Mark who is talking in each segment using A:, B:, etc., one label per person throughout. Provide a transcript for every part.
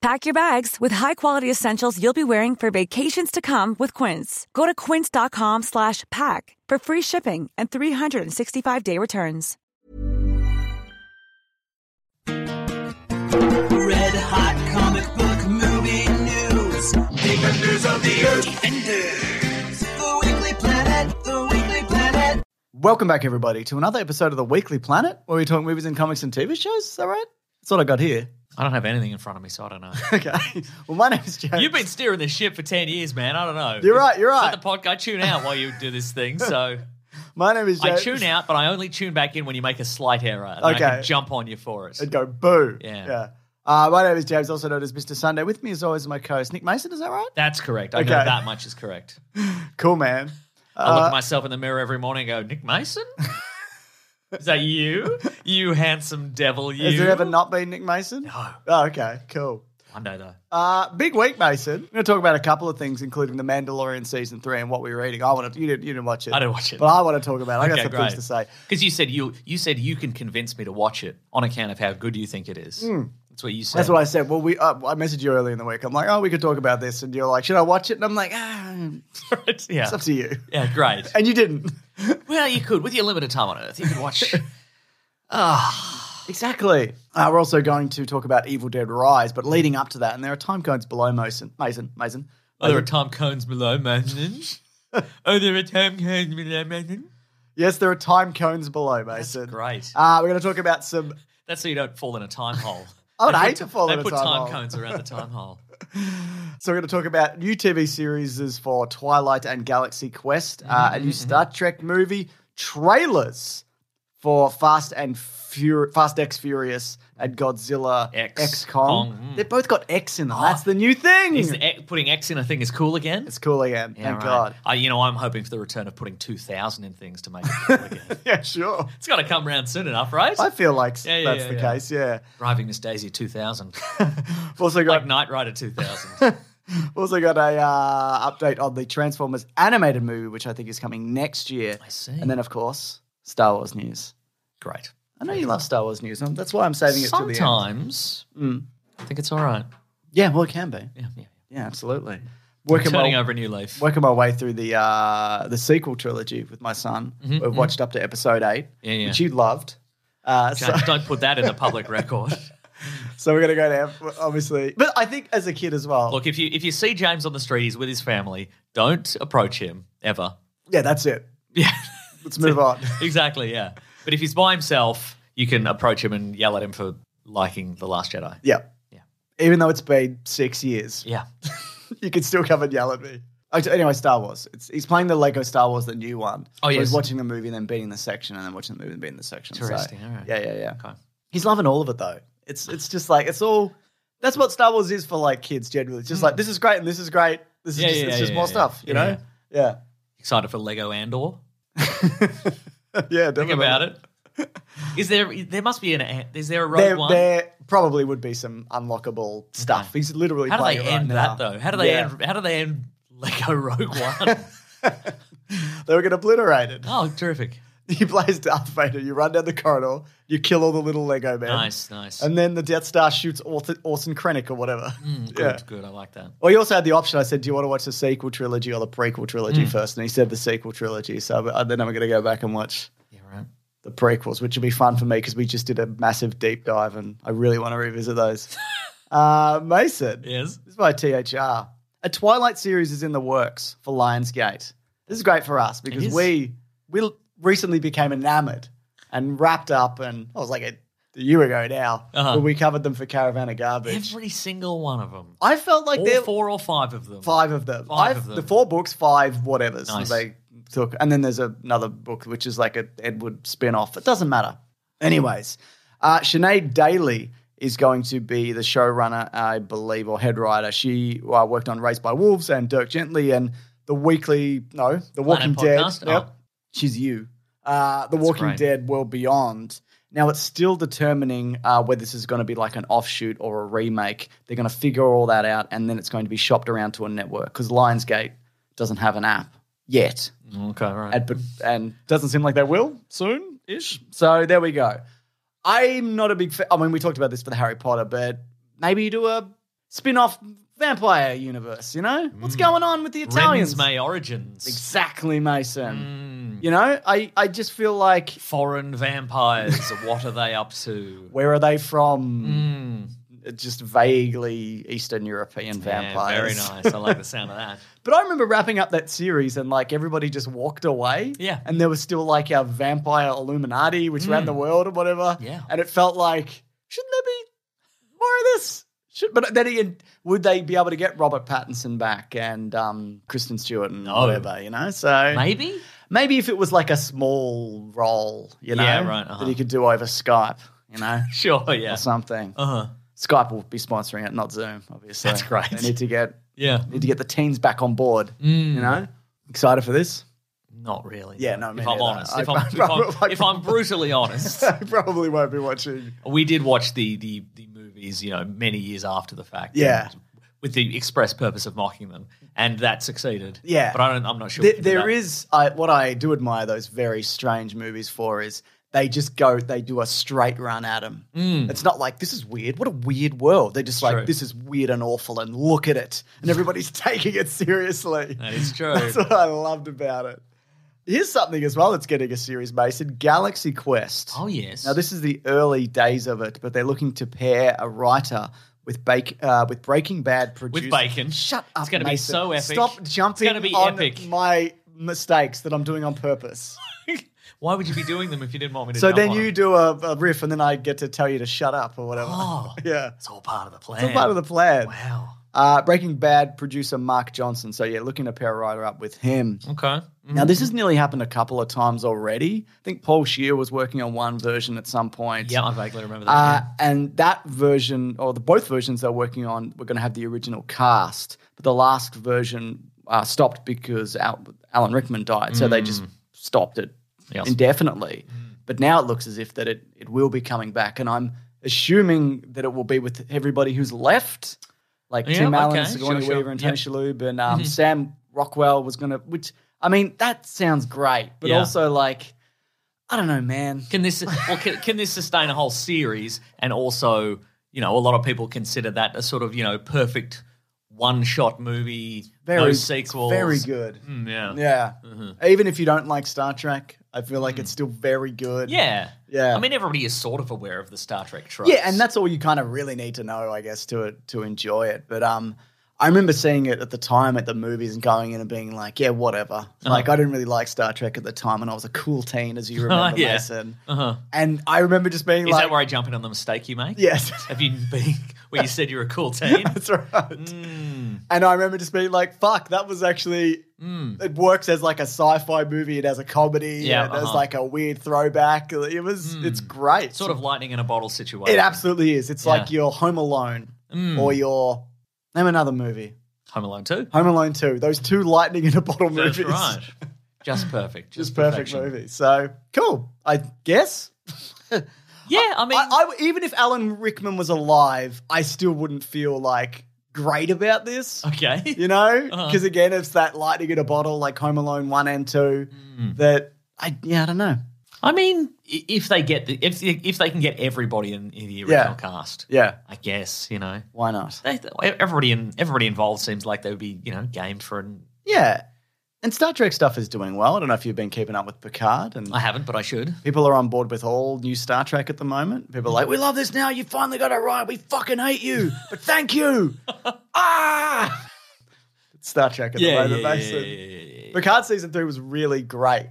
A: Pack your bags with high-quality essentials you'll be wearing for vacations to come with Quince. Go to quince.com slash pack for free shipping and 365-day returns.
B: Red hot comic book movie news. Big news of the earth. Defenders. The Weekly Planet. The Weekly Planet.
C: Welcome back, everybody, to another episode of the Weekly Planet, where we talk movies and comics and TV shows. Is that right? That's what I got here.
D: I don't have anything in front of me, so I don't know.
C: Okay. Well, my name's James.
D: You've been steering this ship for 10 years, man. I don't know.
C: You're right, you're
D: It's
C: right.
D: Not the podcast. I tune out while you do this thing. So
C: My name is
D: I
C: James.
D: tune out, but I only tune back in when you make a slight error. And okay. I
C: Okay.
D: can jump on you for it.
C: And go boo.
D: Yeah.
C: Yeah. Uh, my name is James, also known as Mr. Sunday. With me, as always, is my co-host Nick Mason. Is that right?
D: That's correct. I
C: Okay. Uh,
D: know that much is correct.
C: Cool, man.
D: I look at myself in the mirror every morning and go, Nick Mason? is that you? You handsome devil, you.
C: Has there ever not been Nick Mason?
D: No.
C: Oh, okay. Cool.
D: One day, though.
C: Uh, big week, Mason. We're going to talk about a couple of things, including The Mandalorian season three and what we were reading. I want to. You didn't. You didn't watch it.
D: I didn't watch it.
C: But I want to talk about. it. I got
D: Okay,
C: some things
D: great.
C: to say.
D: Because you said you you said you can convince me to watch it on account of how good you think it is. That's what you
C: Hmm.
D: said.
C: That's what I said. Well, we. Uh, I messaged you earlier in the week. I'm like, oh, we could talk about this, and you're like, should I watch it? And I'm like, ah,
D: yeah.
C: it's up to you.
D: yeah, great.
C: And you didn't.
D: Well, you could with your limited time on Earth. You could watch. Ah.
C: exactly. Uh, we're also going to talk about Evil Dead Rise, but leading up to that, and there are time codes below Mason. Mason. Mason.
D: oh, there are time cones below Mason. oh, there are time cones below Mason.
C: Yes, there are time cones below Mason.
D: Great.
C: Uh, we're going to talk about some.
D: That's so you don't fall in a time hole.
C: I would
D: They
C: hate
D: put-
C: to fall
D: They
C: in a
D: put
C: time
D: time
C: hole.
D: cones around the time hole.
C: So we're going to talk about new TV series for Twilight and Galaxy Quest, uh,
D: Mm-hmm,
C: a new Star Trek movie, trailers for Fast and Fur- Fast X Furious and Godzilla
D: X.
C: X Kong.
D: Kong, mm.
C: They both got X in them. That's the new thing.
D: Is the, X- putting X in a thing is cool again?
C: it's cool again.
D: Yeah,
C: Thank
D: right.
C: God.
D: I, you know, I'm hoping for the return of putting 2,000 in things to make it cool again.
C: Yeah, sure.
D: it's got to come around soon enough, right?
C: I feel like s-
D: Yeah, yeah,
C: that's
D: yeah,
C: the
D: yeah.
C: case. Yeah.
D: Driving Miss Daisy 2,000.
C: We've also got
D: like Knight Rider 2,000.
C: we've also got a uh, update on the Transformers animated movie, which I think is coming next year. I
D: see.
C: And then, of course, Star Wars news.
D: Great.
C: I know you love Star Wars news. um, That's why I'm saving it to the end. Mm.
D: Sometimes I think it's all right.
C: Yeah, well, it can be.
D: Yeah, yeah.
C: Yeah, absolutely.
D: I'm
C: Working
D: turning
C: my,
D: over a new leaf.
C: working my way through the uh, the sequel trilogy with my son. We've watched up to episode eight,
D: Mm-hmm, Yeah, yeah.
C: which you loved. Uh, so,
D: James, don't put that in the public record.
C: so we're gonna go down, obviously. But I think as a kid as well.
D: Look, if you if you see James on the street, he's with his family. Don't approach him ever.
C: yeah, that's it.
D: Yeah,
C: Let's move on.
D: exactly. Yeah, but if he's by himself, you can approach him and yell at him for liking the Last Jedi.
C: Yeah.
D: Yeah.
C: Even though it's been six years,
D: Yeah,
C: you can still come and yell at me. Oh, so Anyway, Star Wars. It's, he's playing the Lego Star Wars, the new one.
D: Oh,
C: So
D: yes.
C: He's watching the movie and then being in the section and then watching the movie and being in the section. So,
D: Interesting, all right.
C: Yeah, yeah, yeah.
D: Okay.
C: He's loving all of it though. It's it's just like it's all. That's what Star Wars is for like kids generally. It's just like this is great and this is great. This is
D: Hmm. Yeah,
C: just,
D: yeah,
C: it's
D: yeah,
C: just
D: yeah,
C: more
D: yeah.
C: stuff, you
D: Yeah,
C: know? Yeah,
D: excited for Lego Andor.
C: yeah,
D: Think
C: definitely.
D: about it. Is there there must be an an- is there a rogue
C: There,
D: one?
C: there probably would be some unlockable stuff. He's literally
D: how do
C: playing
D: they
C: it right
D: end
C: now.
D: that though? How do they
C: Yeah.
D: end? How do they end Lego Rogue One?
C: They were get obliterated.
D: oh, terrific!
C: You play as Darth Vader. You run down the corridor. You kill all the little Lego men.
D: Nice, nice.
C: And then the Death Star shoots Orson, Orson Krennic or whatever.
D: Hmm, good,
C: yeah.
D: good. I like that.
C: Well, he also had the option. I said, "Do you want to watch the sequel trilogy or the prequel trilogy
D: Hmm.
C: first? And he said the sequel trilogy. So uh, then I'm going to go back and watch
D: Yeah, right.
C: the prequels, which will be fun for me because we just did a massive deep dive, and I really want to revisit those. uh, Mason,
D: Yes.
C: this is by THR. A Twilight series is in the works for Lionsgate. This is great for us because
D: is.
C: we we recently became enamored and wrapped up, and I was like a, a year ago now,
D: Uh-huh.
C: when we covered them for Caravan of Garbage.
D: Every single one of them.
C: I felt like
D: all
C: there
D: four or five of them.
C: five of them.
D: Five
C: I've-
D: of them.
C: The four books, five whatever's
D: Nice.
C: they took, and then there's another book which is like a Edward spin-off. It doesn't matter. Anyways, uh, Sinead Daly is going to be the showrunner, I believe, or head writer. She uh, worked on Raised by Wolves and Dirk Gently and the Weekly, no, The Walking Dead.
D: Podcast?
C: Yep,
D: Oh.
C: she's you. Uh, the Walking
D: great.
C: Dead World Beyond. Now it's still determining uh, whether this is going to be like an offshoot or a remake. They're going to figure all that out, and then it's going to be shopped around to a network because Lionsgate doesn't have an app yet,
D: Okay, right.
C: and, but, and doesn't seem like they will soon ish. So there we go. I'm not a big. Fa- I mean, we talked about this for the Harry Potter, but maybe you do a spin-off vampire universe. You know what's going on with the Italians?
D: Ren's May Origins.
C: Exactly,
D: Mm.
C: Mason. You know, I, I just feel like
D: Foreign vampires. what are they up to?
C: where are they from?
D: Mm,
C: Just vaguely Eastern European
D: yeah,
C: vampires.
D: very nice. I like the sound of that.
C: But I remember wrapping up that series and like everybody just walked away.
D: Yeah. Mm.
C: And there was still like our vampire Illuminati, which ran the world or whatever.
D: Yeah.
C: And it felt like, shouldn't there be more of this? Should, but then again, would they be able to get Robert Pattinson back and um, Kristen Stewart and whatever, you know? So
D: Oh. Maybe?
C: Maybe if it was like a small role, you know,
D: Yeah, right, uh-huh.
C: that you could do over Skype, you know,
D: Sure, yeah.
C: or something.
D: Uh huh.
C: Skype will be sponsoring it, not Zoom, obviously.
D: That's great. Mm.
C: They need to get
D: Yeah.
C: need to get the teens back on board. You know, excited for this?
D: Not really.
C: Yeah, no, me
D: If I'm
C: neither.
D: honest,
C: I
D: if, I'm, if,
C: probably-
D: I'm, if I'm brutally honest,
C: I probably won't be watching.
D: we did watch the, the the movies, you know, many years after the fact.
C: Yeah.
D: and with the express purpose of mocking them, and that succeeded.
C: Yeah.
D: but I don't. I'm not sure.
C: There,
D: we can do
C: there
D: that.
C: is I, what I do admire those very strange movies for is they just go they do a straight run at them. It's not like this is weird. What a weird world. They just like
D: Mm. True.
C: this is weird and awful and look at it and everybody's taking it seriously.
D: That is true.
C: That's what I loved about it. Here's something as well that's getting a series, Mason. Galaxy Quest.
D: oh yes.
C: Now, this is the early days of it, but they're looking to pair a writer with bake uh, with Breaking Bad producer
D: bacon.
C: Shut
D: It's
C: up!
D: gonna be
C: Mason.
D: so epic.
C: Stop
D: It's
C: jumping
D: gonna be
C: on
D: epic.
C: my mistakes that I'm doing on purpose.
D: Why would you be doing them if you didn't want me to?
C: so
D: jump
C: then
D: on
C: you
D: them?
C: do a, a riff, and then I get to tell you to shut up or whatever.
D: Oh,
C: yeah,
D: it's all part of the plan.
C: it's all part of the plan.
D: Wow.
C: Uh, Breaking Bad producer Mark Johnson. So yeah, looking to pair a writer up with him.
D: Okay. Mm,
C: Now, this has nearly happened a couple of times already. I think Paul Shear was working on one version at some point.
D: Yeah, I vaguely remember that.
C: Uh,
D: yeah.
C: and that version, or the both versions they're working on, were going to have the original cast, but the last version uh, stopped because Al- Alan Rickman died, so they
D: Mm.
C: just stopped it
D: Yes.
C: indefinitely. But now it looks as if that it, it will be coming back, and I'm assuming that it will be with everybody who's left, like
D: Yeah,
C: Tim Allen,
D: okay,
C: Sigourney
D: sure, sure. Mm-hmm.
C: Weaver, and
D: Yep.
C: Tony Shalhoub, and um, Sam Rockwell was going to. Which I mean, that sounds great, but
D: Yeah.
C: also like, I don't know, man.
D: Can this well can, can this sustain a whole series? And also, you know, a lot of people consider that a sort of you know perfect one shot movie, no sequels,
C: very good.
D: Mm, yeah. yeah. Mm-hmm.
C: Yeah. Even if you don't like Star Trek, I feel like it's still very good. Yeah.
D: I mean, everybody is sort of aware of the Star Trek tropes.
C: Yeah, and that's all you kind of really need to know, I guess, to to enjoy it. But um I remember seeing it at the time at the movies and going in and being like, yeah, whatever.
D: Uh-huh.
C: Like I didn't really like Star Trek at the time and I was a cool teen as you remember
D: Oh, Yeah.
C: Mason.
D: Uh-huh.
C: And I remember just being
D: Is
C: like
D: that where I jump in on the mistake you make?
C: Yes.
D: Have you been where you said you're a cool teen?
C: That's right.
D: Mm.
C: And I remember just being like, fuck, that was actually, it works as like a sci fi movie and as a comedy
D: Mm. Yeah,
C: and as
D: uh-huh. Mm.
C: like a weird throwback. It was, it's great.
D: sort of lightning in a bottle situation.
C: It absolutely is. It's
D: Yeah. Mm.
C: like you're Home Alone or your, name another movie,
D: Home Alone too.
C: Home Alone 2, those two lightning in a bottle
D: That's
C: movies.
D: right. Just perfect.
C: Just perfect
D: perfection.
C: movie. So cool, I guess.
D: Yeah, I mean,
C: I, I, even if Alan Rickman was alive, I still wouldn't feel like great about this.
D: okay.
C: you know
D: Uh-huh.
C: because again it's that lightning in a bottle like home alone 1 and 2
D: Hmm.
C: that i yeah i don't know
D: I mean, i- if they get the if if they can get everybody in, in the original
C: Yeah.
D: cast,
C: yeah
D: I guess you know
C: why not
D: they, everybody in everybody involved seems like they would be you know game for an.
C: yeah and star trek stuff is doing well i don't know if you've been keeping up with picard and
D: I haven't, but I should.
C: people are on board with all new star trek at the moment people are like we love this now you finally got it right we fucking hate you but thank you ah It's star trek at the moment Mason. picard season 3 was really great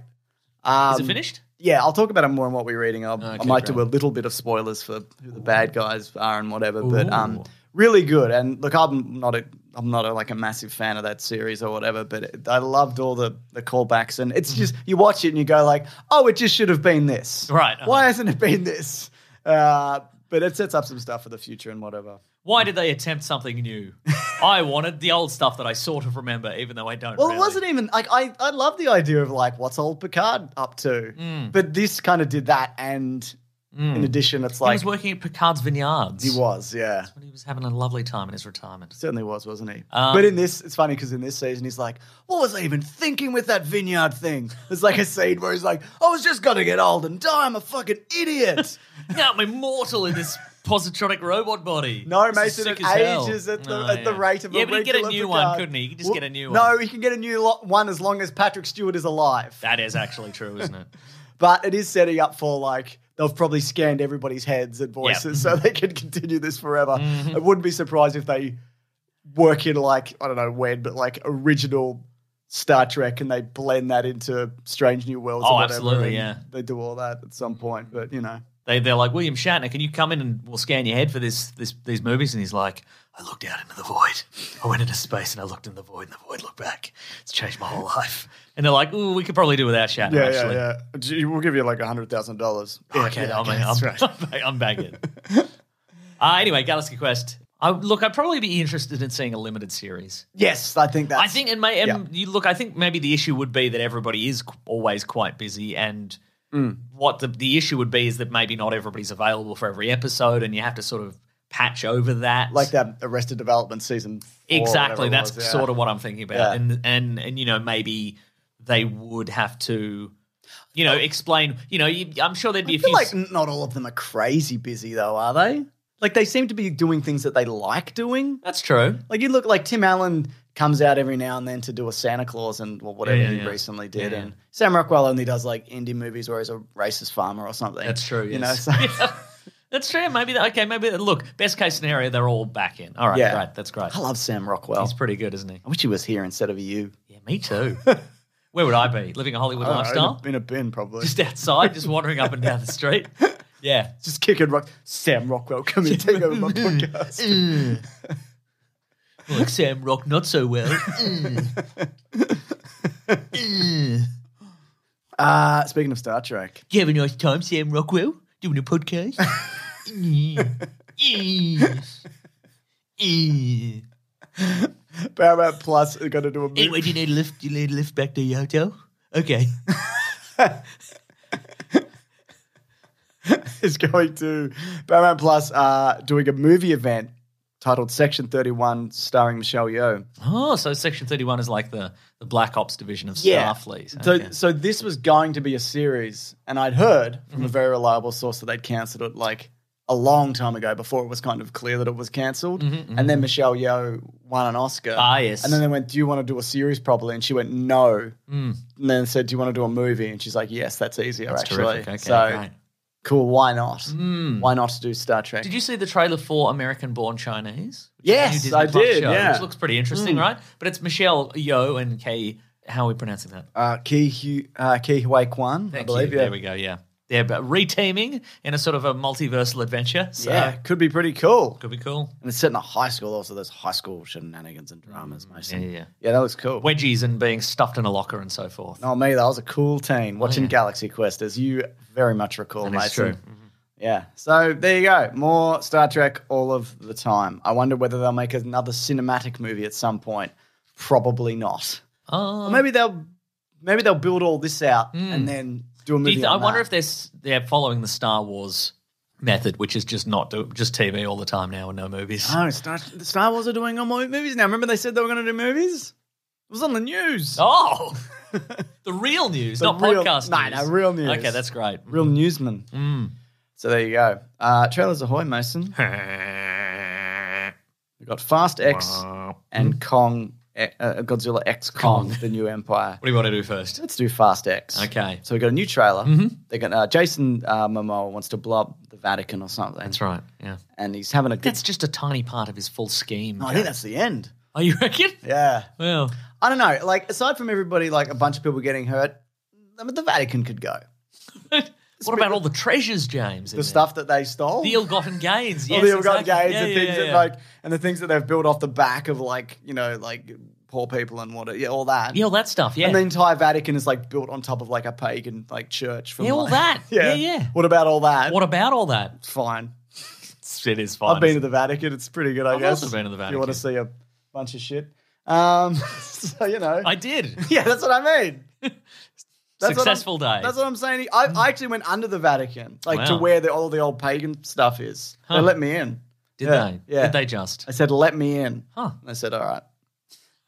C: Um,
D: Is it finished?
C: Yeah, I'll talk about it more in what we're reading. I'll, I
D: Okay,
C: might do a
D: great.
C: little bit of spoilers for who the bad guys are and whatever. But
D: Ooh.
C: um, really good. And look, I'm not a I'm not a, like a massive fan of that series or whatever, but it, I loved all the the callbacks and
D: Mm-hmm.
C: it's just you watch it and you go like, oh, it just should have been this,
D: Right, uh-huh.
C: Why hasn't it been this? Uh, but it sets up some stuff for the future and whatever.
D: Why did they attempt something new? I wanted the old stuff that I sort of remember, even though I don't.
C: Well,
D: really.
C: it wasn't even like I, I love the idea of like what's old Picard up to,
D: Mm.
C: but this kind of did that, and in addition, it's
D: He
C: like
D: Mm. was working at Picard's Vineyards.
C: he was, yeah,
D: When he was having a lovely time in his retirement.
C: certainly was, wasn't he?
D: Um,
C: but in this, it's funny because in this season, he's like, "What was I even thinking with that vineyard thing?" There's like a scene where he's like, "I was just gonna get old and die. I'm a fucking idiot."
D: now I'm immortal in this positronic robot body.
C: No,
D: This is
C: Mason,
D: sick
C: it
D: as hell.
C: ages at the,
D: Oh,
C: at the
D: yeah.
C: rate of
D: yeah,
C: a
D: but he'd get a
C: regular
D: new
C: Picard.
D: one, couldn't he? He could just
C: Well,
D: get a new one.
C: No, he can get a new lo- one as long as Patrick Stewart is alive.
D: that is actually true, isn't it?
C: but it is setting up for like they've probably scanned everybody's heads and voices so they can continue this forever.
D: Mm-hmm.
C: I wouldn't be surprised if they work in like I don't know when, but like original Star Trek and they blend that into Strange New Worlds.
D: Oh,
C: or whatever,
D: absolutely,
C: and
D: yeah.
C: They do all that at some point, but you know,
D: They they're like William Shatner, can you come in and we'll scan your head for this this these movies? And he's like, I looked out into the void. I went into space and I looked in the void, and the void looked back. It's changed my whole life. And they're like, Ooh, we could probably do without Shatner.
C: yeah,
D: actually, Oh,
C: yeah, yeah. Gee, We'll give you like a hundred thousand dollars.
D: Okay, I'm, I'm, I'm, back- I'm back in. uh, anyway, Galaxy Quest. I, look, I'd probably be interested in seeing a limited series.
C: Yes, I think that's.
D: I think, and may
C: yeah.
D: and you look, I think maybe the issue would be that everybody is qu- always quite busy, and
C: Mm.
D: what the the issue would be is that maybe not everybody's available for every episode, and you have to sort of patch over that,
C: like that Arrested Development season. four or
D: Exactly,
C: whatever it
D: that's
C: was, yeah.
D: sort of what I'm thinking about,
C: Yeah.
D: and and and you know maybe they would have to, you know, explain. You know, you, I'm sure there'd be a
C: Oh. I feel
D: few.
C: like n- not all of them are crazy busy though, are they? Like they seem to be doing things that they like doing.
D: that's true.
C: Like you look like Tim Allen comes out every now and then to do a Santa Claus and well, whatever
D: Yeah, yeah,
C: he
D: yeah.
C: recently did.
D: Yeah, yeah.
C: And Sam Rockwell only does like indie movies where he's a racist farmer or something.
D: That's true. Yes.
C: You know, so
D: Yeah. That's true. Maybe that, okay. Maybe that- look. Best case scenario, they're all back in. All right,
C: Yeah.
D: great. That's great.
C: I love Sam Rockwell.
D: He's pretty good, isn't he?
C: I wish he was here instead of you. Oh,
D: Yeah, me too. Where would I be? Living a Hollywood lifestyle?
C: in a bin probably.
D: Just outside, just wandering up and down the street. Yeah.
C: Just kicking rock. Sam Rockwell, come and take over my podcast.
D: Like Sam Rock, not so well. Mm.
C: Uh, speaking of Star Trek,
D: you have a nice time, Sam Rockwell, doing a podcast. Mm. anyway,
C: Paramount Plus are going to do a movie.
D: do you need a lift? Do you need a lift back to your hotel? Okay.
C: is going to Paramount Plus uh, doing a movie event titled Section 31 starring Michelle Yeoh.
D: Oh, so Section 31 is like the, the Black Ops division of
C: Yeah.
D: Starfleet.
C: So,
D: Ah, Okay.
C: so this was going to be a series, and I'd heard from
D: Mm-hmm.
C: a very reliable source that they'd cancelled it like a long time ago before it was kind of clear that it was canceled And then Michelle Yeoh won an Oscar.
D: Mm-hmm, Ah, yes.
C: And then they went, "Do you want to do a series properly?" And she went, "No." And then said, "Do you want to do a movie?" And she's like, "Yes, that's easier
D: Mm. That's
C: actually."
D: terrific. Okay,
C: so
D: great. Mm.
C: cool. Why not? Why not do Star Trek?
D: Did you see the trailer for American Born Chinese? Which is a
C: Yes,
D: new Disney
C: I
D: Plus
C: did,
D: show,
C: yeah. Hmm.
D: Which looks pretty interesting, right? But it's Michelle Yeoh and Kay. How are we pronouncing that?
C: Uh, Ki Hu, uh, Ki Hui Kwan, I
D: Thank
C: believe.
D: you.
C: Yeah,
D: There we go. Yeah. They're about reteaming in a sort of a multiversal adventure. So
C: yeah, could be pretty cool.
D: could be cool.
C: And it's set in a high school, also. There's high school shenanigans and dramas, Mason.
D: Mm, yeah, yeah.
C: that looks cool.
D: Wedgies and being stuffed in a locker and so forth.
C: Oh, me, that was a cool teen watching
D: Oh, yeah.
C: Galaxy Quest, as you very much recall,
D: That
C: Mason.
D: is true. Mm-hmm.
C: Yeah. So there you go. More Star Trek all of the time. I wonder whether they'll make another cinematic movie at some point. Probably not.
D: Oh,
C: Or maybe they'll maybe they'll build all this out and then do a
D: Hmm. do
C: movie.
D: you th- I
C: on
D: wonder
C: that.
D: if they're s- they're following the Star Wars method, which is just not do- just TV all the time now and no movies.
C: No, Star, Star Wars are doing all mo- movies now. Remember they said they were going to do movies? It was on the news.
D: Oh, the real news,
C: The
D: not
C: real-
D: podcast.
C: no,
D: news.
C: no, real news.
D: Okay, that's great.
C: Real newsman.
D: Mm.
C: So there you go. Uh, trailers ahoy, Mason. We've got Fast X and Kong, uh, Godzilla X Kong, the new empire.
D: What do you want to do first?
C: Let's do Fast X.
D: Okay. Mm-hmm.
C: So we got a new trailer. They're gonna, uh, Jason uh, Momoa wants to blow up the Vatican or something.
D: That's right. Yeah.
C: And he's having a good.
D: That's just a tiny part of his full scheme.
C: No, I think that's the end.
D: Oh, you reckon?
C: Yeah.
D: Well,
C: I don't know. Like, aside from everybody, like a bunch of people getting hurt, I mean, the Vatican could go.
D: What about all the treasures, James? in
C: The
D: there?
C: stuff that they stole,
D: the ill-gotten gains. Yes,
C: all the ill-gotten
D: exactly.
C: gains,
D: Yeah,
C: and
D: yeah,
C: things
D: yeah,
C: that
D: yeah.
C: like, and the things that they've built off the back of like, you know, like poor people and what, yeah, all that.
D: yeah, all that stuff. Yeah,
C: And the entire Vatican is like built on top of like a pagan like church. From
D: Yeah, all
C: like-
D: that. Yeah, yeah.
C: What about all that?
D: what about all that?
C: It's fine.
D: It is fine.
C: I've been to the Vatican. It's pretty good, I
D: I've
C: guess.
D: also been to the
C: You want
D: Vatican.
C: to see a bunch of shit? Um, so you know,
D: I did.
C: yeah, that's what I mean. That's what I'm-
D: Successful day.
C: That's what I'm saying. I, I actually went under the Vatican, like to
D: Wow.
C: where the, all the old pagan stuff is.
D: Huh.
C: They let me in.
D: Did
C: Yeah,
D: they?
C: yeah.
D: Did they just?
C: I said, "Let me in."
D: Huh.
C: And I said, "All right."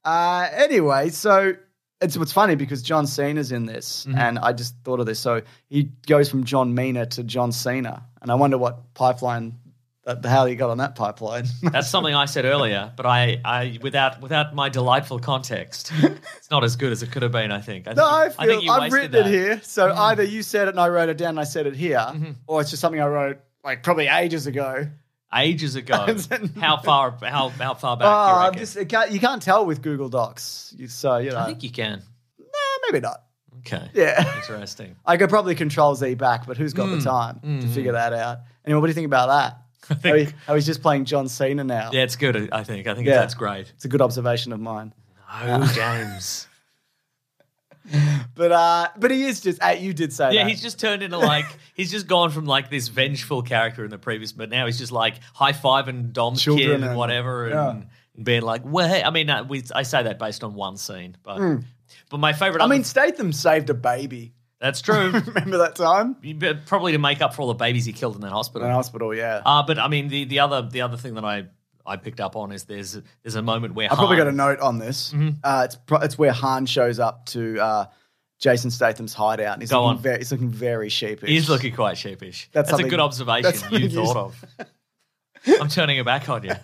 C: Uh, anyway, so it's what's funny because John Cena's in this,
D: Mm-hmm.
C: and I just thought of this. So he goes from John Mina to John Cena, and I wonder what pipeline, uh, how he got on that pipeline.
D: That's something I said earlier, but I, I without without my delightful context, it's not as good as it could have been. I think. I
C: no,
D: think,
C: I
D: I think
C: feel
D: you
C: I have
D: wasted
C: written
D: that. Mm-hmm.
C: it here. So either you said it and I wrote it down and I said it here, or it's just something I wrote like probably ages ago.
D: ages ago.
C: And then-
D: how far? How how far back?
C: Oh,
D: you
C: I'm
D: reckon?
C: just, it can't, you can't tell with Google Docs. You- So you know,
D: I think you can.
C: nah, maybe not.
D: Okay.
C: Yeah.
D: Interesting.
C: I could probably control Z back, but who's got
D: Hmm.
C: the time to figure that out? Anyway, what do you think about that? I
D: think-
C: how he's just playing John Cena now.
D: Yeah, it's good. I think. I think
C: Yeah.
D: that's great.
C: It's a good observation of mine.
D: No, James.
C: But uh, but he is just. Uh, you did say
D: Yeah,
C: that.
D: he's just turned into like he's just gone from like this vengeful character in the previous, but now he's just like high fiving Dom's kid
C: Children
D: and,
C: and-
D: whatever, and being like, "Well, I mean, uh, we, I say that based on one scene, but but my favorite.
C: Hmm. I
D: other-
C: mean, Statham saved a baby.
D: that's true.
C: Remember that time
D: You bet- Probably to make up for all the babies he killed in that hospital.
C: in the hospital? Yeah,
D: Uh, but I mean, the, the other the other thing that I, I picked up on is there's there's a moment where
C: I probably
D: Han- Mm-hmm.
C: got a note on this. Uh, it's pro- it's where Han shows up to uh, Jason Statham's hideout, and he's
D: Go
C: looking
D: on.
C: very he's looking very sheepish.
D: He's looking quite sheepish.
C: That's
D: That's, a
C: something-
D: good observation
C: that's something
D: you
C: you-
D: thought of. I'm turning it back on you.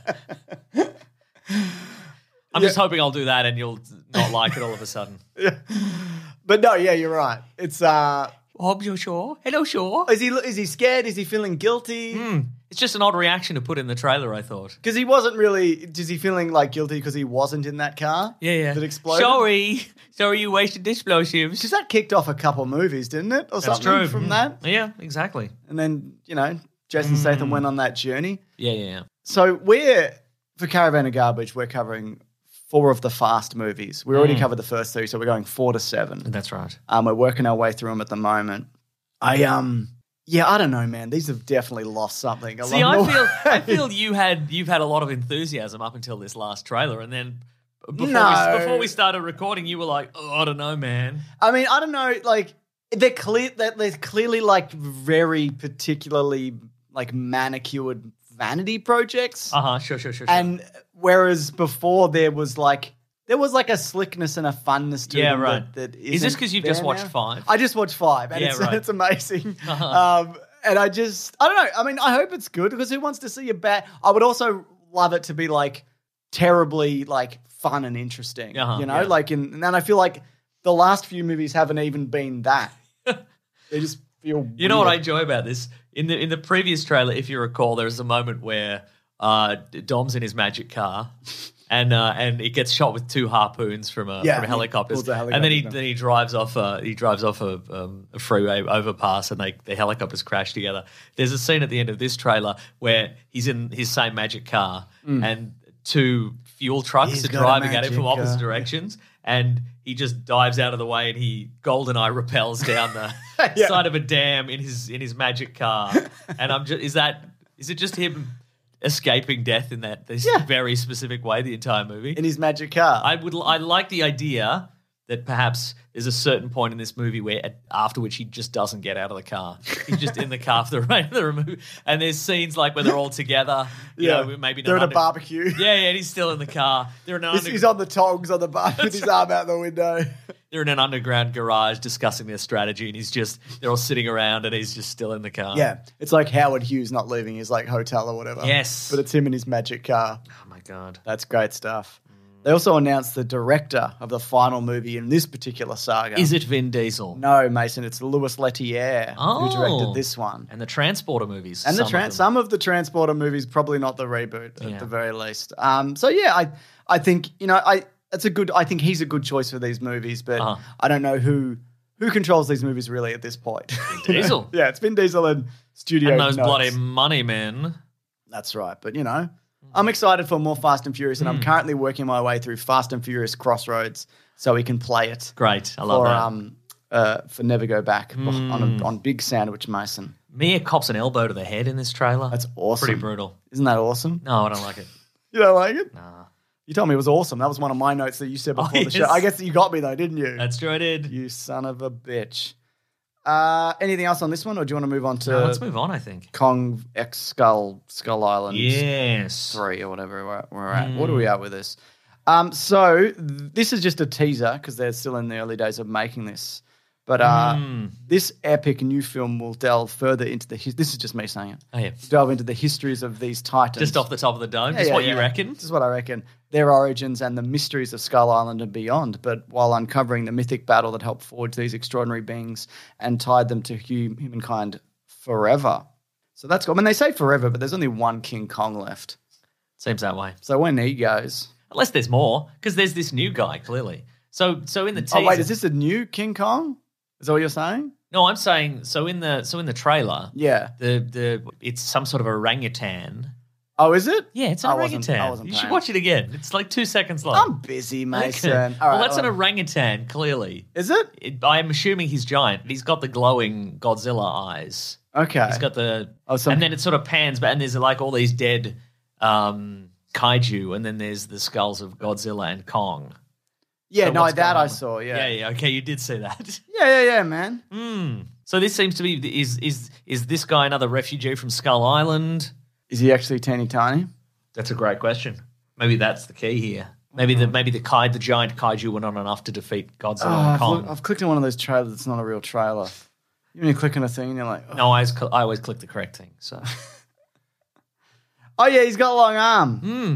D: I'm just hoping I'll do that and you'll not like it all of a sudden.
C: But no, yeah, you're right. It's uh,
D: Hobbs, you're sure? Hello, sure.
C: is he is he scared? Is he feeling guilty?
D: Hmm. It's just an odd reaction to put in the trailer, I thought.
C: Because he wasn't really. Is he feeling like guilty because he wasn't in that car?
D: Yeah, yeah.
C: That exploded.
D: Sorry. Sorry you wasted explosives.
C: Because that kicked off a couple movies, didn't it? Or
D: That's
C: something
D: true.
C: from
D: Mm.
C: that.
D: Yeah, exactly.
C: And then, you know, Jason Statham went on that journey.
D: Yeah, yeah, yeah.
C: So we're, for Caravan of Garbage, we're covering four of the fast movies. We
D: Mm.
C: already covered the first three, so we're going four to seven.
D: That's right.
C: Um, we're working our way through them at the moment. I, um, yeah, I don't know, man. These have definitely lost something.
D: See, I
C: along the
D: feel
C: way.
D: I feel you had you've had a lot of enthusiasm up until this last trailer, and then before
C: No.
D: we, before we started recording, you were like, oh, I don't know, man.
C: I mean, I don't know. Like they're clear that they're clearly like very particularly like manicured vanity projects.
D: Uh huh. Sure, sure, sure. sure.
C: and whereas before there was like there was like a slickness and a funness to
D: Yeah,
C: them
D: right.
C: That, that
D: Is this
C: isn't
D: 'cause you've
C: there
D: just watched
C: now.
D: five?
C: I just watched five, and
D: Yeah,
C: it's,
D: right. Uh-huh.
C: it's amazing. Um, and I just I don't know. I mean, I hope it's good because who wants to see a bat? I would also love it to be like terribly like fun and interesting.
D: Uh-huh,
C: you know,
D: yeah.
C: like in, and then I feel like the last few movies haven't even been that. they just feel.
D: you know what I
C: weird.
D: enjoy about this in the in the previous trailer, if you recall, there was a moment where uh, Dom's in his magic car. And uh, and it gets shot with two harpoons from a,
C: Yeah,
D: from a
C: he
D: helicopter,
C: pulls the
D: and then
C: helicopter
D: he
C: down.
D: then he drives off a he drives off a, um, a freeway overpass, and they the helicopters crash together. There's a scene at the end of this trailer where he's in his same magic car, and two fuel trucks
C: Mm. He's
D: are
C: got a
D: driving at it from
C: magic
D: opposite
C: car.
D: directions, and he just dives out of the way, and he Goldeneye repels down the
C: Yeah.
D: side of a dam in his in his magic car. and I'm just is that is it just him escaping death in that this
C: Yeah.
D: very specific way the entire movie?
C: in his magic car.
D: I would I like the idea that perhaps there's a certain point in this movie where at, after which he just doesn't get out of the car. He's just in the car for the remainder of the movie. And there's scenes like where they're all together. You yeah, know, maybe in
C: they're at
D: an
C: a
D: under-
C: barbecue.
D: Yeah, yeah, and he's still in the car. They're in an,
C: He's,
D: under-
C: he's on the tongs on the bar with his arm out the window.
D: they're in an underground garage discussing their strategy, and he's just they're all sitting around, and he's just still in the car.
C: Yeah, it's like Howard Hughes not leaving his like hotel or whatever.
D: Yes.
C: but it's him in his magic car.
D: Oh my god.
C: That's great stuff. They also announced the director of the final movie in this particular saga.
D: Is it Vin Diesel?
C: No, Mason. It's Louis Leterrier
D: Oh.
C: who directed this one.
D: And the Transporter movies.
C: And
D: some
C: the
D: of
C: trans,
D: them.
C: some of the transporter movies, probably not the reboot at
D: Yeah.
C: the very least. Um, so yeah, I, I think you know, I it's a good. I think he's a good choice for these movies, but
D: Uh-huh.
C: I don't know who who controls these movies really at this point?
D: Diesel.
C: yeah, it's Vin Diesel and Studio.
D: and those
C: nuts.
D: bloody money men.
C: That's right. But you know, I'm excited for more Fast and Furious, and
D: Hmm.
C: I'm currently working my way through Fast and Furious Crossroads so we can play it
D: Great. I love
C: for
D: that. Hmm.
C: um uh for Never Go Back on a, on Big Sandwich Mason.
D: Mia cops an elbow to the head in this trailer.
C: That's awesome.
D: Pretty brutal.
C: Isn't that awesome?
D: No, I don't like it.
C: You don't like it? You told me it was awesome. That was one of my notes that you said
D: Oh,
C: before the
D: yes.
C: show. I guess that you got me though, didn't you?
D: That's true. I did.
C: you son of a bitch. Uh, anything else on this one, or do you want to move on to
D: No, Oh, let's move on. I think.
C: Kong X Skull Skull Island?
D: Yes.
C: three or whatever we're, we're at. What are
D: Mm.
C: we at with this? Um, so th- this is just a teaser because they're still in the early days of making this. But uh,
D: Hmm.
C: this epic new film will delve further into the. His- this is just me saying it.
D: Oh yeah.
C: Delve into the histories of these titans.
D: Just off the top of the dome.
C: Yeah,
D: just
C: yeah,
D: what you
C: yeah.
D: reckon.
C: This is what I reckon. Their origins and the mysteries of Skull Island and beyond, but while uncovering the mythic battle that helped forge these extraordinary beings and tied them to hum- humankind forever. So that's cool. I mean, they say forever, but there's only one King Kong left.
D: Seems that way.
C: So when he goes,
D: Unless there's more, because there's this new guy clearly. So so in the teaser.
C: Oh wait, is this a new King Kong? Is that what you're saying?
D: No, I'm saying so in the so in the trailer.
C: Yeah.
D: The the it's some sort of orangutan.
C: Oh, is it?
D: Yeah, it's an
C: I
D: orangutan.
C: wasn't- I wasn't
D: you should
C: paying.
D: watch it again. It's like two seconds long.
C: I'm busy, Mason. All right,
D: well, that's
C: all
D: an
C: right.
D: orangutan, clearly.
C: Is it?
D: It, I'm assuming he's giant. He's got the glowing Godzilla eyes.
C: Okay.
D: He's got the
C: Oh, some-
D: and then it sort of pans, but and there's like all these dead um, kaiju, and then there's the skulls of Godzilla and Kong.
C: yeah,
D: So
C: no,
D: what's
C: that
D: going
C: I
D: on?
C: saw.
D: yeah,
C: Yeah.
D: yeah. Okay, you did see that.
C: yeah, yeah, yeah, man.
D: Hmm. So this seems to be is is is this guy another refugee from Skull Island?
C: Is he actually teeny tiny?
D: That's a great question. Maybe that's the key here. Maybe the maybe the kai the giant kaiju were not enough to defeat Godzilla
C: Oh,
D: and
C: I've,
D: Kong.
C: look- I've clicked on one of those trailers. It's not a real trailer. You know, you click on a thing and you're like, oh,
D: no, I always, cl- I always click the correct thing. So
C: oh, yeah, he's got a long arm.
D: Hmm.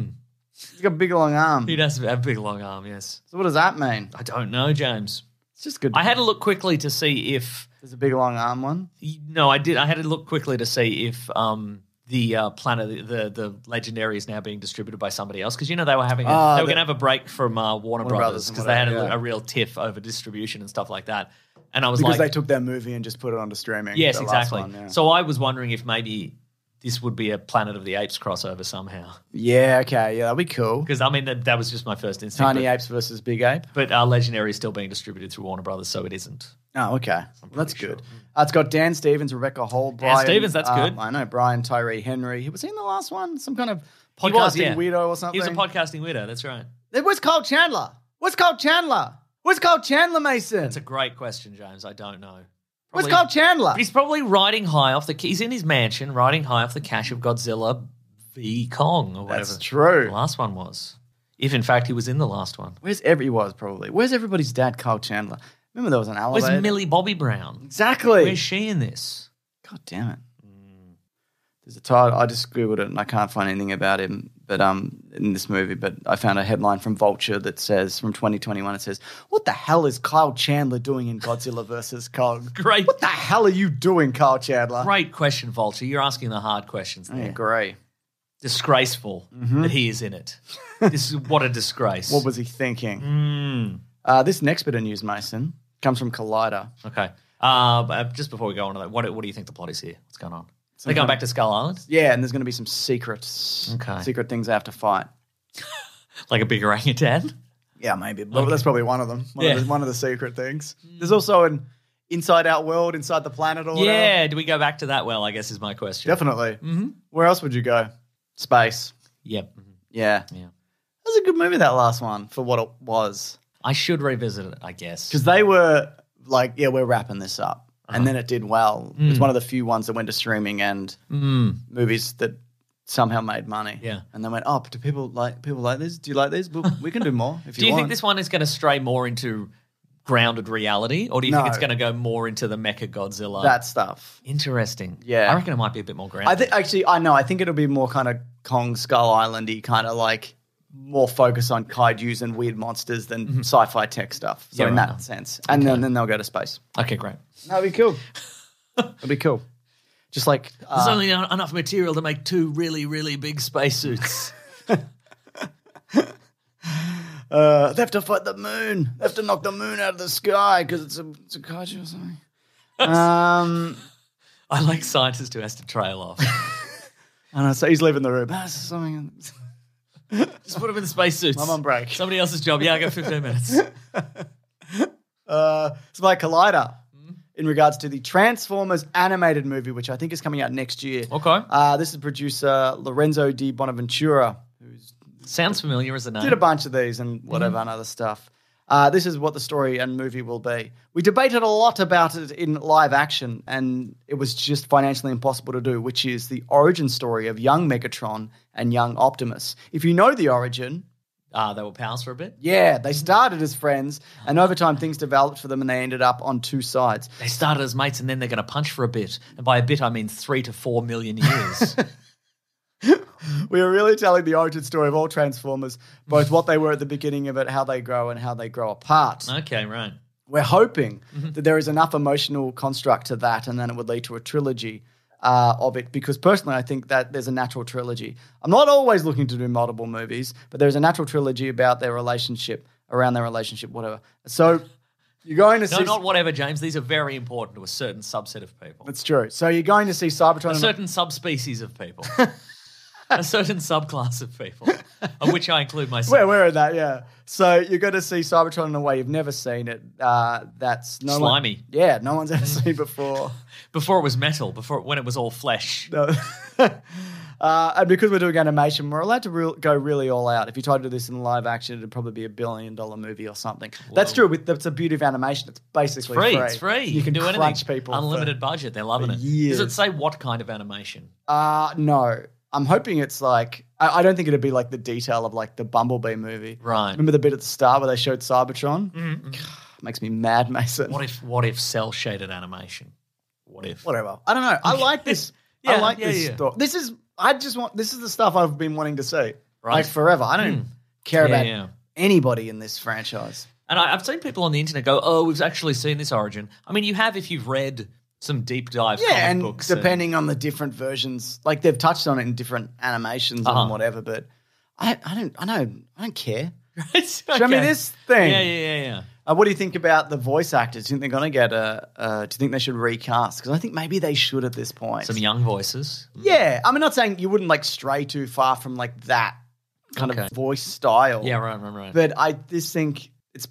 C: He's got a big long arm.
D: he does have a big long arm. Yes,
C: So what does that mean?
D: I don't know, James.
C: It's just good.
D: I had to look quickly to see if
C: There's a big long arm one.
D: no, I did. I had to look quickly to see if um the uh, planet the the legendary is now being distributed by somebody else because you know they were having a,
C: Ah,
D: they were
C: the-
D: going to have a break from uh,
C: Warner
D: Warner,
C: Brothers
D: Brothers
C: and
D: because they had a,
C: whatever, yeah.
D: a real tiff over distribution and stuff like that. And I was
C: Because
D: like,
C: they took their movie and just put it onto streaming.
D: yes,
C: the last
D: exactly.
C: one, yeah.
D: So I was wondering if maybe this would be a Planet of the Apes crossover somehow
C: yeah, okay. Yeah, that'd be cool.
D: because I mean that, that was just my first instinct.
C: Tiny
D: but,
C: apes versus big ape.
D: But uh, legendary is still being distributed through Warner Brothers, so it isn't.
C: Oh, okay. Well, that's good. Uh, it's got Dan Stevens, Rebecca Hall, Brian.
D: Stevens, that's
C: uh,
D: good.
C: I know, Brian Tyree Henry. Was he in the last one? Some kind of
D: He
C: podcasting
D: was, yeah.
C: weirdo or something?
D: He was a podcasting weirdo. That's right.
C: It was called Chandler. What's called Chandler? What's called Chandler Mason?
D: That's a great question, James. I don't know.
C: What's
D: Probably-
C: called Chandler?
D: He's probably riding high off the. He's in his mansion, riding high off the cash of Godzilla v Kong or whatever
C: That's true.
D: the last one was. If in fact he was in the last one,
C: Where's every he was probably? Where's everybody's dad, Carl Chandler? Remember there was an
D: where's
C: elevator.
D: Millie Bobby Brown?
C: exactly.
D: Where's she in this?
C: God damn it. There's a title. I just googled it and I can't find anything about him, but um, in this movie. But I found a headline from Vulture that says from 2021. It says, "What the hell is Kyle Chandler doing in Godzilla versus Kong?
D: Great,
C: What the hell are you doing, Kyle Chandler?"
D: great question, Vulture. You're asking the hard questions
C: I
D: there.
C: agree.
D: Disgraceful that he is in it. this is what a disgrace.
C: Mm-hmm. What was he thinking?
D: Mm.
C: Uh, this next bit of news, Mason, comes from Collider.
D: Okay. Uh, but, uh, just before we go on to that, what, what do you think the plot is here? What's going on? They're going back to Skull Island,
C: Yeah, and there's going to be some secrets,
D: Okay.
C: secret things they have to fight.
D: like a big orangutan.
C: Yeah, maybe. But that's probably one of them. One,
D: Yeah. Hmm.
C: of the, one of the secret things. There's also an Inside Out World, Inside the Planet, or whatever.
D: Yeah. Mm-hmm. Do we go back to that? Well, I guess is my question.
C: Definitely. Where else would you go? Space.
D: Yep.
C: Yeah.
D: Yeah.
C: That was a good movie, that last one, for what it was.
D: I should revisit it, I guess.
C: Because they were like, yeah, we're wrapping this up.
D: Uh-huh.
C: And then it did well. It's
D: Hmm.
C: one of the few ones that went to streaming and movies that somehow made money.
D: Yeah.
C: And they went, oh, but do people like people like this? Do you like this? Well, we can do more if you
D: do you
C: want.
D: think this one is going to stray more into grounded reality, or do you
C: No.
D: think it's going to go more into the Mecha Godzilla?
C: that stuff.
D: interesting.
C: Yeah.
D: I reckon it might be a bit more grounded.
C: I think actually, I know. I think it'll be more kind of Kong Skull Islandy, kind of like more focus on kaiju's and weird monsters than sci-fi tech stuff. So
D: Mm-hmm. Yeah,
C: in
D: right.
C: that sense, and then, then they'll go to space.
D: okay, great.
C: That'd be cool. That'd be cool. Just like
D: There's
C: uh,
D: only en- enough material to make two really, really big spacesuits.
C: Uh, they have to fight the moon. They have to knock the moon out of the sky because it's a it's a kaiju or something. Um,
D: I like scientist who has to trail off.
C: and I so he's leaving the room. Ah, it's something.
D: Just put him in the spacesuits.
C: I'm on break.
D: Somebody else's job. Yeah, I got 15 minutes.
C: Uh, it's by Collider in regards to the Transformers animated movie, which I think is coming out next year.
D: Okay.
C: Uh, this is producer Lorenzo D. Bonaventura, who's
D: Sounds familiar as a name.
C: did a bunch of these and whatever and other stuff. Uh, this is what the story and movie will be. We debated a lot about it in live action, and it was just financially impossible to do, which is the origin story of young Megatron and young Optimus. If you know the origin,
D: Ah, they were pals for a bit.
C: yeah, they started as friends, and over time things developed for them, and they ended up on two sides.
D: They started as mates and then they're going to punch for a bit. And by a bit, I mean three to four million years.
C: We are really telling the origin story of all Transformers, both what they were at the beginning of it, how they grow, and how they grow apart.
D: okay, right.
C: We're hoping that there is enough emotional construct to that, and then it would lead to a trilogy uh, of it. Because personally, I think that there's a natural trilogy. I'm not always looking to do multiple movies, but there's a natural trilogy about their relationship, around their relationship, whatever. So you're going to
D: No,
C: see.
D: not whatever, James. These are very important to a certain subset of people,
C: that's true. So you're going to see Cybertron.
D: a
C: and-
D: certain subspecies of people, a certain subclass of people, of which I include myself.
C: We're aware of that, yeah. So you're going to see Cybertron in a way you've never seen it. Uh, that's no one-
D: Slimy.
C: yeah, no one's ever seen before.
D: Before it was metal, before when it was all flesh.
C: No. Uh, and because we're doing animation, we're allowed to real go really all out. If you try to do this in live action, it'd probably be a billion dollar movie or something. That's true. With that's a beauty of animation. It's basically
D: Free, it's free.
C: You can,
D: do
C: crunch
D: anything.
C: people. for-
D: Unlimited budget. They're loving
C: for
D: it.
C: years.
D: Does it say what kind of animation?
C: uh, no, I'm hoping it's like I, I don't think it'd be like the detail of like the Bumblebee movie.
D: Right. Mm-hmm.
C: Remember the bit at the start where they showed Cybertron? Makes me mad, Mason.
D: What if what if cell shaded animation? What if?
C: whatever. I don't know. I like this.
D: Yeah,
C: I like
D: yeah,
C: this
D: yeah.
C: story. This is I just want this is the stuff I've been wanting to see. Like
D: Right. Hmm.
C: forever. I don't care
D: Yeah,
C: about
D: yeah.
C: anybody in this franchise.
D: And I, I've seen people on the internet go, "Oh, we've actually seen this origin." I mean, you have if you've read some deep dive comic
C: Yeah, and
D: books. and-
C: depending on the different versions, like they've touched on it in different animations
D: Uh-huh.
C: and whatever, but I, I don't I don't I don't care.
D: It's
C: Show me
D: okay.
C: this thing.
D: Yeah, yeah, yeah, yeah.
C: Uh, what do you think about the voice actors? Do you think they're going to get a? Uh, do you think they should recast? Because I think maybe they should at this point.
D: Some young voices.
C: Yeah, I'm not saying you wouldn't like stray too far from like that kind
D: Okay.
C: of voice style.
D: Yeah, right, right, right.
C: but I just think it's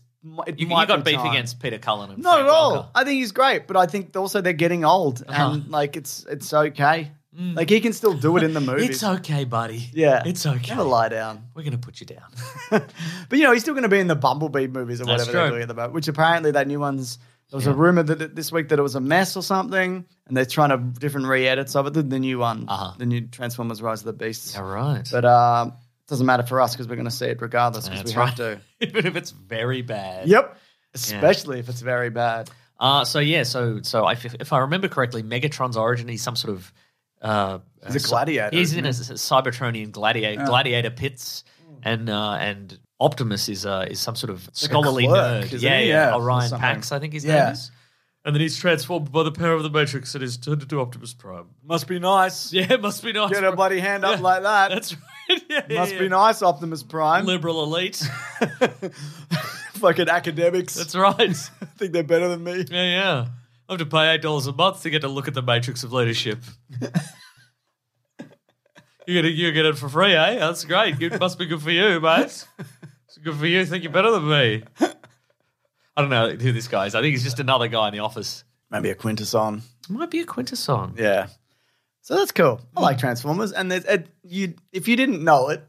C: it
D: you, you
C: might
D: got
C: be
D: beef
C: time.
D: against Peter Cullen. And
C: Not
D: Frank Uh-huh.
C: at all.
D: Welker.
C: I think he's great, but I think also they're getting old, and like it's it's okay. Like he can still do it in the movie.
D: Mm. It's okay, buddy.
C: Yeah,
D: it's okay.
C: Never lie down.
D: We're gonna put you down.
C: But you know he's still going to be in the Bumblebee movies or
D: That's
C: whatever they're
D: true.
C: doing at the moment. Which apparently that new one's. There was a rumor that it- this week that it was a mess or something, and they're trying to different re-edits of it. The, the new one,
D: Uh-huh.
C: the new Transformers: Rise of the Beasts.
D: all right.
C: But uh, it doesn't matter for us because we're going to see it regardless because
D: That's
C: we
D: right.
C: have to.
D: Even if it's very bad.
C: Yep. Especially if it's very bad.
D: Uh, so yeah, so so I, if, if I remember correctly, Megatron's origin he's some sort of uh,
C: He's a
D: uh, cy-
C: gladiator,
D: He's
C: isn't Hmm.
D: in a, s- Cybertronian gladiator gladiator pits, and uh, and Optimus is uh, is some sort of scholarly
C: clerk,
D: nerd.
C: isn't
D: yeah,
C: he?
D: yeah,
C: Yeah, or
D: Orion
C: something.
D: Pax, I think his
C: Yeah.
D: name is. And then he's transformed by the power of the Matrix and is turned into Optimus Prime.
C: Must be nice.
D: Yeah, it must be nice.
C: Get a
D: bro.
C: bloody hand up
D: Yeah,
C: like that.
D: That's right. Yeah, yeah,
C: Must
D: yeah.
C: be nice, Optimus Prime.
D: Liberal elite.
C: Fucking academics.
D: That's right.
C: think they're better than me.
D: Yeah, yeah. I have to pay eight dollars a month to get to look at the matrix of leadership. you get it, you get it for free, eh? That's great. It must be good for you, mate. It's good for you. Think you're better than me. I don't know who this guy is. I think he's just another guy in the office.
C: Maybe a Quintesson.
D: It might be a Quintesson.
C: Yeah. So that's cool. I like Transformers, and there's, it, you if you didn't know it,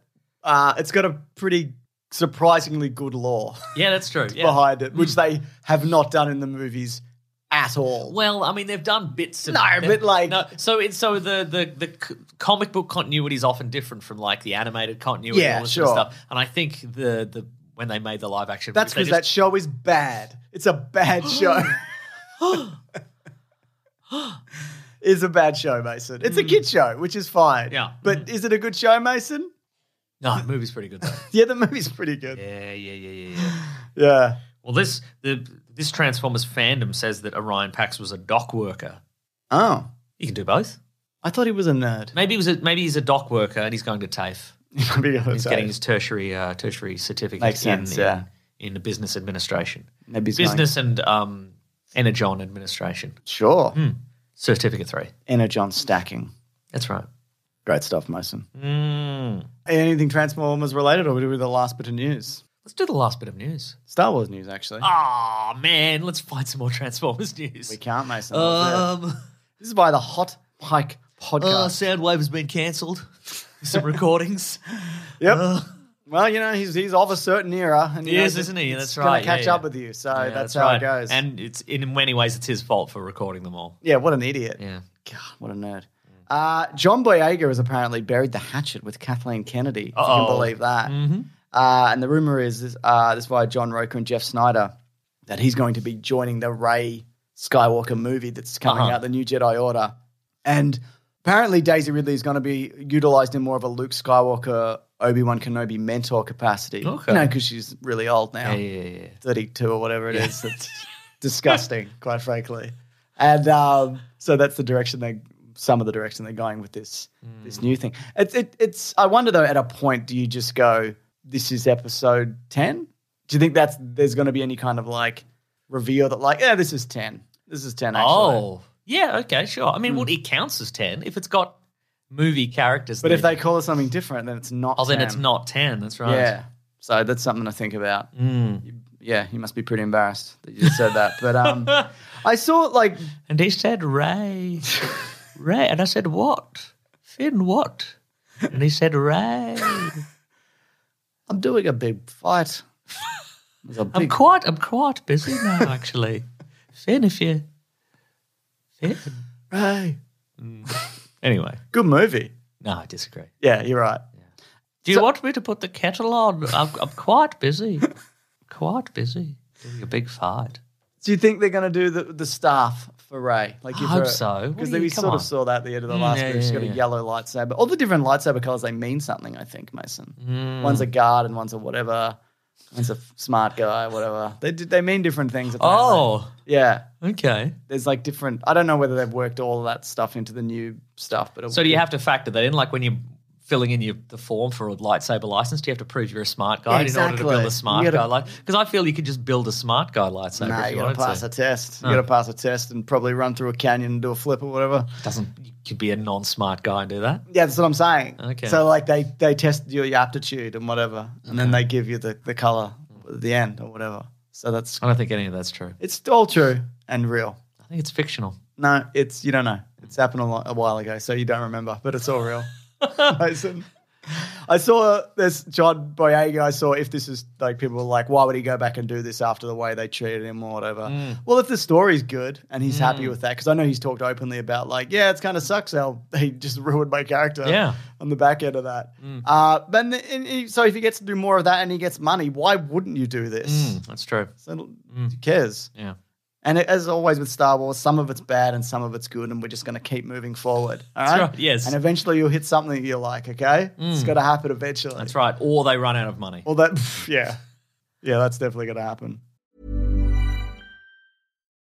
C: uh, it's got a pretty surprisingly good lore
D: Yeah, that's true. Yeah. Hmm.
C: behind it, which they have not done in the movies at all.
D: Well, I mean, they've done bits. Of,
C: No, but, like-
D: no. So it's so the the the c- comic book continuity is often different from like the animated continuity.
C: Yeah,
D: and all this
C: sure.
D: sort of stuff. And I think the the when they made the live action,
C: That's because
D: movies, they
C: that
D: just-
C: show is bad. It's a bad show. it's a bad show, Mason. It's a kid show, which is fine.
D: Mm. Yeah. Mm.
C: But is it a good show, Mason?
D: no, the movie's pretty good though.
C: Yeah, the movie's pretty good.
D: Yeah, yeah, yeah, yeah, yeah.
C: Yeah.
D: Well, this the this Transformers fandom says that Orion Pax was a dock worker.
C: Oh,
D: You can do both.
C: I thought he was a nerd.
D: Maybe he was a, maybe he's a dock worker and he's going to TAFE. He's getting his tertiary uh, tertiary certificate
C: Makes sense,
D: in,
C: yeah.
D: in in business administration,
C: Maybe he's going-
D: business and um, energon administration.
C: Sure.
D: Hmm. Certificate three.
C: Energon stacking.
D: That's right.
C: Great stuff, Mason.
D: Mm.
C: Anything Transformers related, or we do with the last bit of news?
D: Let's do the last bit of news.
C: Star Wars news, actually.
D: Oh man, let's find some more Transformers news.
C: We can't, Mason.
D: Um,
C: this is by the Hot Mike
D: uh,
C: podcast.
D: Soundwave has been cancelled. Some recordings.
C: yep. well, you know he's he's of a certain era, and you
D: He
C: know,
D: is,
C: it's-
D: isn't he?
C: it's
D: That's
C: gonna
D: right. Yeah,
C: catch
D: yeah.
C: up with you, so
D: Yeah,
C: that's, how
D: right.
C: it goes.
D: And it's in many ways it's his fault for recording them all.
C: yeah, what an idiot!
D: Yeah.
C: God, what a nerd. Uh, John Boyega has apparently buried the hatchet with Kathleen Kennedy. If you
D: Uh-oh. Mm-hmm.
C: can believe that. Uh, and the rumor is this, uh, this is why John Roker and Jeff Snyder that he's going to be joining the Ray Skywalker movie that's coming
D: Uh-huh.
C: out, the New Jedi Order. And apparently, Daisy Ridley is going to be utilized in more of a Luke Skywalker, Obi Wan Kenobi mentor capacity.
D: Okay.
C: You know, because she's really old now.
D: Yeah, yeah, yeah.
C: 32 or whatever it is. It's disgusting, quite frankly. And um, so that's the direction they, some of the direction they're going with this
D: Hmm.
C: this new thing. It, it, it's. I wonder though, at a point, do you just go, "This is episode 10? Do you think that's there's going to be any kind of like reveal that like, yeah, this is 10. This is 10. Actually. Hmm.
D: Oh, yeah. Okay, sure. I mean, well, it counts as ten if it's got movie characters.
C: but if
D: then-
C: they call it something different, then it's not.
D: oh, then
C: 10.
D: it's not ten. That's right.
C: Yeah. So that's something to think about.
D: Mm.
C: Yeah, you must be pretty embarrassed that you just said that. But um, I saw like
D: And he said, Ray. Ray. And I said, What? Finn, what? And he said, Ray.
C: I'm doing a big fight. There's a
D: I'm
C: big
D: quite I'm quite busy now, actually. Finn, if you Finn.
C: Hey.
D: Anyway.
C: Good movie.
D: No, I disagree.
C: Yeah, you're right.
D: Do you want me to put the kettle on? I'm, I'm quite busy. Quite busy. Doing a big fight.
C: Do you think they're going to do the, the staff for Ray? Like,
D: I hope so. What
C: Because
D: do you-
C: we
D: come
C: sort
D: on.
C: of saw that at the end of the
D: Mm,
C: last
D: yeah,
C: movie. She's
D: yeah,
C: got
D: yeah.
C: a yellow lightsaber. All the different lightsaber colors they mean something. I think Mason.
D: Mm.
C: One's a guard and one's a whatever. One's a f- smart guy, whatever. They d- they mean different things. Apparently.
D: Oh,
C: yeah.
D: okay.
C: There's like different. I don't know whether they've worked all of that stuff into the new stuff, but it
D: So do you have to factor that in? Like when you're filling in your the form for a lightsaber license, do you have to prove you're a smart guy
C: Yeah,
D: in order
C: exactly.
D: to build a smart
C: You
D: guy
C: gotta-
D: like Because I feel you could just build a smart guy lightsaber
C: Nah,
D: if
C: you
D: you
C: gotta
D: wanted
C: pass
D: to.
C: a test. You gotta pass a test and probably run through a canyon and do a flip or whatever.
D: Doesn't you could be a non-smart guy and do that?
C: Yeah, that's what I'm saying.
D: Okay.
C: So like they they test your, your aptitude and whatever, and then they give you the the color at the end or whatever. So that's
D: I don't think any of that's true.
C: it's all true and real.
D: I think it's fictional.
C: No, it's you don't know. It's happened a, lo- a while ago, so you don't remember, but it's all real. Mason. I saw this John Boyega. I saw if this is like people were like, why would he go back and do this after the way they treated him or whatever?
D: Mm.
C: Well, if the story's good and he's happy with that, because I know he's talked openly about like, yeah, it's kind of sucks how they just ruined my character
D: Yeah. Mm.
C: on the back end of that. Uh, but and, and- so if he gets to do more of that and he gets money, why wouldn't you do this?
D: Mm, that's true.
C: So who cares?
D: Yeah.
C: And it, as always with Star Wars, some of it's bad and some of it's good, and we're just going to keep moving forward. All right?
D: right, yes. Mm.
C: And eventually you'll hit something that you like. Okay, it's going to happen eventually.
D: That's right. Or they run out of money.
C: Well, that yeah, yeah, that's definitely going to happen.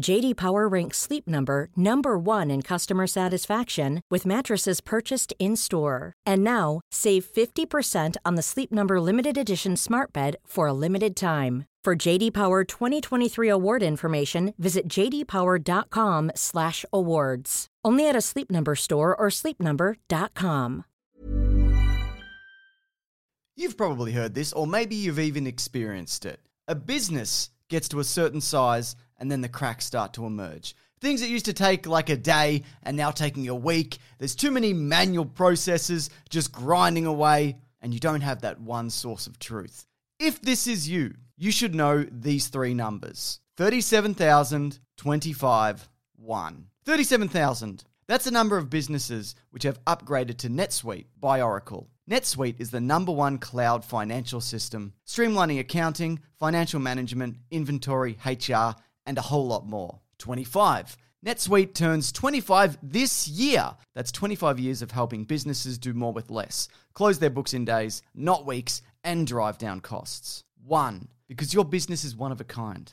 E: JD Power ranks Sleep Number number 1 in customer satisfaction with mattresses purchased in-store. And now, save 50% on the Sleep Number limited edition Smart Bed for a limited time. For JD Power 2023 award information, visit jdpower.com/awards. Only at a Sleep Number store or sleepnumber.com.
C: You've probably heard this, or maybe you've even experienced it. A business gets to a certain size, and then the cracks start to emerge. Things that used to take like a day and now taking a week. There's too many manual processes just grinding away, and you don't have that one source of truth. If this is you, you should know these three numbers 37,025, 1. 37,000. That's the number of businesses which have upgraded to NetSuite by Oracle. NetSuite is the number one cloud financial system, streamlining accounting, financial management, inventory, HR, and a whole lot more. 25. NetSuite turns 25 this year. That's 25 years of helping businesses do more with less, close their books in days, not weeks, and drive down costs. One, because your business is one of a kind.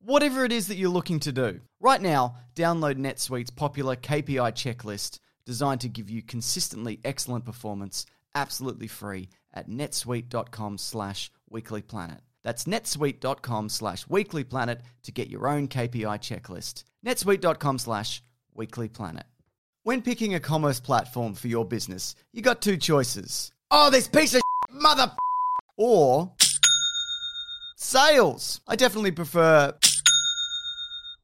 C: whatever it is that you're looking to do. Right now, download NetSuite's popular KPI checklist designed to give you consistently excellent performance absolutely free at netsuite.com slash weeklyplanet. That's netsuite.com slash weeklyplanet to get your own KPI checklist. netsuite.com slash weeklyplanet. When picking a commerce platform for your business, you got two choices. Oh, this piece of shit, mother f- or sales. I definitely prefer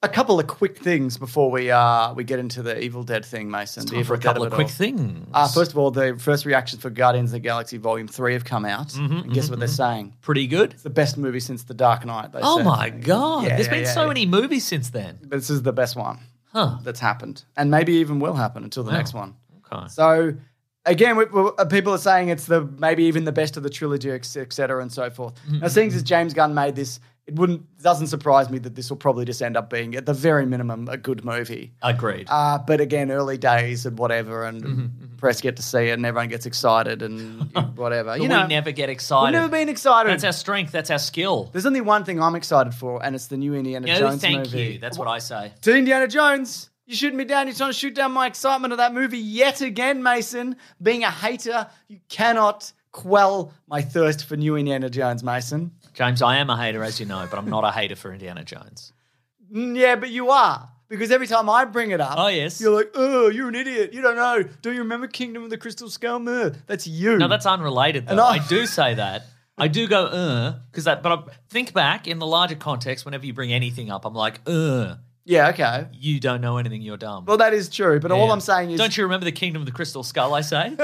F: A couple of quick things before we uh we get into the Evil Dead thing, Mason. The
D: Time
F: Evil
D: for a
F: Dead
D: couple
F: it
D: of quick
F: all.
D: things.
F: Uh, first of all, the first reactions for Guardians of the Galaxy Volume Three have come out.
D: Mm-hmm,
F: and guess what they're saying?
D: Pretty good.
F: It's the best movie since The Dark Knight. They
D: Oh
F: said.
D: my god!
F: Yeah,
D: There's
F: yeah,
D: been
F: yeah,
D: so
F: yeah.
D: many movies since then.
F: This is the best one
D: Huh?
F: that's happened, and maybe even will happen until the next one.
D: Okay.
F: So again, we, we, uh, people are saying it's the maybe even the best of the trilogy, et cetera, and so forth.
D: Mm-hmm,
F: Now, seeing as James Gunn made this, it wouldn't doesn't surprise me that this will probably just end up being, at the very minimum, a good movie.
D: Agreed.
F: Uh, but again, early days and whatever, and
D: Mm-hmm,
F: press get to see it, and everyone gets excited and whatever.
D: But
F: you know,
D: we never get
F: we've
D: excited.
F: never been excited.
D: That's our strength. That's our skill.
F: There's only one thing I'm excited for, and it's the new Indiana
D: No,
F: Jones
D: thank
F: movie.
D: you. That's what I say.
F: To Indiana Jones, you're shooting me down. You're trying to shoot down my excitement of that movie yet again, Mason. Being a hater, you cannot
C: quell my thirst for new Indiana Jones, Mason.
D: James, I am a hater, as you know, but I'm not a hater for Indiana Jones.
C: Mm, yeah, but you are. Because every time I bring it up,
D: Oh, yes.
C: you're like, oh, you're an idiot. You don't know. Do you remember Kingdom of the Crystal Skull? Meh." That's you.
D: No, that's unrelated. Though.
C: And I-
D: I do say that. I do go uh because that. But I think back in the larger context. Whenever you bring anything up, I'm like uh,
C: yeah, okay.
D: you don't know anything. You're dumb.
C: Well, that is true. But all
D: Yeah.
C: I'm saying is,
D: don't you remember the Kingdom of the Crystal Skull? I say.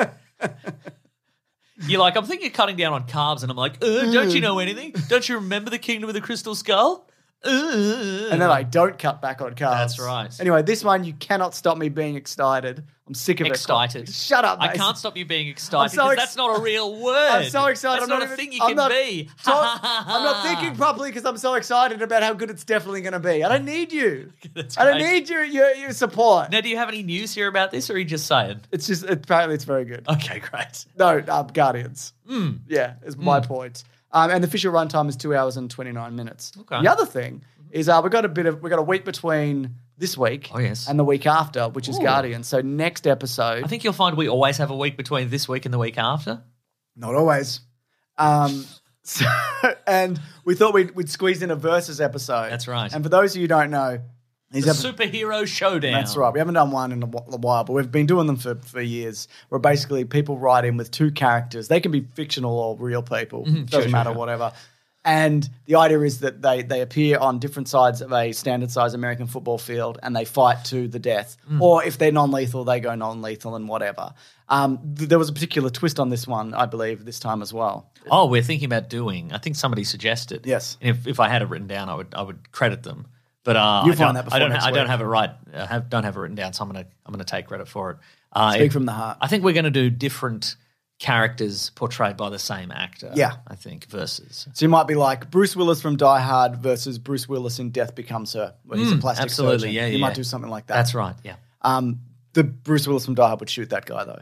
D: You're like, I'm thinking of cutting down on carbs, and I'm like, uh, don't you
C: Mm.
D: know anything? Don't you remember the Kingdom of the Crystal Skull? Uh.
C: and then I don't cut back on carbs.
D: That's right.
C: Anyway, this one you cannot stop me being excited. I'm sick of it.
D: excited.
C: Shut up.
D: I
C: Mason.
D: can't stop you being excited
C: so
D: because
C: ex-
D: that's not a real word.
C: I'm so excited.
D: That's
C: I'm
D: not, a
C: even-
D: thing you
C: I'm
D: can
C: not
D: be.
C: to- I'm not thinking properly because I'm so excited about how good it's definitely going to be. I don't need you.
D: That's
C: I don't
D: right.
C: need your your, your support.
D: Now, do you have any news here about this, or are you just saying?
C: It's just apparently it's very good.
D: Okay, great.
C: No, um, Guardians.
D: Hmm.
C: Yeah, is my point. Um, and the official runtime is two hours and twenty nine minutes.
D: Okay.
C: The other thing is uh, we got a bit of we got a week between this week
D: Oh, yes.
C: and the week after, which is
D: Ooh.
C: Guardians. So next episode,
D: I think you'll find we always have a week between this week and the week after.
C: not always. Um, so, and we thought we'd, we'd squeeze in a versus episode.
D: That's right.
C: And for those of you who don't know, these
D: The
C: episodes.
D: superhero showdown.
C: That's right. We haven't done one in a wh- a while, but we've been doing them for, for years. Where basically people write in with two characters. They can be fictional or real people.
D: Mm-hmm.
C: Doesn't matter, whatever. And the idea is that they they appear on different sides of a standard size American football field and they fight to the death.
D: Mm.
C: Or if they're non lethal, they go non lethal and whatever. Um, th- there was a particular twist on this one, I believe, this time as well.
D: Oh, we're thinking about doing. I think somebody suggested.
C: Yes.
D: And if, if I had it written down, I would I would credit them. But uh,
C: You'll
D: I
C: find
D: don't,
C: that before
D: I don't
C: next
D: I don't
C: week.
D: have it right. I have, don't have it written down, so I'm gonna I'm gonna take credit for it. Uh,
C: Speak
D: it-
C: from the heart.
D: I think we're gonna do different characters portrayed by the same actor.
C: Yeah.
D: I think versus.
C: So you might be like Bruce Willis from Die Hard versus Bruce Willis in Death Becomes Her, where he's a plastic
D: Mm, absolutely,
C: surgeon.
D: yeah,
C: you
D: yeah,
C: might
D: yeah.
C: do something like that.
D: That's right. Yeah.
C: Um, the Bruce Willis from Die Hard would shoot that guy though.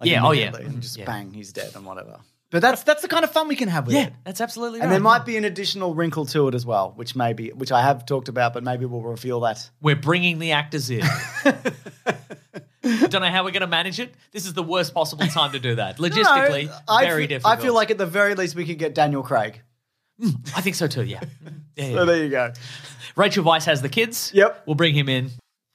C: Like,
D: Yeah, oh, yeah.
C: immediately, And just
D: Yeah.
C: bang, he's dead and whatever. But that's that's the kind of fun we can have with it.
D: that's absolutely right.
C: And there might be an additional wrinkle to it as well, which maybe which I have talked about, but maybe we'll reveal that.
D: We're bringing the actors in. Don't know how we're going to manage it. This is the worst possible time to do that. Logistically,
C: No, I
D: very
C: f-
D: difficult.
C: I feel like at the very least we could get Daniel Craig.
D: I think so too. Yeah. yeah, yeah.
C: So there you go.
D: Rachel Weisz has the kids.
C: Yep.
D: We'll bring him in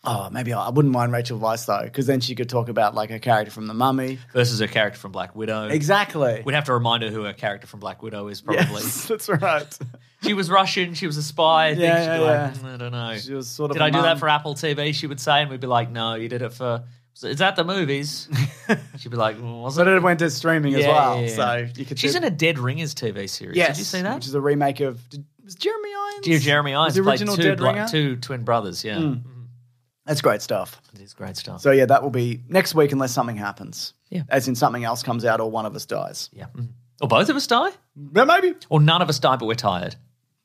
C: Oh, maybe I, I wouldn't mind Rachel Weisz though, because then she could talk about like her character from The Mummy.
D: versus her character from Black Widow.
C: Exactly.
D: We'd have to remind her who her character from Black Widow is. Probably.
C: Yes, that's right.
D: She was Russian. She was a spy. I think
C: Yeah,
D: she'd
C: yeah,
D: be
C: yeah.
D: like, "Mm, I don't know.
C: She was sort of
D: did
C: a
D: I do
C: mum.
D: that for Apple TV? She would say, and we'd be like, No, you did it for. Is that the movies? She'd be like, "Mm, Was
C: but
D: it?
C: it went to streaming as well,
D: yeah, yeah.
C: so you could.
D: She's
C: do-
D: in a Dead Ringers TV series.
C: Yes,
D: Did you see that?
C: Which is a remake of did, was Jeremy Irons.
D: Yeah, Jeremy Irons
C: was the
D: played
C: original
D: two,
C: Dead
D: bro-
C: Ringer.
D: two twin brothers. Yeah,
C: That's great stuff.
D: it is great stuff.
C: So yeah, that will be next week unless something happens.
D: Yeah.
C: as in something else comes out or one of us dies.
D: yeah, Mm. or both of us die,
C: Yeah, maybe
D: or none of us die, but we're tired.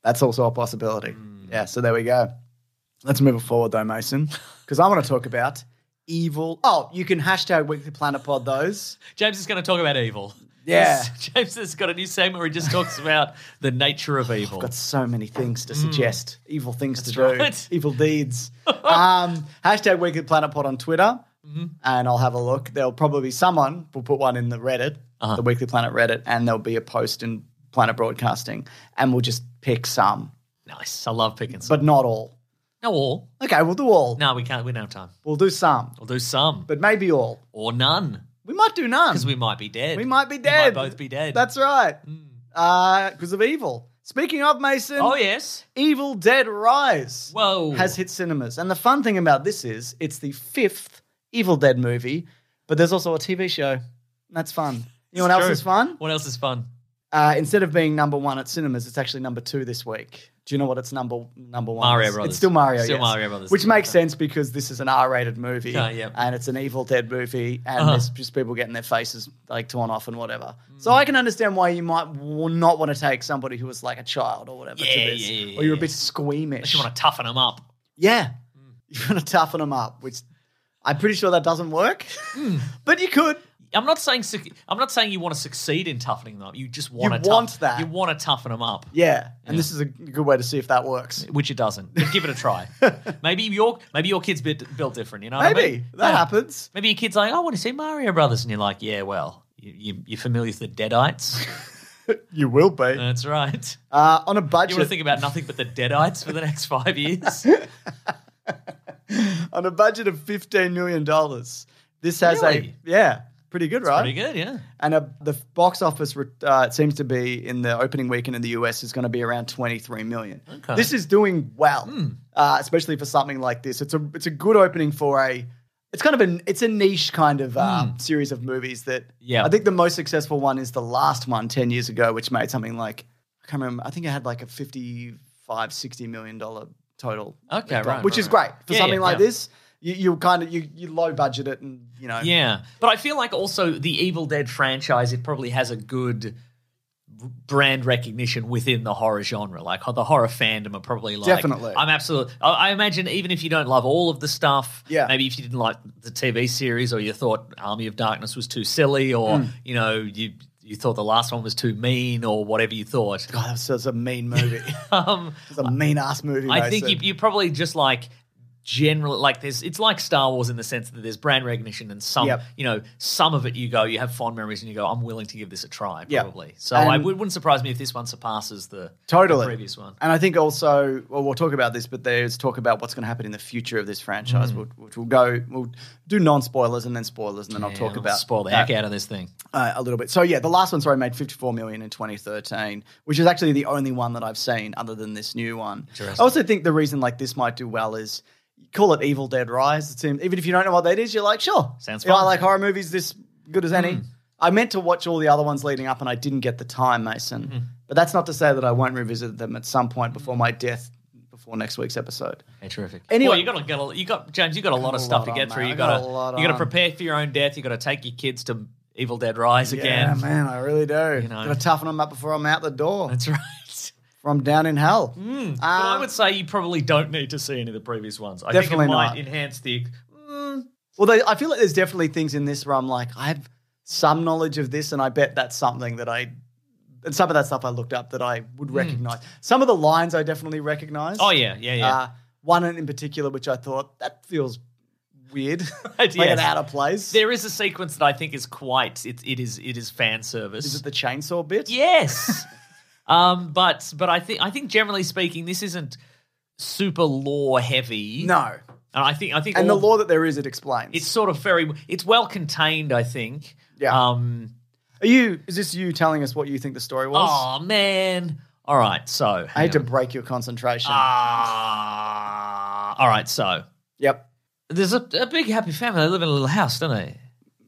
C: that's also a possibility.
D: Hmm.
C: Yeah, so there we go. Let's move it forward though, Mason, because I want to talk about evil. Oh, you can hashtag Weekly Planet Pod those.
D: James is going to talk about evil.
C: Yeah.
D: James has got a new segment where he just talks about the nature of evil.
C: Got so many things to suggest, evil things to do,
D: Hmm. That's right.
C: evil deeds. um, hashtag Weekly Planet Pod on Twitter,
D: Mm-hmm.
C: and I'll have a look. There'll probably be someone will put one in the Reddit,
D: Uh-huh.
C: the Weekly Planet Reddit, and there'll be a post in Planet Broadcasting, and we'll just pick some,
D: nice, I love picking. Some.
C: but not all.
D: no, all.
C: Okay, we'll do all.
D: No, we can't. We don't have time.
C: We'll do some,
D: We'll do some
C: but maybe all.
D: or none
C: We might do none
D: because we might be dead.
C: We might be dead.
D: both be dead. Hmm.
C: That's right, because of evil. Speaking of Mason,
D: oh yes.
C: Evil Dead Rise.
D: Whoa.
C: has hit cinemas. And the fun thing about this is it's the fifth Evil Dead movie, but there's also a TV show. And that's fun. You know what
D: It's
C: else
D: true.
C: is fun?
D: What else is fun?
C: Uh, instead of being number one at cinemas, it's actually number two this week. Do you know what it's number number one?
D: Mario
C: is?
D: Brothers.
C: It's still Mario.
D: Still
C: yes.
D: Mario Brothers.
C: Which makes sense because this is an R-rated movie,
D: Yeah, yeah.
C: and it's an Evil Dead movie, and
D: Uh-huh.
C: there's just people getting their faces like torn off and whatever. So I can understand why you might w- not want to take somebody who was like a child or whatever
D: Yeah,
C: to this,
D: yeah, yeah,
C: or you're a
D: yeah.
C: bit squeamish.
D: Unless you want to toughen them up.
C: Yeah. You want to toughen them up, which I'm pretty sure that doesn't work,
D: Hmm.
C: but you could.
D: I'm not saying suc- I'm not saying you want to succeed in toughening them up. You just want
C: You
D: to
C: want that.
D: You want to toughen them up,
C: Yeah. And this is a good way to see if that works.
D: which it doesn't. But give it a try. maybe your maybe your kid's bit built different. You know, what I
C: Maybe
D: mean?
C: that
D: Yeah.
C: happens.
D: Maybe your kid's like, I want to see Mario Brothers, and you're like, Yeah, well, You, you, you're familiar with the Deadites?
C: You will be.
D: That's right.
C: Uh, on a
D: You want to
C: budget,
D: think about nothing but the Deadites for the next five years?
C: on a budget of fifteen million dollars, this has
D: Really?
C: a yeah, pretty good, right?
D: Pretty good, yeah.
C: And a, the box office re- uh, it seems to be in the opening weekend in the US is going to be around 23 million.
D: Okay. Hmm.
C: This is doing well, uh, especially for something like this. It's a it's a good opening for a. It's kind of an it's a niche kind of uh, series of movies that
D: Hmm. Yeah.
C: I think the most successful one is the last one 10 years ago, which made something like I can't remember. I think it had like a 55, 60 million dollar total.
D: Okay,
C: Like,
D: right,
C: which
D: right,
C: is
D: right.
C: great for
D: Yeah,
C: something
D: yeah,
C: like
D: yeah.
C: this. You, you kind of you you low budget it and you know
D: Yeah, but I feel like also the Evil Dead franchise it probably has a good r- brand recognition within the horror genre. Like the horror fandom are probably like
C: Definitely.
D: I'm absolutely. I, I imagine even if you don't love all of the stuff,
C: Yeah.
D: maybe if you didn't like the TV series or you thought Army of Darkness was too silly or
C: Hmm.
D: you know you you thought the last one was too mean or whatever you thought.
C: God, that was, that was a mean movie.
D: Um,
C: It's a mean ass movie.
D: I
C: mate,
D: think
C: so-
D: you, you probably just like generally like there's it's like Star Wars in the sense that there's brand recognition and some
C: Yep.
D: you know some of it you go you have fond memories and you go I'm willing to give this a try
C: Yep.
D: probably so I
C: And-
D: would, wouldn't surprise me if this one surpasses the
C: totally
D: the previous one
C: And I think also, well, we'll talk about this, but there's talk about what's going to happen in the future of this
D: Mm.
C: franchise, which, which we'll go, we'll do non spoilers and then spoilers, and then I'll
D: Yeah,
C: talk
D: I'll
C: about
D: spoil the
C: that,
D: heck out of this thing
C: uh, a little bit. So yeah, the last one, sorry, made 54 million in 2013, which is actually the only one that I've seen other than this new one. I also think the reason like this might do well is. Call it Evil Dead Rise. It seems, even if you don't know what that is, you're like, sure.
D: Sounds
C: Yeah, I
D: fun. Hmm.
C: like horror movies this good as any. I meant to watch all the other ones leading up and I didn't get the time, Mason.
D: Hmm.
C: But that's not to say that I won't revisit them at some point before my death, before next week's episode.
D: yeah, terrific
C: Anyway-
D: well, you got to get a, you got James you got a lot of stuff
C: lot
D: to get
C: on,
D: through
C: mate.
D: you
C: I got a
D: got
C: lot
D: to you got
C: on.
D: to prepare for your own death you got to take your kids to Evil Dead Rise
C: Yeah,
D: again
C: man, I really do.
D: know.
C: Gotta toughen them up before I'm out the door
D: that's Hmm. right.
C: from down in hell.
D: But I would say you probably don't need to see any of the previous ones. I
C: Definitely
D: think it might
C: not.
D: enhance the
C: Well, they, I feel like there's definitely things in this where I'm like, I have some knowledge of this, and I bet that's something that I, and some of that stuff I looked up that I would recognize. Some of the lines I definitely recognize.
D: Hmm. Oh yeah, yeah, yeah.
C: Uh, one in particular, which I thought that feels weird, like
D: yes.
C: an out of place.
D: There is a sequence that I think is quite it, it is it is fan service.
C: Is it the chainsaw bit?
D: yes. um but but I think I think generally speaking this isn't super law heavy.
C: No.
D: And I think I think
C: And
D: all-
C: the law that there is, it explains.
D: it's sort of very it's well contained I think.
C: Yeah.
D: Um
C: Are you? Is this you telling us what you think the story was?
D: oh man. All right, so
C: I hate to break your concentration.
D: Ah. all right, so
C: yep.
D: there's a, a big happy family. They live in a little house, don't they?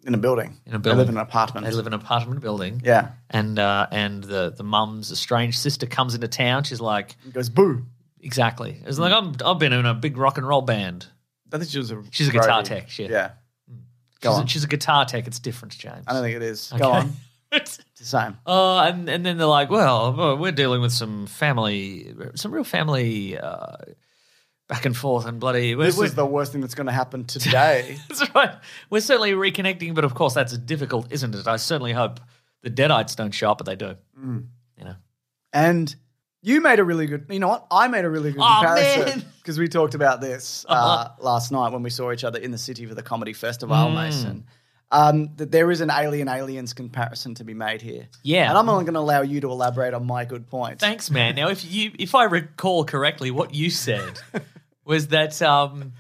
C: In a building.
D: In a
C: They live
D: building.
C: in an apartment.
D: They live in an apartment building.
C: yeah.
D: and uh, and the the mum's estranged sister comes into town. She's like,
C: It goes boo.
D: exactly. It's like I'm I've been in a big rock and roll band.
C: I think she was a.
D: She's a guitar
C: roadie.
D: tech, shit.
C: Yeah. Go
D: She's,
C: on.
D: A, she's a guitar tech. It's different, James.
C: I don't think it is. Go on. It's the same.
D: Uh, and and then they're like, well, well, we're dealing with some family, some real family uh, back and forth and bloody. We're,
C: This
D: we're-
C: is the worst thing that's going to happen today.
D: that's right. We're certainly reconnecting, but of course that's difficult, isn't it? I certainly hope the Deadites don't show up, but they do. You know.
C: and you made a really good. You know what? I made a really good
D: Aw,
C: comparison
D: Oh, man.
C: because we talked about this uh, last night when we saw each other in the city for the comedy festival,
D: Hmm.
C: Mason. Um, that there is an alien aliens comparison to be made here.
D: Yeah.
C: and I'm only going to allow you to elaborate on my good point.
D: Thanks, man. Now, if you, if I recall correctly, what you said was that um,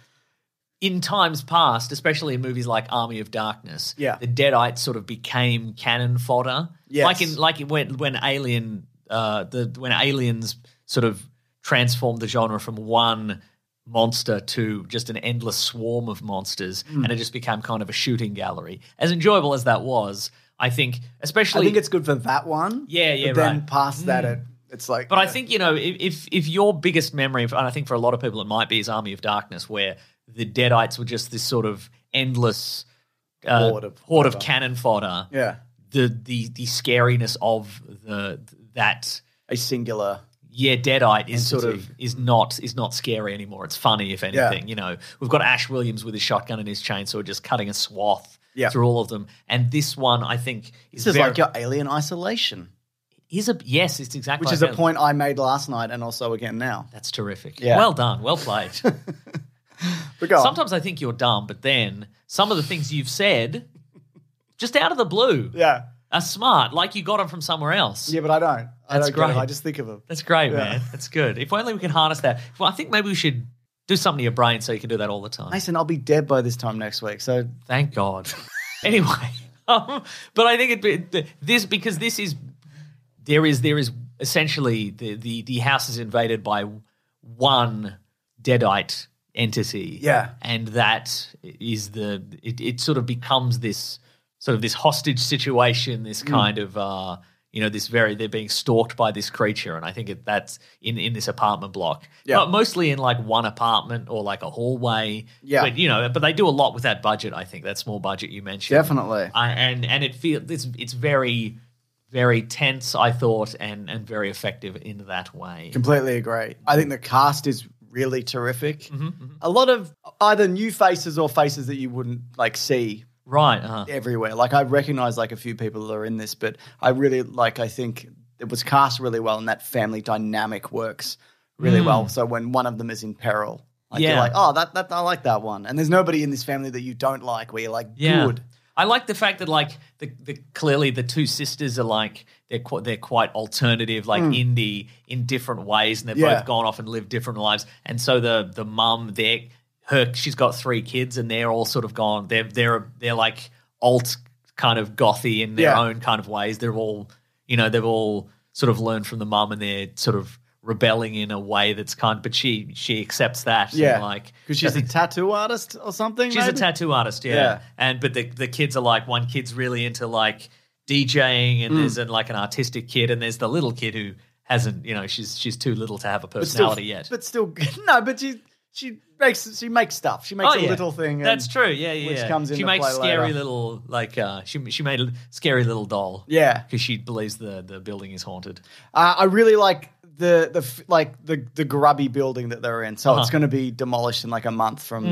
D: in times past, especially in movies like Army of Darkness,
C: Yeah.
D: the Deadites sort of became cannon fodder.
C: Yes.
D: like in like it when when Alien, uh, the when aliens sort of transformed the genre from one monster to just an endless swarm of monsters,
C: Hmm.
D: and it just became kind of a shooting gallery. As enjoyable as that was, I think,
C: I
D: especially
C: think it's good for that one.
D: Yeah, yeah,
C: But then
D: right. Hmm.
C: past that, it, it's like.
D: But I think you know if if, if your biggest memory, and I think for a lot of people it might be, is Army of Darkness, where the Deadites were just this sort of endless uh,
C: Horde of
D: horde of cannon fodder.
C: yeah,
D: The the the scariness of the that
C: a singular.
D: yeah Deadite is sort of
C: Entity.
D: is not is not scary anymore. It's funny if anything. You know we've got Ash Williams with his shotgun and his chainsaw just cutting a swath.
C: Yeah.
D: Through all of them, and this one I think is,
C: This is
D: very,
C: like your alien isolation,
D: is a yes, it's exactly
C: which is
D: like
C: a
D: that.
C: point I made last night and also again now.
D: That's terrific.
C: Yeah.
D: Well done. Well played.
C: But go on. Oh.
D: Sometimes I think you're dumb, but then some of the things you've said just out of the blue.
C: Yeah.
D: Are smart, like you got them from somewhere else.
C: Yeah, but I don't. I
D: That's
C: don't get it.
D: great.
C: I just think of them.
D: That's great, man. That's good. If only we can harness that. Well, I think maybe we should do something to your brain so you can do that all the time.
C: Mason, I'll be dead by this time next week. So
D: Thank God. anyway, um, but I think it th- this because this is there is there is essentially the the, the house is invaded by one deadite entity.
C: Yeah.
D: and that is the it, it sort of becomes this sort of this hostage situation.
C: Mm.
D: This kind of uh, you know this very they're being stalked by this creature, and I think it, that's in in this apartment block.
C: Yeah.
D: But mostly in like one apartment or like a hallway.
C: Yeah.
D: But you know, but they do a lot with that budget. I think that small budget you mentioned.
C: definitely.
D: I, and and it feels it's it's very very tense. I thought and and very effective in that way.
C: Completely agree. I think the cast is really terrific. A lot of either new faces or faces that you wouldn't like see
D: right. Uh-huh.
C: everywhere. Like I recognize like a few people that are in this, but I really like I think it was cast really well and that family dynamic works really well. So when one of them is in peril, like you're
D: Hmm. Yeah.
C: like, oh that that I like that one. And there's nobody in this family that you don't like where you're like,
D: Yeah.
C: good.
D: I like the fact that like the, the clearly the two sisters are like they're quite they're quite alternative like indie in different ways and they've
C: Hmm. Yeah.
D: both gone off and lived different lives and so the the mum they her she's got three kids and they're all sort of gone they're they're they're like alt kind of gothy in their
C: Yeah.
D: own kind of ways they're all you know they've all sort of learned from the mum and they're sort of rebelling in a way that's kind but she she accepts that and,
C: Yeah.
D: like
C: Because she's a
D: doesn't-
C: tattoo artist or something.
D: She's
C: maybe?
D: a tattoo artist, yeah.
C: Yeah.
D: And but the the kids are like one kid's really into like DJing,
C: Mm.
D: and there's an, like an artistic kid, and there's the little kid who hasn't, you know, she's she's too little to have a
C: But still-
D: personality yet.
C: But still no, but she she makes she makes stuff. She makes a
D: Oh, yeah.
C: little thing. and-
D: That's true. Yeah, yeah.
C: which
D: yeah.
C: comes
D: she
C: into
D: makes
C: play
D: scary
C: later.
D: little like uh, she she made a scary little doll.
C: Yeah.
D: because she believes the the building is haunted.
C: Uh, I really like the the f- like the the grubby building that they're in. So it's going to be demolished in like a month from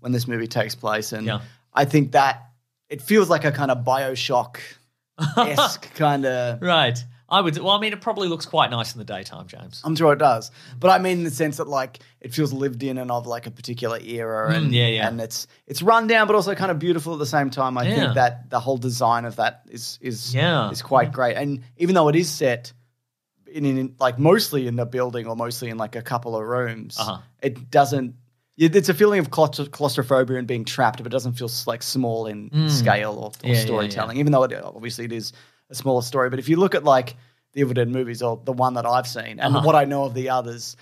C: when this movie takes place, and
D: Yeah.
C: I think that it feels like a kind of Bioshock esque kind of.
D: Right. I would. Well, I mean, it probably looks quite nice in the daytime, James.
C: I'm sure it does, but I mean in the sense that like it feels lived in and of like a particular era, and
D: Mm, yeah, yeah.
C: and it's it's run down, but also kind of beautiful at the same time. I
D: Yeah.
C: think that the whole design of that is is
D: Yeah.
C: is quite great, and even though it is set in, in like mostly in the building or mostly in like a couple of rooms,
D: Uh-huh.
C: it doesn't. it- It's a feeling of claustro- claustrophobia and being trapped, but it doesn't feel s- like small in scale or, or
D: Mm. Yeah, yeah,
C: storytelling. Even though it, obviously it is a smaller story, but if you look at like the Evil Dead movies or the one that I've seen and
D: Uh-huh.
C: what I know of the others,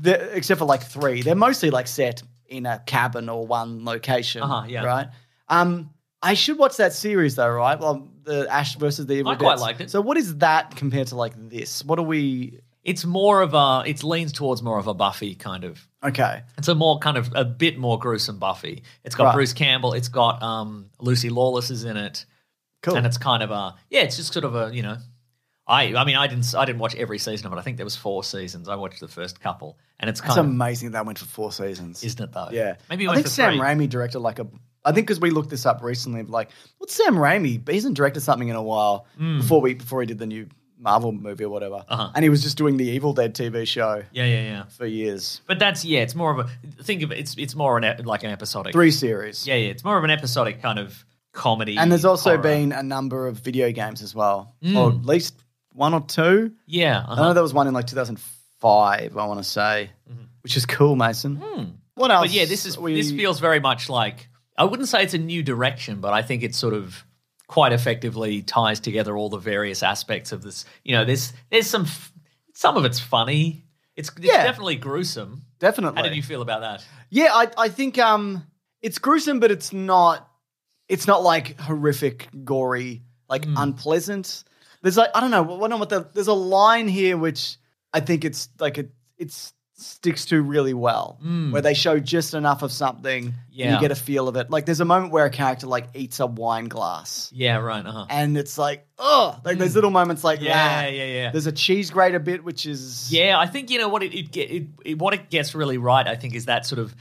C: the- except for like three, they're mostly like set in a cabin or one location,
D: Uh-huh, yeah.
C: right? Um, I should watch that series though, right? Well, the Ash versus the Evil.
D: I quite
C: Deads.
D: liked it.
C: So what is that compared to like this? What are we?
D: It's more of a. It leans towards more of a Buffy kind of
C: Okay,
D: It's a more kind of a bit more gruesome Buffy. It's got
C: Right.
D: Bruce Campbell. It's got um, Lucy Lawless is in it,
C: cool.
D: and it's kind of a yeah. It's just sort of a you know, I I mean I didn't I didn't watch every season of it. I think there was four seasons. I watched the first couple, and it's
C: It's
D: kind of
C: amazing that went for four seasons.
D: isn't it though?
C: Yeah,
D: maybe it
C: I
D: went
C: think
D: for
C: Sam
D: three.
C: Raimi directed like a. I think because we looked this up recently, of like what's Sam Raimi? He hasn't directed something in a while before we before he did the new Marvel movie or whatever,
D: Hmm. Uh-huh.
C: and he was just doing the Evil Dead TV show
D: Yeah, yeah, yeah.
C: for years,
D: But that's yeah. It's more of a think of it. It's it's more an ep- like an episodic.
C: three series.
D: Yeah, yeah. It's more of an episodic kind of comedy.
C: and there's also
D: horror. Hmm.
C: been a number of video games as well, or at least one or two.
D: yeah.
C: I
D: uh
C: know there was one in like 2005, I want to say, which is cool, Mason. What else?
D: Mm-hmm. Hmm. But yeah, this is
C: we-
D: this feels very much like I wouldn't say it's a new direction, but I think it sort of quite effectively ties together all the various aspects of this. You know, there's there's some f- some of it's funny. It's, it's
C: Yeah.
D: definitely gruesome.
C: definitely.
D: How did you feel about that?
C: Yeah, I, I think um, it's gruesome, but it's not. It's not like horrific, gory, like
D: Hmm.
C: unpleasant. There's like I don't know. I don't know what the. There's a line here which I think it's like it it's sticks to really well, where they show just enough of something, and
D: Hmm. Yeah.
C: you get a feel of it. Like there's a moment where a character like eats a wine glass,
D: Yeah, right. Uh-huh.
C: and it's like oh, like there's little moments like
D: Hmm. Yeah,
C: that.
D: yeah, yeah.
C: There's a cheese grater bit, which is
D: Yeah, I think you know what it, it, get- it, it what it gets really right. I think is that sort of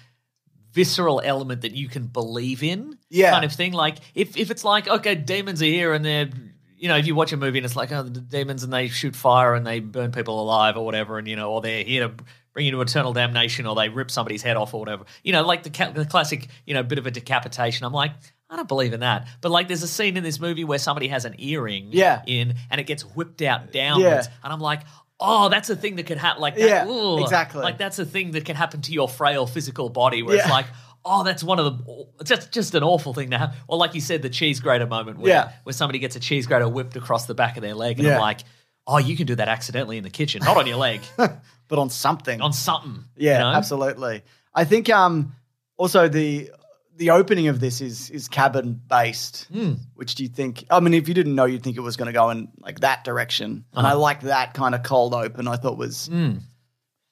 D: visceral element that you can believe in,
C: Yeah.
D: kind of thing. Like if if it's like okay, demons are here and they're you know if you watch a movie and it's like oh the demons and they shoot fire and they burn people alive or whatever and you know or they're here to bring you to eternal damnation or they rip somebody's head off or whatever you know like the ca- the classic you know bit of a decapitation. I'm like I don't believe in that. But like, there's a scene in this movie where somebody has an earring
C: Yeah.
D: in and it gets whipped out downwards.
C: Yeah.
D: And I'm like, oh, that's a thing that could happen. Like, that,
C: Yeah,
D: ooh.
C: exactly.
D: Like, that's a thing that can happen to your frail physical body where it's
C: Yeah.
D: like, oh, that's one of the, it's just, just an awful thing to have. Or like you said, the cheese grater moment where,
C: Yeah.
D: where somebody gets a cheese grater whipped across the back of their leg. And
C: Yeah.
D: I'm like, oh, you can do that accidentally in the kitchen, not on your leg,
C: but on something.
D: on something. you
C: yeah,
D: know?
C: absolutely. I think um also the the opening of this is is cabin based,
D: Hmm.
C: which do you think? I mean, if you didn't know, you'd think it was going to go in like that direction. And
D: Uh-huh.
C: I like that kind of cold open. I thought was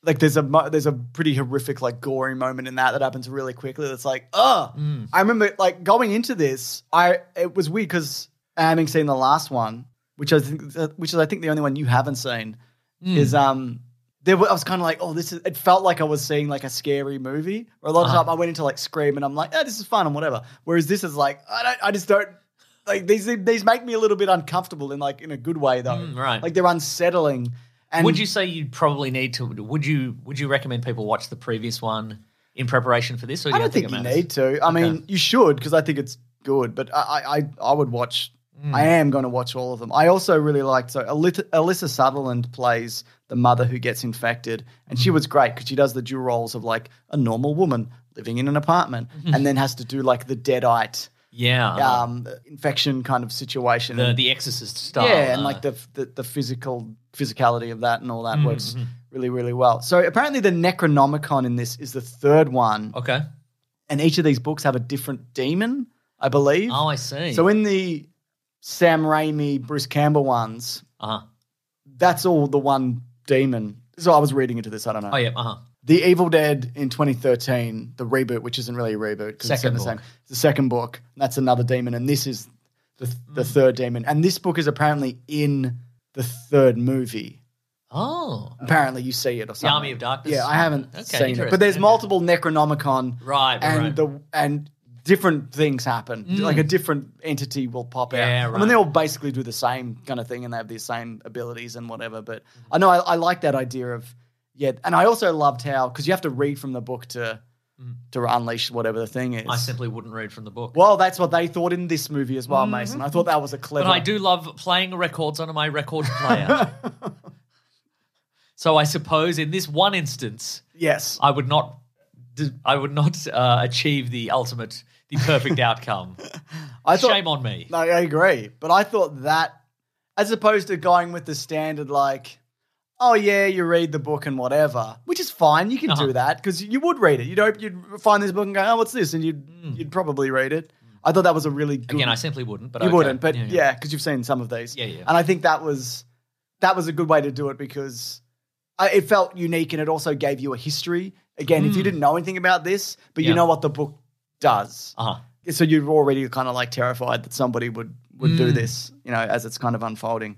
C: like there's a mo- there's a pretty horrific like gory moment in that that happens really quickly. That's like, oh,
D: Mm.
C: I remember like going into this. I it was weird because having seen the last one, which I think which is I think the only one you haven't seen
D: Mm.
C: is um. There were, I was kind of like, oh, this is. It felt like I was seeing like a scary movie. Or a lot
D: Uh-huh.
C: of time I went into like Scream, and I'm like, oh, this is fun and whatever. Whereas this is like, I don't, I just don't. Like these, these make me a little bit uncomfortable in like in a good way though.
D: Mm, right.
C: Like they're unsettling. And
D: would you say you probably need to? Would you would you recommend people watch the previous one in preparation for this? Or do
C: I
D: you
C: don't think,
D: it
C: you
D: matters?
C: need to. I mean, you should because I think it's good. But I, I, I- I would watch.
D: Mm.
C: I am going to watch all of them. I also really liked so Alit- Alyssa Sutherland plays the mother who gets infected, and
D: Mm-hmm.
C: she was great because she does the dual roles of like a normal woman living in an apartment,
D: Mm-hmm.
C: and then has to do like the deadite
D: Yeah, uh-huh.
C: um, infection kind of situation.
D: Ah. the
C: And-
D: the Exorcist style.
C: um, yeah, and
D: uh,
C: like the, the the physical physicality of that and all that works
D: Mm-hmm.
C: really really well. So apparently, the Necronomicon in this is the third one
D: okay.
C: and each of these books have a different demon, I believe.
D: Oh, I see.
C: so in the Sam Raimi, Bruce Campbell ones,
D: uh huh.
C: that's all the one demon. So I was reading into this. I don't know.
D: Oh yeah. Uh huh.
C: The Evil Dead in 2013, the reboot, which isn't really a reboot, 'cause it's set
D: Second
C: in the
D: book.
C: same. It's the second book. and That's another demon, and this is the
D: Hmm.
C: the third demon. And this book is apparently in the third movie.
D: Oh,
C: Apparently, you see it or something.
D: Army of Darkness?
C: Yeah, I haven't
D: Okay,
C: seen it, but
D: interesting.
C: there's
D: Okay.
C: multiple Necronomicon
D: right. right,
C: and
D: right. Hmm.
C: the and different things happen. Like a different entity will pop
D: Yeah,
C: out. I mean,
D: right.
C: they all basically do the same kind of thing, and they have the same abilities and whatever. But I know I, I like that idea of yeah, and I also loved how because you have to read from the book to to unleash whatever the thing is.
D: Hmm. I simply wouldn't read from the book.
C: Well, that's what they thought in this movie as well, Mason. I thought that was a clever.
D: Mm-hmm. but I do love playing records on my record player. so I suppose in this one instance,
C: Yes.
D: I would not. I would not uh, achieve the ultimate, the perfect outcome.
C: I thought,
D: Shame on me.
C: No, I agree. But I thought that, as opposed to going with the standard, like, oh, yeah, you read the book and whatever, which is fine. You can
D: Uh-huh.
C: do that because you would read it. You'd, op- you'd find this book and go, oh, what's this? And you'd, you'd probably read it. I thought that was a really good.
D: Hmm. Again, I simply wouldn't. But
C: you
D: okay.
C: wouldn't, but yeah, because you've seen some of these.
D: Yeah, yeah.
C: And I think that was that was a good way to do it because I, it felt unique and it also gave you a history. Again, if you didn't know anything about this, but you
D: Hmm. Yeah.
C: know what the book does,
D: Uh-huh.
C: so you're already kind of like terrified that somebody would would
D: Hmm.
C: do this you know as it's kind of unfolding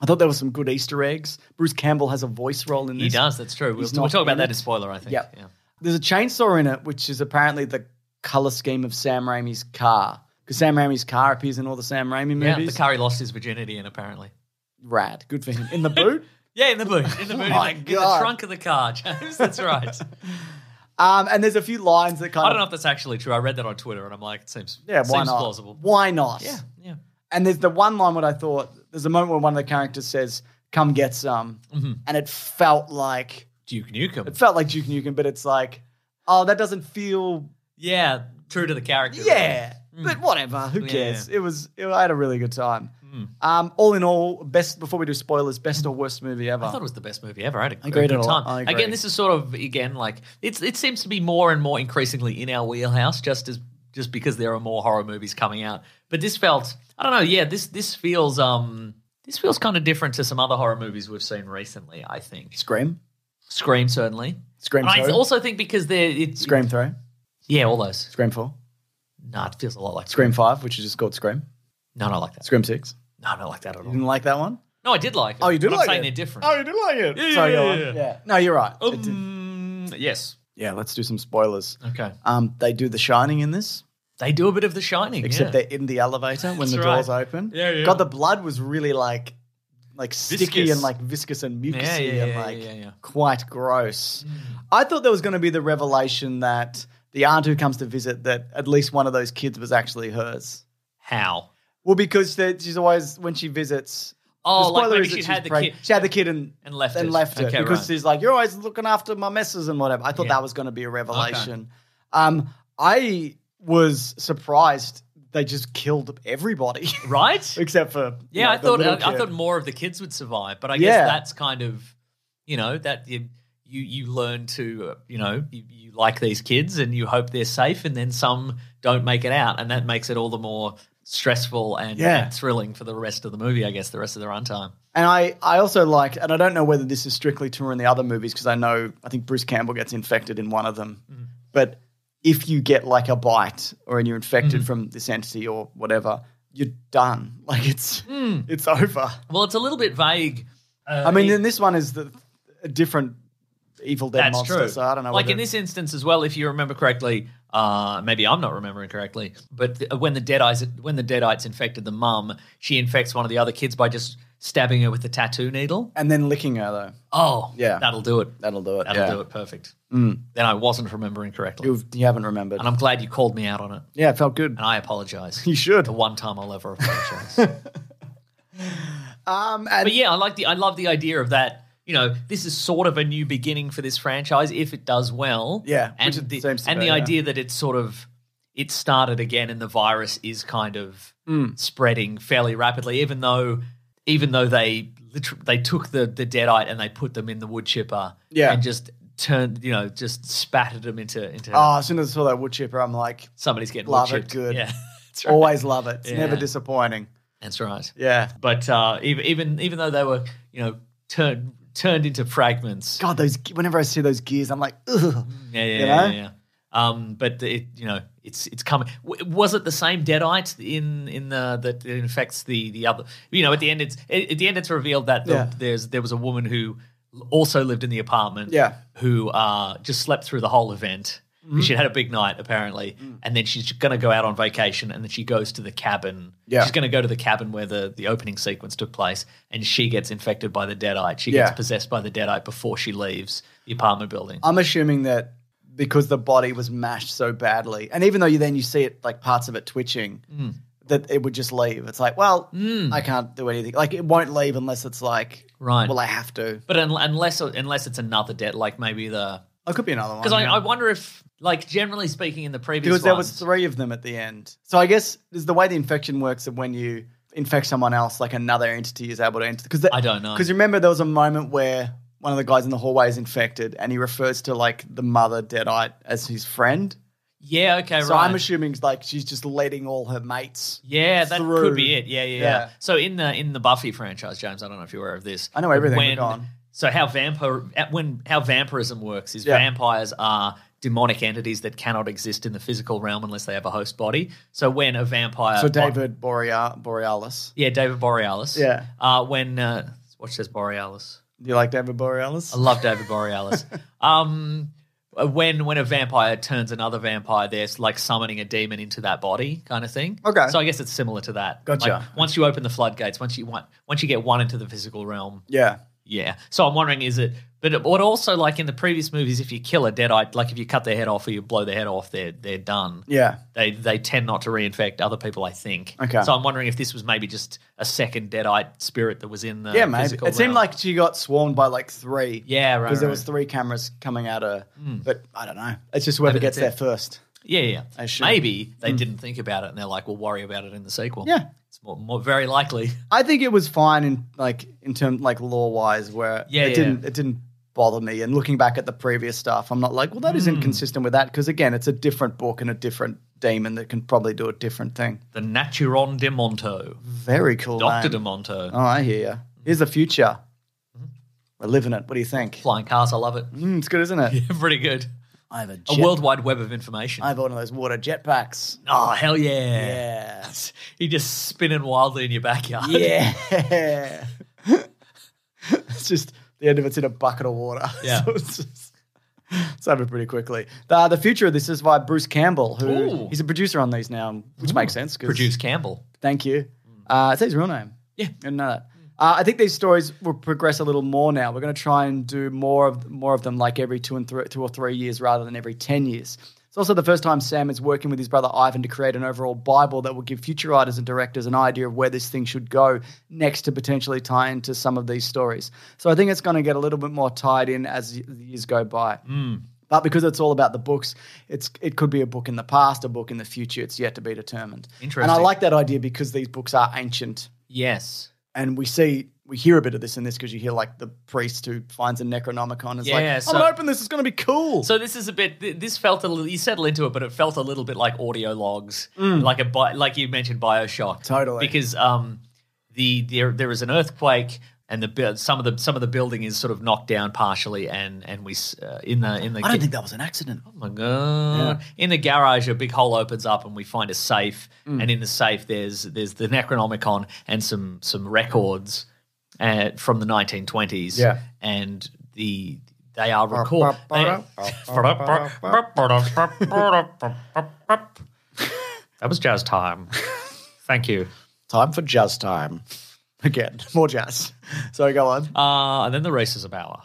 C: i thought there were some good easter eggs bruce campbell has a voice role in
D: He
C: this
D: does. That's true. We'll,
C: he's
D: we'll
C: not
D: talk
C: in
D: about that
C: it.
D: in spoiler. I think.
C: Yep.
D: Yeah.
C: there's a chainsaw in it which is apparently the color scheme of sam raimi's car because sam raimi's car appears in all the sam raimi
D: Yeah,
C: movies
D: the car he lost his virginity in apparently.
C: rad good for him in the boot
D: Yeah, in the boot, in the boot,
C: Oh my
D: in, the, in
C: God.
D: the trunk of the car, James. That's right.
C: um, and there's a few lines that kind
D: I don't know
C: of
D: if that's actually true. I read that on Twitter, and I'm like, it seems
C: yeah why
D: seems
C: not
D: plausible.
C: why not
D: Yeah, yeah.
C: And there's the one line what I thought there's a moment where one of the characters says, "Come get some,"
D: Mm-hmm.
C: and it felt like
D: Duke Nukem.
C: it felt like Duke Nukem, but it's like, oh, that doesn't feel
D: yeah, true to the character.
C: yeah. But whatever, who
D: Hmm. Yeah. Hmm.
C: cares? It was. It, I had a really good time. Um, all in all, best. Before we do spoilers, best or worst movie ever.
D: I thought it was the best movie ever. I had a
C: Agreed
D: good
C: a lot.
D: time.
C: I agree.
D: Again, this is sort of again like it's it seems to be more and more increasingly in our wheelhouse, just as just because there are more horror movies coming out. But this felt I don't know, yeah, this this feels um this feels kind of different to some other horror movies we've seen recently, I think.
C: Scream,
D: Scream certainly.
C: Scream
D: And I
C: two,
D: also think because they're it's
C: Scream three,
D: Yeah, all those.
C: Scream four,
D: No, it feels a lot like
C: Scream five, which is just called Scream,
D: No, I don't like that.
C: Scream six.
D: No, I don't like that at
C: You
D: all.
C: didn't like that one?
D: No, I did like it.
C: Oh, you did
D: but
C: like
D: I'm saying
C: it.
D: they're different.
C: Oh, you didn't like it.
D: Yeah,
C: Sorry,
D: yeah,
C: go on.
D: yeah, yeah.
C: No, you're right. It did-
D: Um, yes.
C: Yeah, let's do some spoilers.
D: Okay.
C: Um, they do The Shining in this,
D: They do a bit of the shining.
C: except
D: yeah.
C: they're in the elevator when the
D: That's
C: doors
D: right.
C: open.
D: Yeah, yeah.
C: God, the blood was really like, like sticky
D: Viscous.
C: and like viscous and mucusy
D: Yeah, yeah, yeah,
C: and
D: yeah, Mm.
C: like
D: yeah, yeah.
C: quite gross. I thought there was going to be the revelation that the aunt who comes to visit that at least one of those kids was actually hers.
D: How?
C: Well, because that she's always when she visits.
D: Oh,
C: the
D: like
C: spoiler
D: maybe
C: is that
D: she'd
C: she's
D: had the
C: pregnant.
D: kid-
C: She had the kid and
D: And left
C: and
D: it.
C: left it
D: Okay,
C: because
D: right.
C: she's like, "You're always looking after my messes and whatever." I thought
D: Yeah.
C: that was going to be a revelation. Um, I was surprised they just killed everybody
D: Right?
C: except for you
D: Yeah,
C: know,
D: I
C: the
D: thought uh,
C: little
D: I, I
C: kid.
D: thought more of the kids would survive, but I
C: Yeah.
D: guess that's kind of you know that you you, you learn to uh, you know you, you like these kids and you hope they're safe, and then some don't make it out, and that makes it all the more stressful and,
C: Yeah.
D: and thrilling for the rest of the movie. I guess the rest of the runtime.
C: And I, I also liked, and I don't know whether this is strictly true in the other movies because I know I think Bruce Campbell gets infected in one of them.
D: Mm-hmm.
C: But if you get like a bite or and you're
D: Mm-hmm.
C: infected from this entity or whatever, you're done. Like it's
D: Hmm.
C: it's over.
D: Well, it's a little bit vague. Uh,
C: I mean,
D: it-
C: then this one is the a different Evil Dead
D: That's
C: monster.
D: true.
C: So I don't know.
D: Like in
C: whether-
D: this instance as well, if you remember correctly, uh, maybe I'm not remembering correctly, but th- when the Deadites when the Deadites infected the mum, she infects one of the other kids by just stabbing her with the tattoo needle.
C: and then licking her though.
D: Oh,
C: Yeah.
D: that'll do it.
C: That'll do it.
D: That'll
C: yeah.
D: do it. Perfect. Then I wasn't remembering correctly,
C: You've, you haven't remembered.
D: and I'm glad you called me out on it.
C: yeah, it felt good.
D: And I apologize.
C: You should.
D: The one time I'll ever apologize.
C: Um, and
D: but yeah, I like the I love the idea of that. You know, this is sort of a new beginning for this franchise if it does well.
C: Yeah,
D: and
C: which it
D: the,
C: seems to
D: and
C: be,
D: the
C: yeah.
D: idea that it's sort of it started again and the virus is kind of
C: Hmm.
D: spreading fairly rapidly, even though even though they liter- they took the the deadite and they put them in the wood chipper,
C: Yeah.
D: and just turned you know just spattered them into into
C: oh, as soon as I saw that wood chipper, I'm like,
D: somebody's getting
C: love
D: wood
C: it,
D: chipped.
C: good.
D: Yeah, that's right.
C: always love it. It's
D: Yeah.
C: never disappointing.
D: That's right.
C: Yeah.
D: But uh, even even even though they were you know turned turned into fragments,
C: God, those whenever I see those gears, I'm like, ugh.
D: Yeah, yeah,
C: You
D: yeah,
C: know?
D: yeah. Um, but it, you know, it's it's coming. W- was it the same deadite in in the that infects the the other? You know, at the end, it's at at the end, it's revealed that the,
C: Yeah.
D: there's there was a woman who also lived in the apartment.
C: Yeah. Mm-hmm.
D: who uh, just slept through the whole event. She had a big night apparently,
C: Mm.
D: and then she's going to go out on vacation, and then she goes to the cabin.
C: Yeah.
D: she's going to go to the cabin where the the opening sequence took place, and she gets infected by the deadite. She
C: Yeah.
D: gets possessed by the deadite before she leaves the apartment building.
C: I'm assuming that because the body was mashed so badly, and even though you then you see it like parts of it twitching,
D: Mm.
C: that it would just leave. It's like, well, I can't do anything. Like it won't leave unless it's like,
D: Right.
C: Well, I have to.
D: But un- unless unless it's another debt, like maybe the
C: I could be another one
D: because I,
C: yeah.
D: I wonder if like generally speaking in the previous
C: because there was
D: ones-
C: three of them at the end. So I guess is the way the infection works that when you infect someone else, like another entity is able to enter. Because
D: I don't know.
C: Because remember, there was a moment where one of the guys in the hallway is infected, and he refers to like the mother deadite as his friend.
D: yeah okay
C: So
D: right
C: I'm assuming like she's just letting all her mates.
D: yeah that
C: through-
D: could be it yeah, yeah yeah
C: Yeah.
D: so in the in the Buffy franchise James I don't know if you're aware of this
C: I know everything,
D: when
C: but go on.
D: so how vampire when how vampirism works is
C: Yeah.
D: vampires are demonic entities that cannot exist in the physical realm unless they have a host body so when a vampire
C: So David Borea- Borealis.
D: yeah David Borealis
C: Yeah.
D: uh, when uh, watch this Borealis
C: Do you like David Borealis?
D: I love David Borealis. um, when when a vampire turns another vampire, they're like summoning a demon into that body, kind of thing.
C: Okay.
D: So I guess it's similar to that.
C: Gotcha.
D: Like, once you open the floodgates, once you want, once you get one into the physical realm,
C: Yeah.
D: yeah. So I'm wondering, is it? But it- but also like in the previous movies, if you kill a deadite, like if you cut their head off or you blow their head off, they're they're done.
C: Yeah.
D: They they tend not to reinfect other people, I think.
C: Okay.
D: So I'm wondering if this was maybe just a second deadite spirit that was in the
C: yeah, maybe. It
D: physical
C: seemed
D: realm.
C: like she got swarmed by like three.
D: yeah, right.
C: Because there
D: right.
C: was three cameras coming at her. But I don't know. It's just whoever
D: Maybe
C: gets there
D: that's
C: first.
D: Yeah, yeah.
C: Mm, I should. Mm.
D: Maybe they didn't think about it, and they're like, "We'll worry about it in the sequel."
C: Yeah.
D: it's more, more very likely.
C: I think it was fine in like in term like law wise where
D: Yeah,
C: it
D: yeah.
C: didn't it didn't bother me and looking back at the previous stuff I'm not like well that
D: Hmm.
C: is inconsistent with that because again it's a different book and a different demon that can probably do a different thing.
D: The Naturon de Monto,
C: Very cool.
D: Doctor
C: name.
D: de Monto,
C: Oh, I hear you.
D: Mm-hmm.
C: Here's the future. We're living it. What do you think?
D: flying cars. I love it.
C: Mm, it's good, isn't it?
D: Pretty good.
C: I have a,
D: A
C: jet-
D: world wide web of information.
C: I have one of those water jetpacks.
D: oh hell yeah!
C: Yeah.
D: You just spinning wildly in your backyard.
C: Yeah. it's just the end of it's in a bucket of water.
D: Yeah.
C: so it's just. It's over pretty quickly. The, the future of this is by Bruce Campbell, who
D: Ooh.
C: he's a producer on these now, which makes sense. 'cause-
D: Produce Campbell.
C: Thank you. Uh, it's his real name.
D: Yeah.
C: I didn't know that. Uh, I think these stories will progress a little more now. We're going to try and do more of more of them, like every two and three, two or three years, rather than every ten years. It's also the first time Sam is working with his brother Ivan to create an overall Bible that will give future writers and directors an idea of where this thing should go next to potentially tie into some of these stories. So I think it's going to get a little bit more tied in as the years go by. But because it's all about the books, it's it could be a book in the past, a book in the future. It's yet to be determined. And I
D: Interesting.
C: like that idea because these books are ancient
D: Yes.
C: and we see we hear a bit of this in this because you hear like the priest who finds a Necronomicon is like,
D: Yeah,
C: "I'm
D: so-
C: gonna open this. It's gonna be cool."
D: So this is a bit. th- This felt a little. You settle into it, but it felt a little bit like audio logs, like a bi- like you mentioned Bioshock,
C: Mm. Totally.
D: Because um, the there there is an earthquake, and the bu- some of the some of the building is sort of knocked down partially, and and we s- uh, in the in the
C: I don't think that was an accident.
D: Oh my god! In the garage, a big hole opens up, and we find a safe. And in the safe, there's there's the Necronomicon and some some records uh, from the 1920s.
C: Yeah.
D: and the they are record. they- that was jazz time. Thank you.
C: Time for jazz time. Again, more jazz. So go on.
D: Uh, and then the racism hour.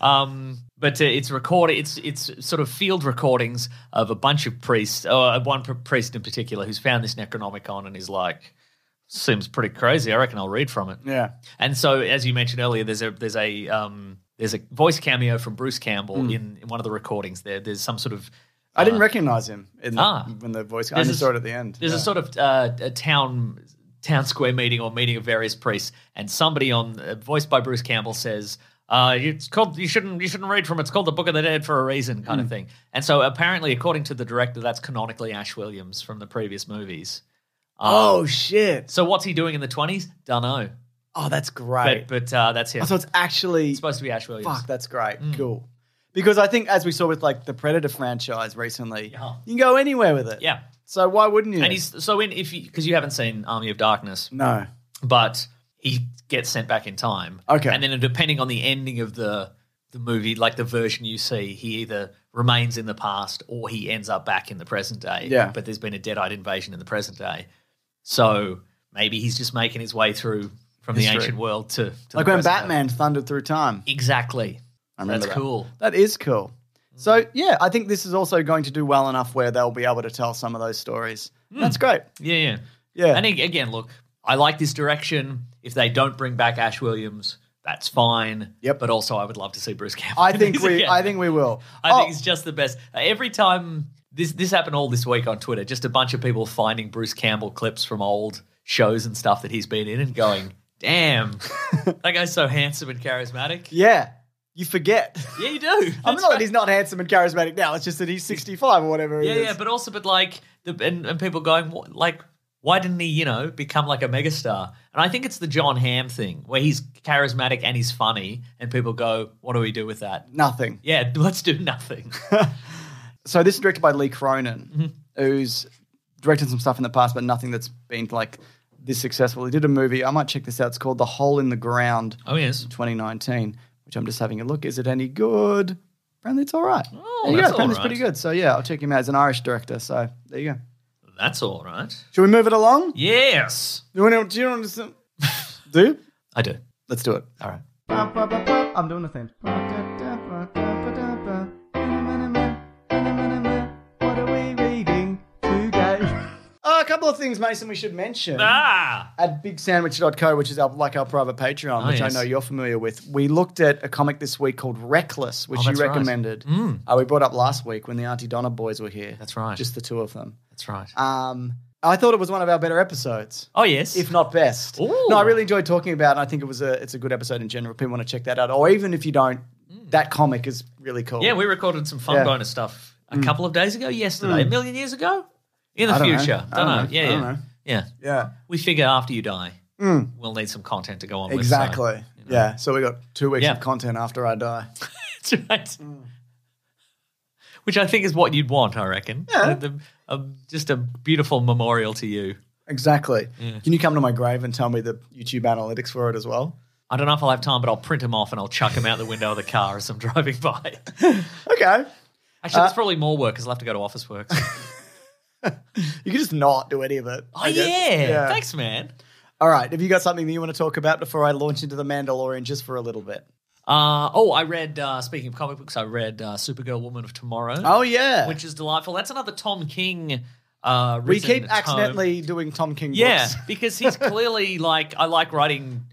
D: um, but uh, it's record. It's it's sort of field recordings of a bunch of priests, or one pr- priest in particular, who's found this Necronomicon and is like, seems pretty crazy. I reckon I'll read from it.
C: Yeah.
D: And so, as you mentioned earlier, there's a there's a um, there's a voice cameo from Bruce Campbell in, in one of the recordings. There, there's some sort of
C: I didn't recognize him in the,
D: uh, Ah.
C: when the voice. I
D: There's
C: only
D: a-
C: saw it at the end.
D: There's
C: Yeah.
D: a sort of uh, a town town square meeting or meeting of various priests, and somebody on uh, voiced by Bruce Campbell says, uh, "It's called you shouldn't you shouldn't read from it. it's called the Book of the Dead for a reason," kind
C: Hmm.
D: of thing. And so apparently, according to the director, that's canonically Ash Williams from the previous movies.
C: oh shit!
D: So what's he doing in the twenties? Dunno.
C: Oh, that's
D: But
C: great.
D: but uh, that's him.
C: so it's actually
D: it's supposed to be Ash Williams.
C: Fuck, that's great.
D: Mm.
C: Cool. Because I think, as we saw with like the Predator franchise recently,
D: Yeah.
C: you can go anywhere with it.
D: Yeah.
C: So why wouldn't you?
D: And he's so in if because you haven't seen Army of Darkness,
C: no.
D: but he gets sent back in time.
C: Okay.
D: And then depending on the ending of the the movie, like the version you see, he either remains in the past or he ends up back in the present day.
C: Yeah.
D: But there's been a dead-eyed invasion in the present day. So maybe he's just making his way through from
C: History.
D: the ancient world to, to the
C: Like when
D: present day.
C: Batman thundered through time.
D: Exactly.
C: I remember
D: That's
C: that.
D: cool. Mm.
C: That is cool. So yeah, I think this is also going to do well enough where they'll be able to tell some of those stories.
D: Mm.
C: That's great.
D: Yeah, yeah.
C: Yeah.
D: And ag- again, look, I like this direction. If they don't bring back Ash Williams, that's fine.
C: Yep.
D: But also I would love to see Bruce Campbell.
C: I
D: in
C: think
D: these
C: we
D: again.
C: I think we will.
D: I
C: oh,
D: think it's just the best. Uh, Every time this this happened all this week on Twitter, just a bunch of people finding Bruce Campbell clips from old shows and stuff that he's been in and going, "Damn, that guy's so handsome and charismatic." Yeah,
C: yeah. You forget.
D: you do.
C: I'm
D: That's
C: not
D: right.
C: that he's not handsome and charismatic now. It's just that he's 65 or whatever. he
D: Yeah,
C: is.
D: yeah, but also, but like, the, and, and people going, what, like, why didn't he, you know, become like a megastar? And I think it's the John Hamm thing where he's charismatic and he's funny, and people go, what do we do with that?
C: nothing.
D: Yeah, let's do nothing.
C: So this is directed by Lee Cronin,
D: Mm-hmm.
C: who's directed some stuff in the past, but nothing that's been like this successful. He did a movie. I might check this out. It's called The Hole in the Ground,
D: oh, yes.
C: 2019, which I'm just having a look. Is it any good? Apparently, it's all right.
D: Oh,
C: there you
D: that's
C: go.
D: all
C: Apparently,
D: right.
C: it's pretty good. So yeah, I'll check him out as an Irish director. So there you go.
D: That's all right.
C: Should we move it along?
D: Yes.
C: Do you want to? Do you want to? Do you?
D: I do.
C: Let's do it.
D: All right.
C: I'm doing the same. What are we reading today? Oh, a couple of things, Mason, we should mention.
D: Ah!
C: At bigsandwich.co, which is our, like our private Patreon,
D: Oh,
C: which
D: yes.
C: I know you're familiar with, we looked at a comic this week called Reckless, which
D: Oh,
C: you
D: that's right. Mm.
C: recommended. Uh, we brought up last week when the Auntie Donna boys were here.
D: That's right.
C: Just the two of them.
D: That's right.
C: Um, I thought it was one of our better episodes
D: oh, yes.
C: if not best.
D: Ooh.
C: No, I really enjoyed talking about, it, and I think it was a it's a good episode in general. People want to check that out, or even if you don't, that comic is really cool.
D: Mm. Yeah, we recorded some fun
C: Yeah. Mm.
D: bonus stuff a couple of days ago, yesterday, a million years ago? In the
C: I don't know.
D: future.
C: I don't know.
D: Yeah,
C: I don't
D: yeah.
C: know.
D: Yeah.
C: yeah,
D: We figure after you die, we'll need some content to go on with. so-
C: exactly. Yeah, so we got two weeks
D: Yeah.
C: of content after I die.
D: That's right.
C: Mm.
D: Which I think is what you'd want, I reckon.
C: Yeah.
D: Uh, the- um, just a beautiful memorial to you.
C: Exactly. Can you come to my grave and tell me the YouTube analytics for it as well?
D: I don't know if I'll have time, but I'll print them off and I'll chuck them out the window of the car as I'm driving by.
C: Okay, Uh,
D: Actually, that's probably more work because I'll have to go to Office Works.
C: you can just not do any of it.
D: oh,
C: I guess.
D: yeah. Thanks, man.
C: All right. Have you got something that you want to talk about before I launch into the Mandalorian just for a little bit?
D: Uh, oh, I read, uh, speaking of comic books, I read uh, Supergirl Woman of Tomorrow.
C: Oh yeah,
D: Which is delightful. That's another Tom King. Uh,
C: we
D: written
C: keep
D: tome.
C: accidentally doing Tom King.
D: Yeah,
C: books.
D: because he's clearly like I like writing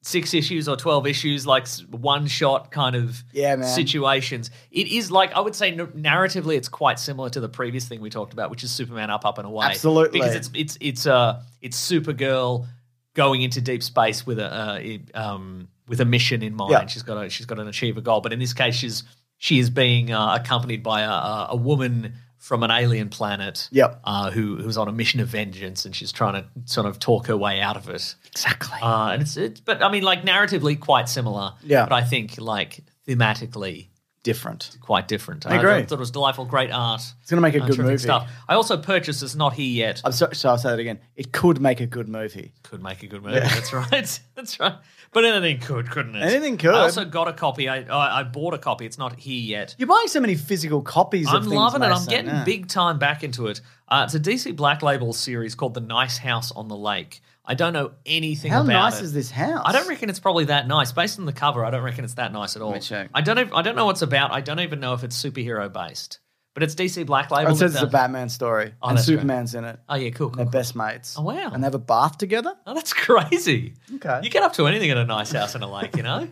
D: six issues or twelve issues, like one shot kind of
C: Yeah, man.
D: situations. It is like I would say n- narratively, it's quite similar to the previous thing we talked about, which is Superman up, up and away.
C: Absolutely.
D: because it's it's it's uh it's Supergirl going into deep space with a uh, it, um with a mission in mind.
C: Yeah.
D: She's got a, she's got an achieve a goal, but in this case, she's she is being uh, accompanied by a- a, a woman from an alien planet
C: Yep.
D: uh, who who's on a mission of vengeance, and she's trying to sort of talk her way out of it. Exactly. Uh, and it's, it's but I mean, like narratively, quite similar.
C: Yeah.
D: But I think like thematically,
C: different.
D: quite different.
C: I agree.
D: thought it was delightful, great art.
C: It's gonna make a good
D: terrific
C: movie.
D: Stuff. I also purchased. It's not here yet.
C: I'm sorry, so I'll say that again. It could make a good movie.
D: could make a good movie. That's right. That's right. But anything could, couldn't it?
C: Anything could.
D: I also got a copy. I I, I bought a copy. It's not here yet.
C: You're buying so many physical copies. of
D: I'm
C: things,
D: loving it. I'm
C: Mason.
D: getting
C: Yeah.
D: big time back into it. Uh, it's a DC Black Label series called The Nice House on the Lake. I don't know anything
C: How
D: about
C: nice
D: it.
C: is this house?
D: I don't reckon it's probably that nice. Based on the cover, I don't reckon it's that nice at all.
C: me check.
D: I don't. Ev- I don't know what it's about. I don't even know if it's superhero based. But it's DC Black Label.
C: Oh, It says it's
D: It's
C: a
D: a-
C: Batman story,
D: Oh,
C: and
D: that's great.
C: Superman's in it.
D: Oh yeah, cool. cool,
C: They're
D: cool.
C: best mates.
D: Oh, wow.
C: And they have a bath together.
D: Oh, that's crazy.
C: Okay.
D: You get up to anything at a nice house on a lake, you know?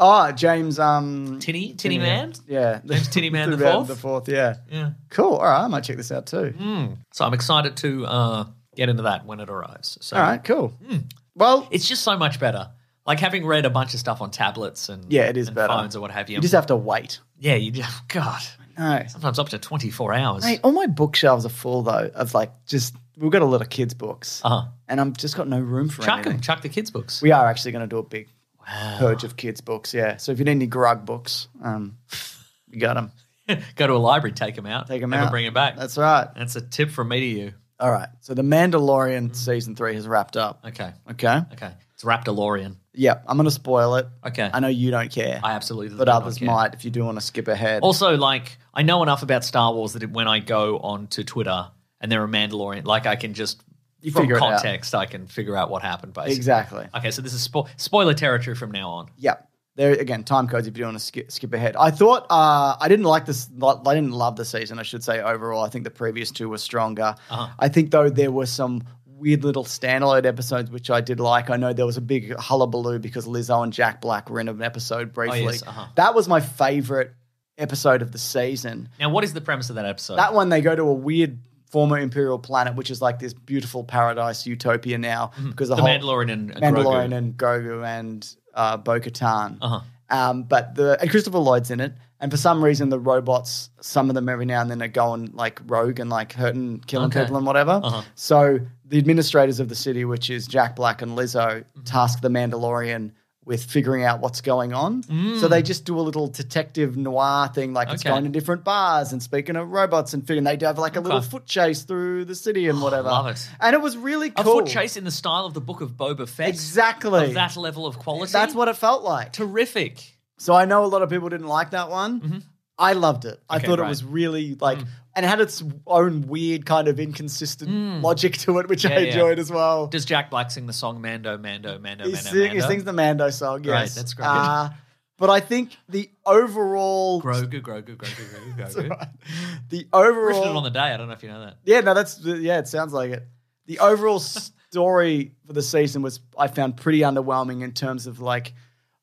C: Oh, James. Um,
D: Tinny, Tinny Man.
C: yeah,
D: James Tinny Man the
C: Tinny
D: fourth?
C: The fourth. Yeah.
D: Yeah. Mm.
C: Cool. All right, I might check this out too.
D: So I'm excited to uh, get into that when it arrives. So
C: All right, cool.
D: Mm.
C: Well,
D: it's just so much better. Like having read a bunch of stuff on tablets and
C: Yeah, it is
D: and
C: better.
D: phones or what have you.
C: you just have to wait.
D: yeah, you just God.
C: No.
D: Sometimes up to twenty four hours.
C: Mate, all my bookshelves are full though of like just we've got a lot of kids' books,
D: Uh-huh.
C: and I'm just got no room for
D: Chuck
C: anything.
D: them. Chuck the kids' books.
C: We are actually going to do a big purge of kids' books. Yeah. So if you need any grug books, um, you got them.
D: Go to a library, take them out,
C: Take them
D: never
C: out.
D: bring them back.
C: That's right.
D: That's a tip from me to you.
C: All right. So the Mandalorian season three has wrapped up.
D: Mm-hmm. Okay,
C: Okay.
D: okay. It's Raptorlorian.
C: Yeah, I'm going to spoil it.
D: Okay,
C: I know you don't care,
D: I absolutely.
C: but
D: do not
C: others
D: care.
C: might if you do want to skip ahead.
D: Also, like, I know enough about Star Wars that it, when I go onto Twitter and there are Mandalorian, like, I can just
C: You
D: from
C: figure it out.
D: context, I can figure out what happened. Basically,
C: exactly.
D: Okay, so this is spo- spoiler territory from now on.
C: Yeah. There again, time codes if you do want to skip, skip ahead. I thought uh, I didn't like this. I didn't love the season. I should say overall, I think the previous two were stronger.
D: Uh-huh.
C: I think though there were some weird little standalone episodes which I did like. I know there was a big hullabaloo because Lizzo and Jack Black were in an episode briefly.
D: yes, uh-huh.
C: That was my favorite episode of the season.
D: Now, what is the premise of that episode?
C: That one, they go to a weird former imperial planet, which is like this beautiful paradise utopia now because the,
D: Mm-hmm. the
C: whole
D: Mandalorian and, and
C: Mandalorian
D: Grogu.
C: and Grogu and uh, Bo Katan.
D: Uh-huh.
C: Um, but the and Christopher Lloyd's in it, and for some reason the robots, some of them every now and then are going like rogue and like hurting, killing
D: Okay. Uh-huh.
C: people and whatever. So the administrators of the city, which is Jack Black and Lizzo,
D: Mm-hmm.
C: task the Mandalorian with figuring out what's going on. So they just do a little detective noir thing, like it's
D: Mm. Okay.
C: going to different bars and speaking of robots and figuring they do have like a little foot chase through the city and whatever.
D: Oh, love it.
C: And it was really
D: a
C: cool.
D: foot chase in the style of the Book of Boba Fett.
C: Exactly.
D: Of that level of quality.
C: That's what it felt like.
D: Terrific.
C: So I know a lot of people didn't like that one. I loved it. I
D: Mm-hmm. Okay,
C: thought it
D: right. Mm.
C: was really like, and it had its own weird kind of inconsistent logic to it, which I
D: Mm. Yeah, yeah.
C: enjoyed as well.
D: Does Jack Black sing the song Mando, Mando, Mando,
C: he,
D: Mando,
C: sing- he
D: Mando?
C: sings the Mando song.
D: Great,
C: Yes,
D: that's great.
C: Uh, but I think the overall,
D: Grogu, Grogu, Grogu, Grogu, Grogu.
C: the
D: Written it on
C: overall,
D: the day. I don't know if you know that.
C: yeah, no, that's yeah, it sounds like it. The overall story for the season was I found pretty underwhelming in terms of like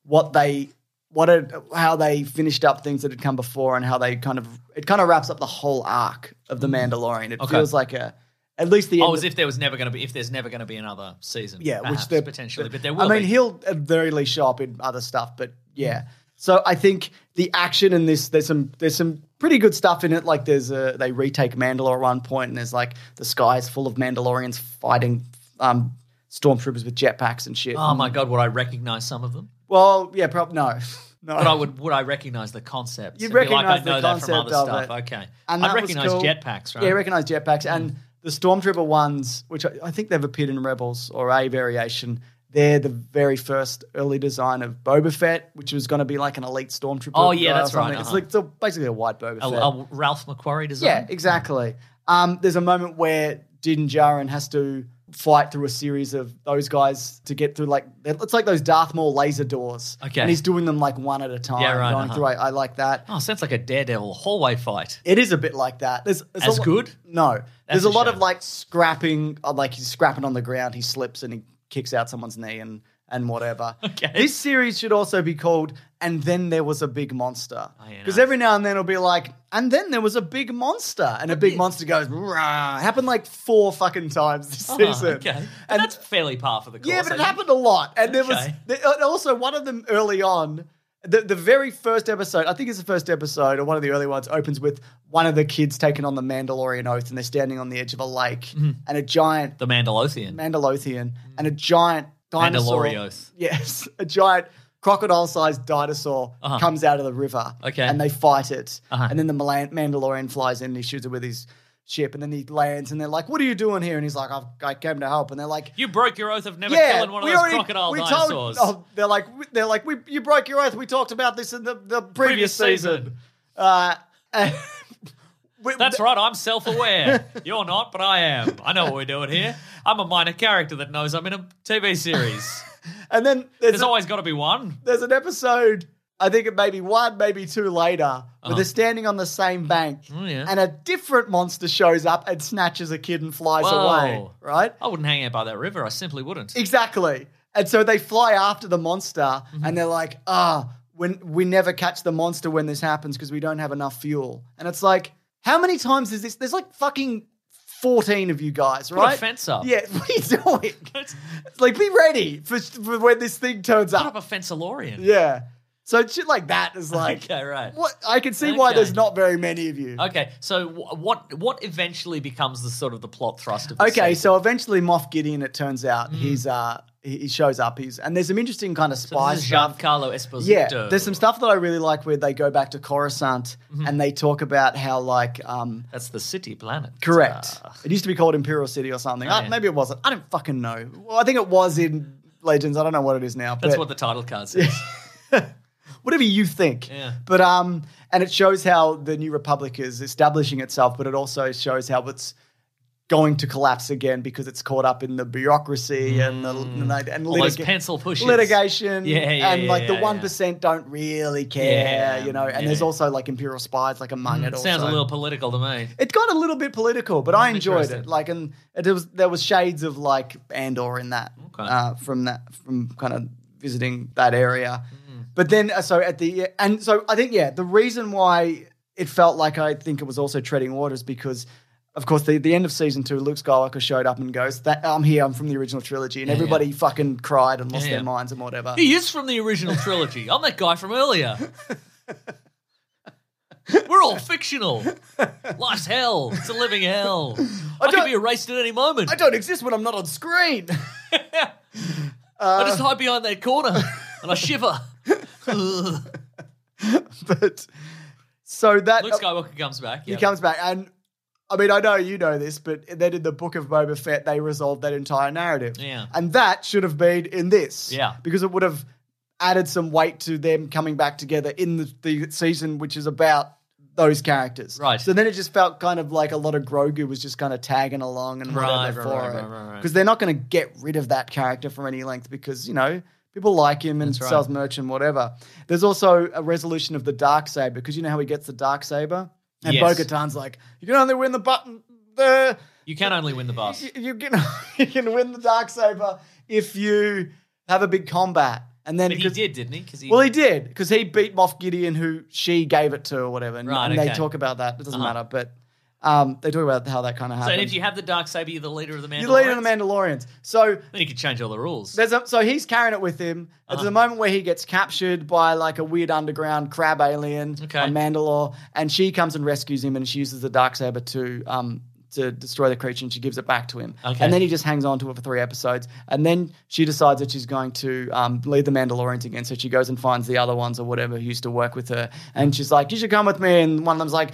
C: what they what had, how they finished up things that had come before and how they kind of it kind of wraps up the whole arc of the Mandalorian. It
D: Mm. Okay.
C: feels like a at least the end
D: Oh, as
C: of-
D: if there was never going to be, if there's never going to be another season.
C: yeah,
D: perhaps,
C: which they
D: potentially, but there will.
C: I mean,
D: be.
C: he'll at very least show up in other stuff, but yeah. So I think the action in this, there's some there's some pretty good stuff in it. Like there's a they retake Mandalore at one point, and there's like the sky is full of Mandalorians fighting um, stormtroopers with jetpacks and shit.
D: Oh my god, would I recognize some of them?
C: well, yeah, probably no, no.
D: But I would. Would I recognize the concept?
C: You'd
D: It'd be
C: recognise the
D: I know that from
C: concept
D: other
C: of
D: stuff.
C: it.
D: Okay,
C: And
D: I
C: that was
D: recognize
C: cool.
D: jetpacks, right?
C: Yeah, recognize jetpacks. And the Stormtrooper ones, which I, I think they've appeared in Rebels or a variation, they're the very first early design of Boba Fett, which was going to be like an elite Stormtrooper.
D: Oh, yeah,
C: guy or
D: that's right,
C: something. It's
D: uh-huh.
C: like it's a, basically a white Boba
D: a,
C: Fett.
D: a Ralph McQuarrie design.
C: yeah, exactly. Um, there's a moment where Din Djarin has to fight through a series of those guys to get through like it's like those Darth Maul laser doors.
D: Okay.
C: and he's doing them like one at a time.
D: Yeah, right,
C: Going
D: uh-huh.
C: through, I, I like that.
D: Oh, sounds like a daredevil hallway fight.
C: It is a bit like that. There's, there's
D: As
C: a lo-
D: good?
C: No, there's a
D: a
C: lot
D: shame.
C: of like scrapping. uh, Like he's scrapping on the ground. He slips and he kicks out someone's knee and and whatever.
D: Okay.
C: This series should also be called "And Then There Was a Big Monster"
D: Oh, yeah,
C: because
D: nice.
C: every now and then it'll be like, "And then there was a big monster," and a big monster goes, "Rah!" Happened like four fucking times this
D: Oh,
C: season.
D: okay, and,
C: And-
D: that's fairly par for the course.
C: yeah, but
D: I
C: it
D: think.
C: happened a lot, and there was
D: Okay.
C: there, and also one of them early on. The, the very first episode, I think it's the first episode or one of the early ones, opens with one of the kids taking on the Mandalorian oath, and they're standing on the edge of a lake,
D: Mm-hmm.
C: and a giant
D: The Mandalorian.
C: Mandalothian and a giant dinosaur.
D: Mandalorios.
C: Yes, a giant crocodile-sized dinosaur
D: Uh-huh.
C: comes out of the river.
D: Okay.
C: and they fight it,
D: Uh-huh.
C: and then the Mala- Mandalorian flies in and he shoots it with his ship, and then he lands, and they're like, "What are you doing here?" And he's like, I've, "I came to help," and they're like.
D: You broke your oath of never killing one of
C: we
D: those
C: already-
D: crocodile
C: we
D: dinosaurs.
C: Told, oh, they're like, they're like, we, you broke your oath. We talked about this in the, the previous,
D: Previous
C: season.
D: season.
C: Uh, and we-
D: That's right, I'm self aware. You're not, but I am. I know what we're doing here. I'm a minor character that knows I'm in a TV series.
C: And then there's,
D: There's
C: a-
D: always got to be one.
C: there's an episode, I think it may be one, maybe two later, where they're standing on the same bank
D: Uh-huh. Oh, yeah.
C: and a different monster shows up and snatches a kid and flies
D: Whoa.
C: away. Right?
D: I wouldn't hang out by that river. I simply wouldn't.
C: Exactly. And so they fly after the monster
D: Mm-hmm.
C: and they're like, ah, when we never catch the monster when this happens because we don't have enough fuel. And it's like, how many times is this? There's like fucking 14 of you guys,
D: a
C: right?
D: fence up.
C: Yeah, what are you doing?
D: Put
C: It's like, be ready for, for when this thing turns
D: up a fencelorian.
C: yeah. So shit like that is like
D: Okay, right.
C: What I can see why
D: Okay.
C: there's not very many of you.
D: Okay, so wh- what what eventually becomes the sort of the plot thrust of this
C: Okay,
D: season?
C: so eventually Moff Gideon, it turns out, he's uh he he shows up. He's and there's some interesting kind of
D: Mm-hmm. So
C: spy
D: this is
C: stuff.
D: Giancarlo Esposito.
C: Yeah, there's some stuff that I really like where they go back to Coruscant
D: Mm-hmm.
C: and they talk about how like um
D: That's the city planet.
C: correct.
D: Uh,
C: It used to be called Imperial City or something. I-
D: yeah.
C: Maybe it wasn't. I don't fucking know. Well, I think it was in Legends. I don't know what it is now.
D: that's
C: but-
D: what the title card says.
C: whatever you think.
D: Yeah.
C: But um, and it shows how the New Republic is establishing itself, but it also shows how it's going to collapse again because it's caught up in the bureaucracy and the and, the- and
D: Mm. All those
C: litiga-
D: pencil pushes.
C: litigation.
D: Yeah, yeah,
C: and
D: yeah,
C: like the
D: yeah,
C: one don't really care,
D: Yeah,
C: you know. And
D: yeah. Mm,
C: there's also like imperial spies like among it.
D: Sounds
C: also.
D: a little political to me.
C: It got a little bit political, but I enjoyed it.
D: interesting.
C: Like, and it was there was shades of like Andor in that
D: Okay.
C: uh, from that from kind of visiting that area. But then, uh, so at the and so I think yeah, the reason why it felt like I think it was also treading water is because. Of course, the, the end of season two, Luke Skywalker showed up and goes, that, "I'm here. I'm from the original trilogy," and everybody fucking cried and lost
D: Yeah,
C: their
D: yeah.
C: minds and whatever.
D: He is from the original trilogy. I'm that guy from earlier. We're all fictional. Life's hell. It's a living hell. I,
C: don't-
D: could be erased at any moment.
C: I don't exist when I'm not on screen.
D: I just
C: Uh,
D: hide behind that corner and I shiver. Luke
C: but so that
D: Skywalker comes back.
C: He
D: yeah.
C: comes back, and I mean, I know you know this, but then in the book of Boba Fett, they resolved that entire narrative.
D: Yeah.
C: And that should have been in this.
D: Yeah.
C: Because it would have added some weight to them coming back together in the, the season, which is about those characters.
D: Right.
C: So then it just felt kind of like a lot of Grogu was just kind of tagging along and whatever
D: Right, right,
C: for
D: right,
C: it.
D: right, right, right.
C: Because they're not going to get rid of that character for any length because, you know, people like him and
D: right.
C: sells merch and whatever. There's also a resolution of the dark saber because you know how he gets the dark saber and
D: Yes.
C: Bo-Katan's like, you can only win the button the
D: You can only win the bus.
C: you, you can you can win the dark saber if you have a big combat. And then
D: But he
C: because-
D: did, didn't he? Because he,
C: Well, he did because he beat Moff Gideon, who she gave it to or whatever. And,
D: Right,
C: and they
D: okay.
C: talk about that. It doesn't
D: Uh-huh.
C: matter, but um, they talk about how that kind of
D: so
C: happened.
D: if you have the dark saber, you're the leader of the Mandalorians.
C: you lead in the Mandalorians, so
D: Then you can change all the rules.
C: there's a, so he's carrying it with him. There's
D: Uh-huh.
C: a moment where he gets captured by like a weird underground crab alien,
D: Okay.
C: a Mandalore, and she comes and rescues him, and she uses the dark saber to um to destroy the creature, and she gives it back to him.
D: Okay.
C: And then he just hangs on to it for three episodes, and then she decides that she's going to um, lead the Mandalorians again. So she goes and finds the other ones or whatever who used to work with her, and she's like, "You should come with me." And one of them's like.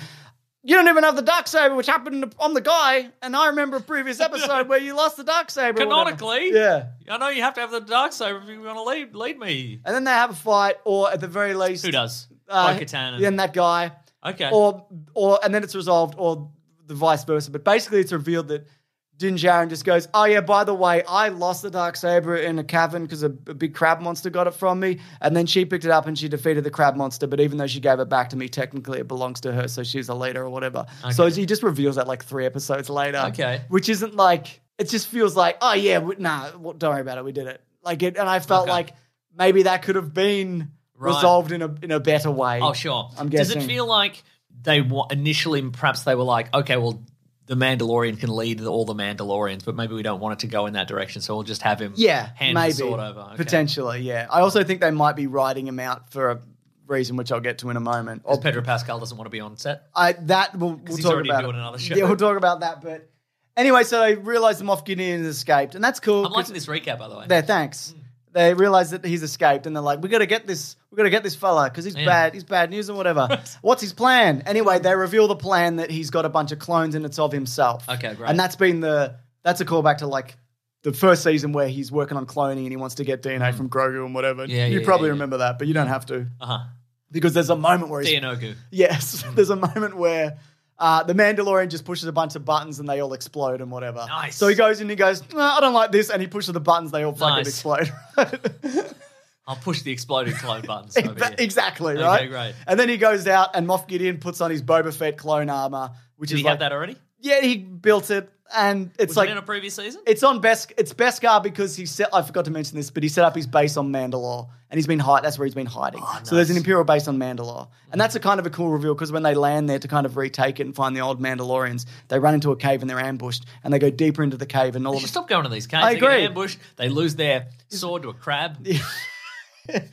C: You don't even have the dark saber, which happened. I'm the guy, and I remember a previous episode where you lost the dark saber. or whatever."
D: Canonically?
C: yeah.
D: I know you have to have the dark saber if you want to lead, lead me.
C: And then they have a fight, or at the very least,
D: Who does?
C: Uh,
D: Bo-Katan and-
C: Then that guy,
D: Okay.
C: or or and then it's resolved, or the vice versa. But basically, it's revealed that Din Djarin just goes, "Oh yeah, by the way, I lost the dark saber in a cavern because a, a big crab monster got it from me, and then she picked it up and she defeated the crab monster. But even though she gave it back to me, technically it belongs to her, so she's a leader or whatever. So he just reveals that like three episodes later.
D: Okay.
C: which isn't like it just feels like, oh yeah, we, nah, w- don't worry about it, we did it. Like it, and I felt
D: Okay.
C: like maybe that could have been
D: Right.
C: resolved in a in a better way.
D: Oh, sure.
C: I'm
D: Does it
C: guessing.
D: feel like they wa- initially perhaps they were like, okay, well, the Mandalorian can lead the- all the Mandalorians, but maybe we don't want it to go in that direction, so we'll just have him
C: Yeah,
D: hand
C: maybe
D: the sword over. Okay.
C: potentially. Yeah, I also think they might be writing him out for a reason which I'll get to in a moment. Or,
D: Pedro Pascal doesn't want to be on set.
C: I that we'll, we'll
D: he's
C: talk
D: already
C: about
D: doing
C: it.
D: another show.
C: Yeah, we'll talk about that. But anyway, so they realize the Moff Gideon has escaped, and that's cool.
D: I'm liking this recap, by the way.
C: There, thanks.
D: Mm.
C: They realize that he's escaped, and they're like, "We gotta get this. We gotta get this fella because he's bad. He's bad news and whatever. What's his plan?" Anyway, they reveal the plan that he's got a bunch of clones, and it's of himself.
D: Okay, great.
C: And that's been the that's a callback to like the first season where he's working on cloning and he wants to get DNA from Grogu and whatever.
D: Mm. Yeah,
C: you
D: yeah,
C: probably
D: yeah, yeah.
C: remember that, but you don't have to
D: Uh-huh.
C: because there's a moment where he's
D: Dianogu.
C: Yes, there's a moment where uh, the Mandalorian just pushes a bunch of buttons and they all explode and whatever.
D: Nice.
C: So he goes in and he goes, "Nah, I don't like this, and he pushes the buttons, they all fucking
D: Nice.
C: explode.
D: I'll push the exploding clone buttons over here.
C: exactly,
D: Okay,
C: right?
D: great.
C: And then he goes out and Moff Gideon puts on his Boba Fett clone armor, which
D: Did
C: is
D: he
C: like,
D: have that already?
C: yeah, he built it, and it's
D: Was
C: like.
D: it in a previous season?
C: it's on Besk. It's Beskar because he set. I forgot to mention this, but he set up his base on Mandalore, and he's been hiding. That's where he's been hiding. So there's an Imperial base on Mandalore, and that's a kind of a cool reveal because when they land there to kind of retake it and find the old Mandalorians, they run into a cave and they're ambushed, and they go deeper into the cave, and all
D: They
C: of a
D: should stop going to these caves.
C: I
D: they get
C: agree.
D: ambushed. They lose their sword to a crab.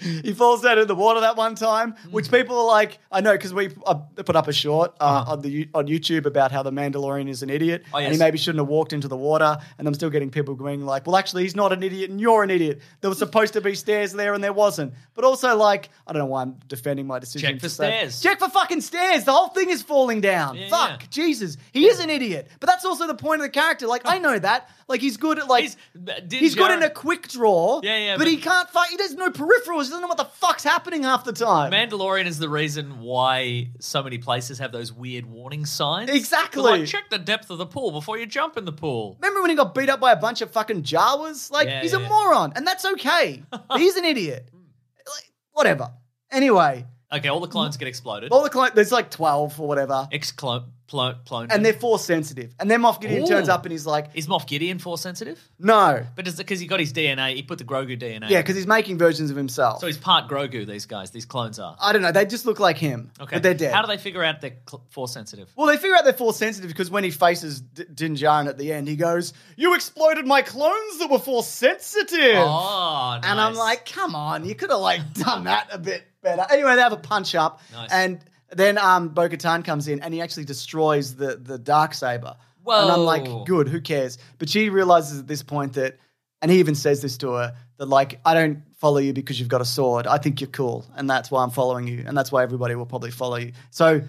C: he falls down in the water that one time,
D: Mm.
C: which people are like, I know because we uh, put up a short uh, on the on YouTube about how the Mandalorian is an idiot
D: Uh-huh. Oh,
C: and he
D: yes.
C: maybe shouldn't have walked into the water. And I'm still getting people going like, well, actually, he's not an idiot, and you're an idiot. There was supposed to be stairs there, and there wasn't. But also, like, I don't know why I'm defending my decision.
D: Check for
C: to say-
D: stairs.
C: Check for fucking stairs. The whole thing is falling down.
D: Yeah,
C: Fuck,
D: yeah.
C: Jesus, he is an idiot. But that's also the point of the character. Like, I know that. Like, he's good at like.
D: He's- but did
C: He's good
D: Jared-
C: in a quick draw,
D: Yeah, yeah,
C: but, he
D: but-
C: can't fight. He has no peripherals. He doesn't know what the fuck's happening half the time.
D: Mandalorian is the reason why so many places have those weird warning signs.
C: Exactly.
D: They're Like, check the depth of the pool before you jump in the pool.
C: Remember when he got beat up by a bunch of fucking Jawas? Like
D: Yeah,
C: he's a
D: yeah.
C: moron, and that's okay. he's an idiot. Like whatever. Anyway,
D: Okay, all the clones get exploded.
C: all the clo- there's like twelve or whatever,
D: Ex clone, clone, clone.
C: and they're force sensitive. And then Moff Gideon
D: Ooh.
C: turns up and he's like,
D: is Moff Gideon force sensitive?
C: "No,
D: But is it because he got his DNA? He put the Grogu DNA.
C: yeah," because he's making versions of himself.
D: so he's part Grogu. These guys, these clones are.
C: I don't know. They just look like him,
D: Okay,
C: but they're dead.
D: How do they figure out they're cl- force sensitive?
C: Well, they figure out they're force sensitive because when he faces D- Din Djarin at the end, he goes, "You exploded my clones that were force sensitive,"
D: Oh, nice.
C: and I'm like, "Come on, you could have like done that a bit better." Anyway, they have a punch up,
D: Nice.
C: and then um, Bo-Katan comes in and he actually destroys the the dark saber. And I'm
D: Whoa.
C: like, "Good, who cares?" But she realizes at this point that, and he even says this to her that like, "I don't." Follow you because you've got a sword. I think you're cool, and that's why I'm following you, and that's why everybody will probably follow you. So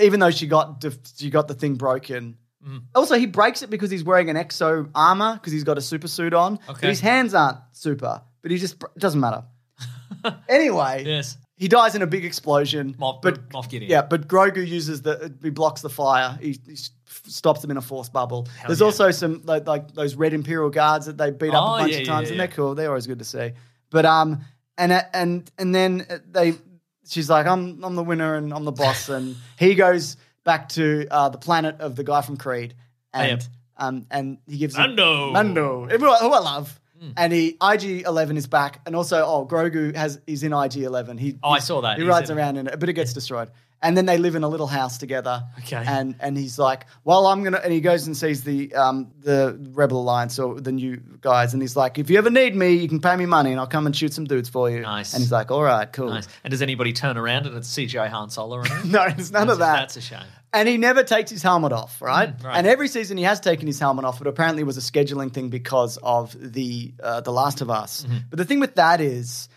C: even though she got def- she got the thing broken. Also, he breaks it because he's wearing an exo armor because he's got a super suit on. But
D: Okay.
C: his hands aren't super, but he just br- it doesn't matter. anyway,
D: yes,
C: he dies in a big explosion.
D: Moff,
C: but
D: Moff Gideon.
C: yeah, but Grogu uses the he blocks the fire. He, he s- stops them in a force bubble. There's
D: yeah.
C: also some like, like those red Imperial guards that they beat up
D: Oh,
C: a bunch
D: yeah,
C: of
D: yeah,
C: times,
D: yeah,
C: and
D: yeah.
C: they're cool. They're always good to see. But um, and and and then uh, they, she's like, I'm I'm the winner and I'm the boss, and he goes back to uh, the planet of the guy from Creed, and
D: Yep.
C: um, and he gives him-
D: Oh, Mando. Hmm.
C: Mando, everyone who I love. And he IG Eleven is back, and also oh Grogu has is in IG Eleven. He
D: Oh, I saw that.
C: he
D: He's
C: rides
D: in it.
C: around in it, but it gets destroyed. And then they live in a little house together.
D: Okay.
C: And and he's like, well, I'm gonna, and he goes and sees the um the Rebel Alliance or the new guys, and he's like, if you ever need me, you can pay me money, and I'll come and shoot some dudes for you.
D: Nice.
C: And he's like, all right, cool.
D: Nice. And does anybody turn around and it's CGI Han Solo? Or anything?
C: No, it's none of that.
D: That's a shame. Mm,
C: And he never takes his helmet off, right?
D: right.
C: And every season he has taken his helmet off, but apparently it was a scheduling thing because of the uh, the Last of Us.
D: Mm-hmm.
C: But the thing with that is,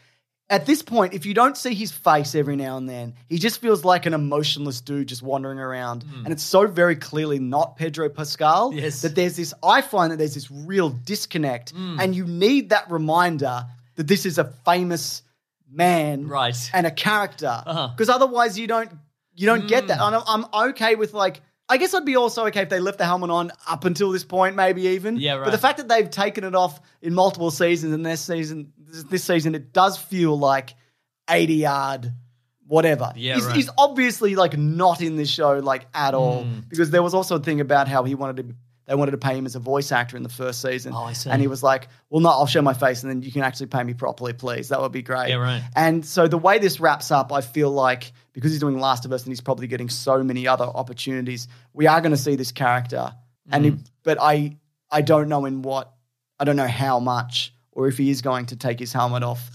C: at this point, if you don't see his face every now and then, he just feels like an emotionless dude just wandering around. And it's so very clearly not Pedro Pascal
D: Mm. Yes. Mm.
C: that there's this. I find that there's this real disconnect, and you need that reminder that this is a famous man,
D: Right. Uh-huh. Hmm.
C: and a character because otherwise you don't you don't get that. And I'm, I'm okay with like I I guess I'd be also okay if they left the helmet on up until this point, maybe even.
D: Yeah,
C: But the
D: right.
C: fact that they've taken it off in multiple seasons and this season, this this season, it does feel like 80 yard, whatever.
D: Yeah,
C: he's,
D: right.
C: he's obviously like not in this show like at all
D: Hmm.
C: because there was also a thing about how he wanted to. They wanted to pay him as a voice actor in the first season.
D: Oh, I see.
C: And he was like, well, no, I'll show my face and then you can actually pay me properly, please. That would be great.
D: Yeah, right.
C: And so the way this wraps up, I feel like because he's doing Last of Us and he's probably getting so many other opportunities, we are going to see this character. And
D: Mm-hmm.
C: he- but I I don't know in what I don't know how much or if he is going to take his helmet off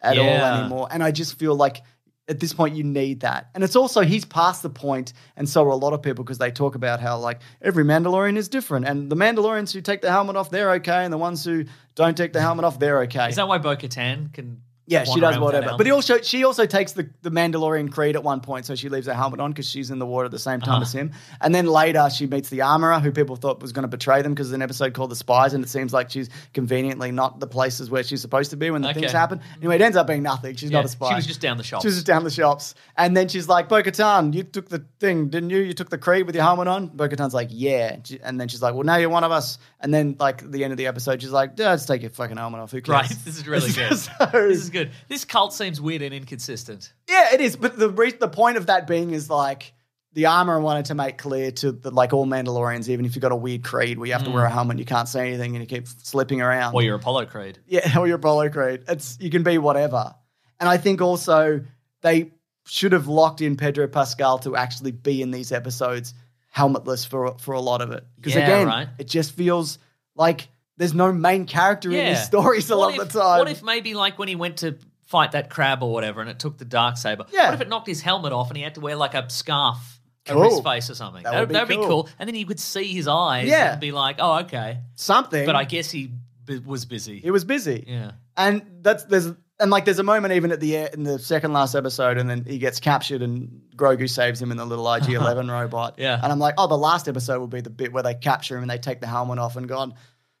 C: at all
D: Yeah.
C: anymore. And I just feel like at this point you need that. And it's also he's past the point, and so are a lot of people because they talk about how like every Mandalorian is different, and the Mandalorians who take the helmet off they're okay, and the ones who don't take the helmet off they're okay.
D: Is that why Bo Katan can?
C: Yeah, she
D: wander
C: does
D: around with that
C: whatever. But he
D: helmet?
C: also she also takes the, the Mandalorian creed at one point, so she leaves her helmet on because she's in the water at the same time as
D: Uh-huh.
C: him. And then later she meets the armorer, who people thought was going to betray them because there's an episode called The Spies, and it seems like she's conveniently not the places where she's supposed to be when the
D: Okay.
C: things happen. Anyway, it ends up being nothing. She's
D: Yeah,
C: not a spy.
D: She was just down the shop.
C: She was just down the shops. And then she's like, Bo Katan, you took the thing, didn't you? You took the creed with your helmet on? Bo Katan's like, yeah. And she- And then she's like, well, now you're one of us. And then, like, at the end of the episode, she's like, yeah, let's take your fucking helmet off. Who cares?
D: Right, this is really good.
C: So-
D: this is good. This cult seems weird and inconsistent.
C: yeah, it is. But the re- the point of that being is like the armor wanted to make clear to the, like all Mandalorians, even if you got a weird creed where you have to wear a helmet, and you can't say anything, and you keep slipping around.
D: Mm. Or your Apollo Creed.
C: Yeah, or your Apollo Creed. It's you can be whatever. And I think also they should have locked in Pedro Pascal to actually be in these episodes helmetless for for a lot of it. Because
D: Yeah,
C: again,
D: right.
C: it just feels like there's no main character in these stories a
D: What
C: lot
D: if-
C: of the time.
D: What if maybe like when he went to fight that crab or whatever, and it took the dark saber?
C: Yeah.
D: What if it knocked his helmet off and he had to wear like a scarf
C: Cool.
D: over his face or something?
C: That would
D: That would
C: be
D: that'd be,
C: cool.
D: cool. And then you could see his eyes.
C: Yeah.
D: And be like, oh okay.
C: something?
D: But I guess he b- was busy.
C: it was busy.
D: yeah.
C: And that's there's and like there's a moment even at the e- in the second last episode, and then he gets captured, and Grogu saves him in the little IG Eleven robot.
D: Yeah.
C: and I'm like, oh, the last episode will be the bit where they capture him and they take the helmet off and gone.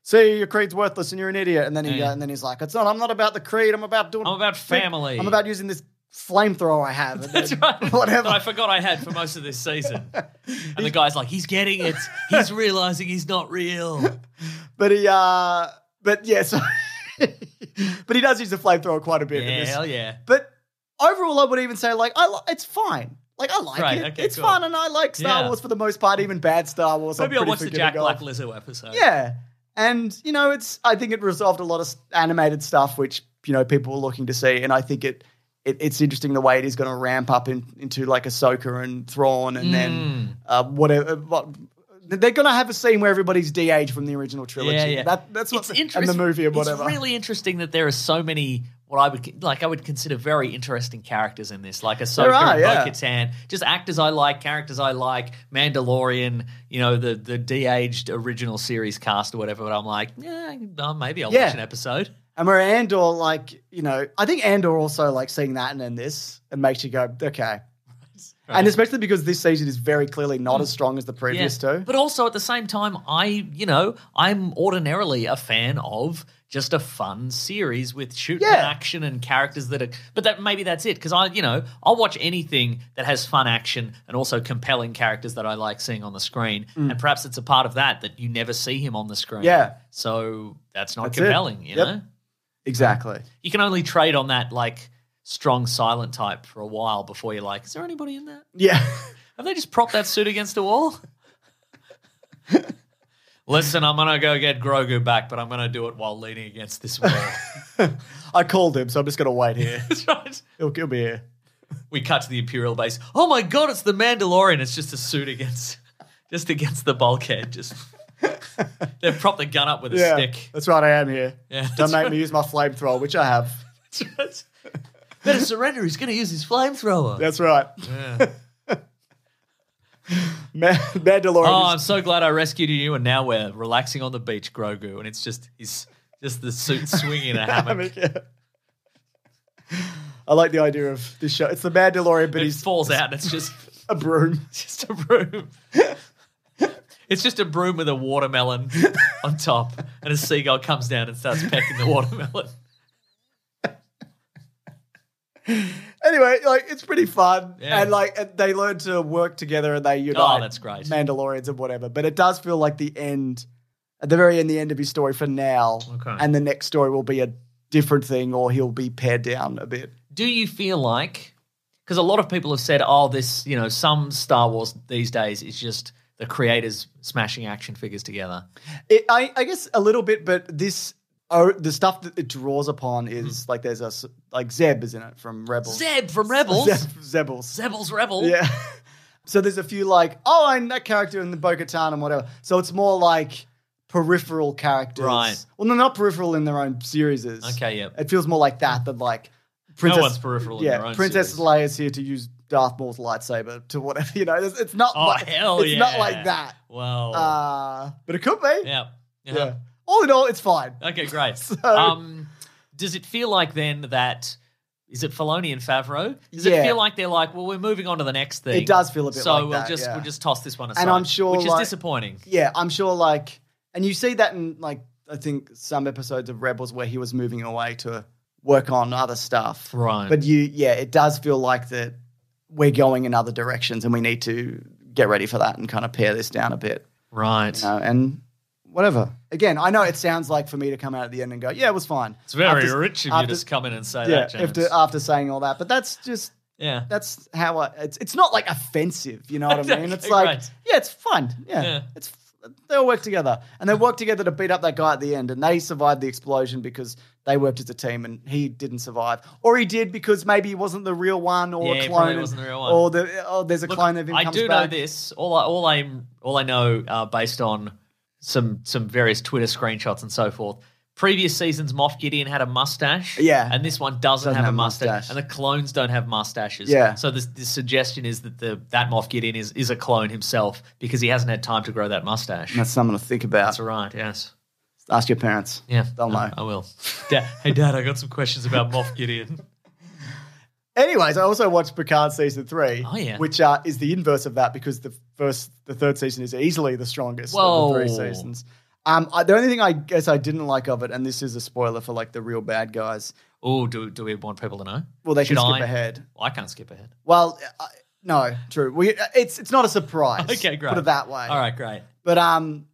C: See, your creed's worthless and you're an idiot. And then he
D: Yeah.
C: uh, and then he's like, it's not. I'm not about the creed. I'm about doing.
D: I'm about family.
C: I'm about using this flamethrower I have. And
D: That's
C: then
D: right.
C: Whatever.
D: That I forgot I had for most of this season. And the guy's like, he's getting it. He's realizing he's not real.
C: But he, uh, but yeah, so. but he does use the flamethrower quite a bit. in
D: Yeah,
C: this.
D: hell yeah.
C: But overall, I would even say like I li- it's fine. Like I like
D: Right,
C: it.
D: okay,
C: it's
D: cool.
C: fun, and I like Star
D: Yeah.
C: Wars for the most part. Even bad Star Wars. I'm
D: Maybe I'll
C: pretty
D: watch the
C: forgiving
D: Jack
C: of.
D: Black Lizzo episode.
C: Yeah, and you know, it's I think it resolved a lot of s- animated stuff, which you know people were looking to see, and I think it. It, it's interesting the way it is going to ramp up in, into like Ahsoka and Thrawn, and
D: Mm.
C: then uh, whatever. What, they're going to have a scene where everybody's de-aged from the original trilogy.
D: Yeah, yeah.
C: That, that's what.
D: it's
C: and the
D: interest-
C: movie and whatever.
D: It's really interesting that there are so many what I would like I would consider very interesting characters in this, like Ahsoka
C: There are,
D: and
C: yeah.
D: Bo-Katan. Just actors I like, characters I like, Mandalorian. You know the the de-aged original series cast or whatever. But I'm like, yeah, well, maybe I'll
C: Yeah.
D: watch an episode.
C: And where Andor, like, you know, I think Andor also like seeing that and then this and makes you go, okay. And especially because this season is very clearly not as strong as the previous
D: Mm. Yeah.
C: two.
D: But also at the same time, I, you know, I'm ordinarily a fan of just a fun series with shooting
C: Yeah.
D: action and characters that are. But that maybe that's it because I, you know, I'll watch anything that has fun action and also compelling characters that I like seeing on the screen. And perhaps it's a part of that that you never see him on the screen.
C: Mm. Yeah.
D: So that's not
C: That's it.
D: compelling. You
C: Yep.
D: know,
C: exactly.
D: you can only trade on that like strong silent type for a while before you're like, is there anybody in that?
C: Yeah.
D: Have they just propped that suit against a wall? Listen, I'm gonna go get Grogu back, but I'm gonna do it while leaning against this wall.
C: I called him, so I'm just going to wait here.
D: That's right.
C: He'll, he'll be here.
D: We cut to the Imperial base. Oh my god, it's the Mandalorian. It's just a suit against just against the bulkhead. Just they've propped the gun up with a
C: Yeah.
D: stick.
C: That's right, I am here.
D: Yeah,
C: Don't
D: that's
C: make me use my flamethrower, which I have.
D: That's right. Better surrender, he's gonna use his flamethrower.
C: That's right.
D: Yeah.
C: Ma-
D: Oh,
C: Mandalorian.
D: I'm so glad I rescued you, and now we're relaxing on the beach, Grogu, and it's just he's just the suit swinging in a hammock.
C: I like the idea of this show. It's the Mandalorian, but
D: It
C: he's
D: falls out, and it's just
C: a broom.
D: just a broom. it's just a broom with a watermelon on top, and a seagull comes down and starts pecking the watermelon.
C: Anyway, like it's pretty fun,
D: Yeah. Oh,
C: and like and they learn to work together and they unite.
D: that's great.
C: Mandalorians and whatever. But it does feel like the end, at the very end, the end of his story for now,
D: Okay.
C: and the next story will be a different thing, or he'll be pared down a bit.
D: Do you feel like because a lot of people have said, "Oh, this you know, some Star Wars these days is just the creators smashing action figures together."
C: It, I, I guess a little bit, but this. Oh, the stuff that it draws upon is like there's a s- like Zeb is in it from Rebels.
D: Hmm. Zeb from Rebels,
C: Zeb, Zebels.
D: Zebel's Rebel.
C: Yeah. So there's a few like, oh, and that character in the Bo Katan and whatever. So it's more like peripheral characters.
D: Right.
C: Well, no, not peripheral in their own series.
D: Okay, yeah.
C: It feels more like that than like
D: No one's peripheral in
C: Yeah,
D: their own
C: Princess
D: series.
C: Leia's here to use Darth Maul's lightsaber to whatever, you know. It's, it's not
D: Oh
C: like,
D: hell
C: it's
D: yeah!
C: not like that.
D: Wow.
C: Uh, but it could be.
D: yeah.
C: Yeah.
D: Uh-huh.
C: All in all, it's fine.
D: Okay, great. um, does it feel like then that is it Filoni and Favreau? Does
C: Yeah.
D: it feel like they're like, well, we're moving on to the next thing?
C: It does feel a bit
D: So
C: like
D: we'll
C: that,
D: just
C: yeah.
D: we'll just toss this one aside,
C: I'm sure,
D: which
C: like-
D: is disappointing.
C: Yeah, I'm sure. Like, and you see that in like I think some episodes of Rebels where he was moving away to work on other stuff.
D: Right.
C: But you, yeah, it does feel like that we're going in other directions, and we need to get ready for that and kind of pare this down a bit.
D: Right.
C: You know, and whatever. Again, I know it sounds like for me to come out at the end and go, "Yeah, it was fine."
D: It's very
C: After-
D: rich of you
C: after-
D: to just come in and say
C: yeah,
D: that, James.
C: after after saying all that, but that's just
D: yeah.
C: that's how I, it's it's not like offensive, you know what I mean? It's
D: Okay,
C: like
D: right.
C: yeah, it's fun. Yeah.
D: Yeah.
C: It's they all work together. And they work together to beat up that guy at the end and they survived the explosion because they worked as a team and he didn't survive. Or he did because maybe he wasn't the real one or
D: Yeah,
C: a
D: he
C: clone.
D: probably wasn't the real one.
C: Or the oh there's a
D: Look,
C: clone of him
D: I
C: comes
D: do
C: back.
D: know this. All I all I all I know uh, based on some some various Twitter screenshots and so forth. Previous seasons, Moff Gideon had a mustache.
C: Yeah.
D: and this one doesn't, have, a mustache,
C: mustache.
D: and the clones don't have mustaches.
C: Yeah.
D: So this, the suggestion is that the that Moff Gideon is is a clone himself because he hasn't had time to grow that mustache.
C: That's something to think about.
D: That's right. Yes.
C: Ask your parents.
D: Yeah.
C: They'll know.
D: I will. Dad, hey, Dad, I got some questions about Moff Gideon.
C: Anyways, I also watched Picard season three,
D: Oh, yeah.
C: which uh, is the inverse of that because the first, the third season is easily the strongest of the three
D: Whoa.
C: seasons. Um, I, the only thing I guess I didn't like of it, and this is a spoiler for like the real bad guys.
D: Oh, do do we want people to know?
C: Well, they
D: Should
C: can skip
D: I?
C: ahead.
D: I can't skip ahead.
C: Well, uh, no, true. We uh, it's it's not a surprise.
D: Okay, great.
C: Put it that way.
D: All right, great.
C: but um,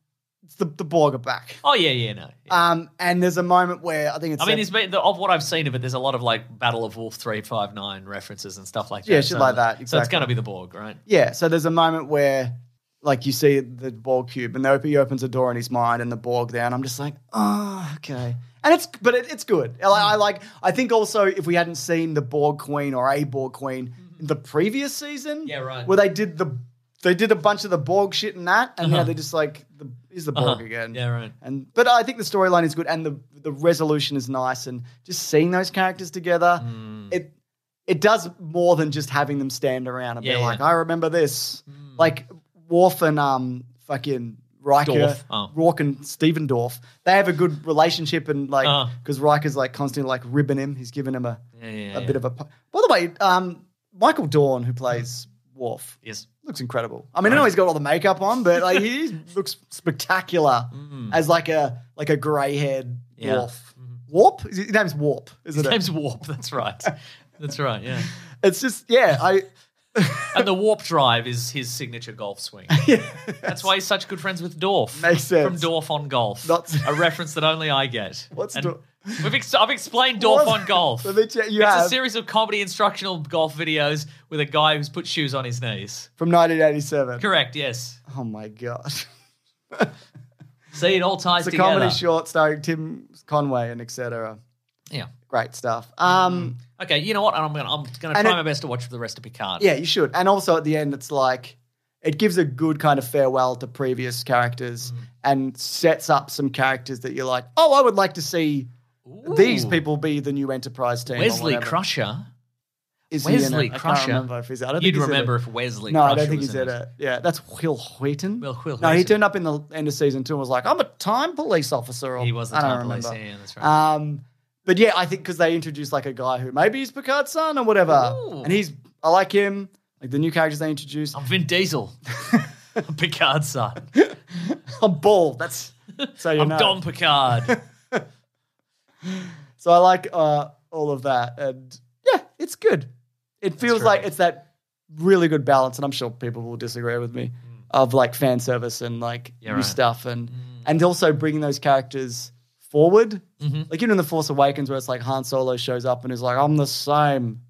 C: it's the the Borg are back.
D: Oh yeah, yeah, no. Yeah.
C: Um, and there's a moment where I think it's
D: I mean,
C: a-
D: there's been, the, of what I've seen of it, there's a lot of like Battle of Wolf 359 references and stuff like that.
C: Yeah, shit like that,
D: So it's
C: exactly.
D: going to be the Borg, right?
C: Yeah, so there's a moment where, like, you see the Borg cube, and the he opens a door in his mind, and the Borg there, and I'm just like, oh, okay. And it's, but it, it's good. I, I like. I think also if we hadn't seen the Borg Queen or a Borg Queen in the previous season,
D: Mm-hmm. Yeah, right.
C: where they did the, they did a bunch of the Borg shit and that, and now they're just like, the, is the Borg
D: Uh-huh.
C: again?
D: Yeah, right.
C: And but I think the storyline is good, and the the resolution is nice, and just seeing those characters together,
D: Mm.
C: it it does more than just having them stand around and
D: Yeah, Hmm.
C: be
D: yeah.
C: like, I remember this, like Worf and um fucking Riker,
D: Dorf, oh.
C: Rourke and Stevendorf. They have a good relationship, and like
D: Uh.
C: because Riker's like constantly like ribbing him, he's giving him a
D: Yeah, yeah,
C: a
D: yeah.
C: bit of a. pu- By the way, um, Michael Dawn who plays Worf
D: Yes.
C: looks incredible. I mean, I know he's got all the makeup on, but like he looks spectacular as like a like a grey haired
D: Hmm. Yeah. Mm-hmm.
C: Worf. Warp? His name's Warp, isn't
D: His
C: it?
D: name's Warp. That's right. That's right. Yeah.
C: It's just yeah, I
D: And the Warp Drive is his signature golf swing. That's why he's such good friends with Dorf.
C: Makes sense.
D: From Dorf on Golf.
C: Not-
D: a reference that only I get.
C: What's
D: And
C: Dorf-
D: We've ex- I've explained Dorf
C: What?
D: on Golf.
C: Let me check- you
D: it's a
C: have.
D: series of comedy instructional golf videos with a guy who's put shoes on his knees.
C: from 1987.
D: Correct, yes.
C: Oh my god.
D: See, it all ties
C: It's a
D: together.
C: comedy short starring Tim Conway and etc.
D: Yeah.
C: Great stuff.
D: Mm-hmm.
C: Um,
D: Okay, you know what? I'm gonna I'm gonna
C: And
D: try
C: it-
D: my best to watch the rest of Picard.
C: yeah, you should. And also at the end, it's like it gives a good kind of farewell to previous characters
D: Mm-hmm.
C: and sets up some characters that you're like, oh, I would like to see
D: Ooh.
C: these people be the new enterprise team. or
D: Wesley
C: whatever.
D: Crusher.
C: Is he in it?
D: Wesley
C: I
D: Crusher.
C: can't remember if he's. I don't
D: You'd
C: think he's in
D: remember
C: it.
D: if Wesley.
C: No, I
D: Crusher
C: don't think
D: was
C: he's
D: in
C: in it. Yeah, that's Will Wheaton.
D: Will Wheaton.
C: No, he turned up in the end of season two and was like, "I'm a time police officer." Or,
D: He was the
C: I don't
D: time police.
C: remember.
D: Yeah, yeah, that's right.
C: Um, but yeah, I think because they introduced like a guy who maybe he's Picard's son or whatever,
D: Ooh.
C: and he's I like him. Like the new characters they introduced.
D: I'm Vin Diesel. I'm Picard's son.
C: I'm bald. That's so you
D: I'm
C: know.
D: Dom Picard.
C: So I like uh, all of that, and yeah, it's good. It feels
D: true.
C: like it's that really good balance, and I'm sure people will disagree with me, of like fan service and like
D: Mm. Yeah,
C: new
D: right. Mm.
C: stuff, and and also bringing those characters forward.
D: Mm-hmm.
C: Like even in the Force Awakens, where it's like Han Solo shows up and is like, "I'm the same.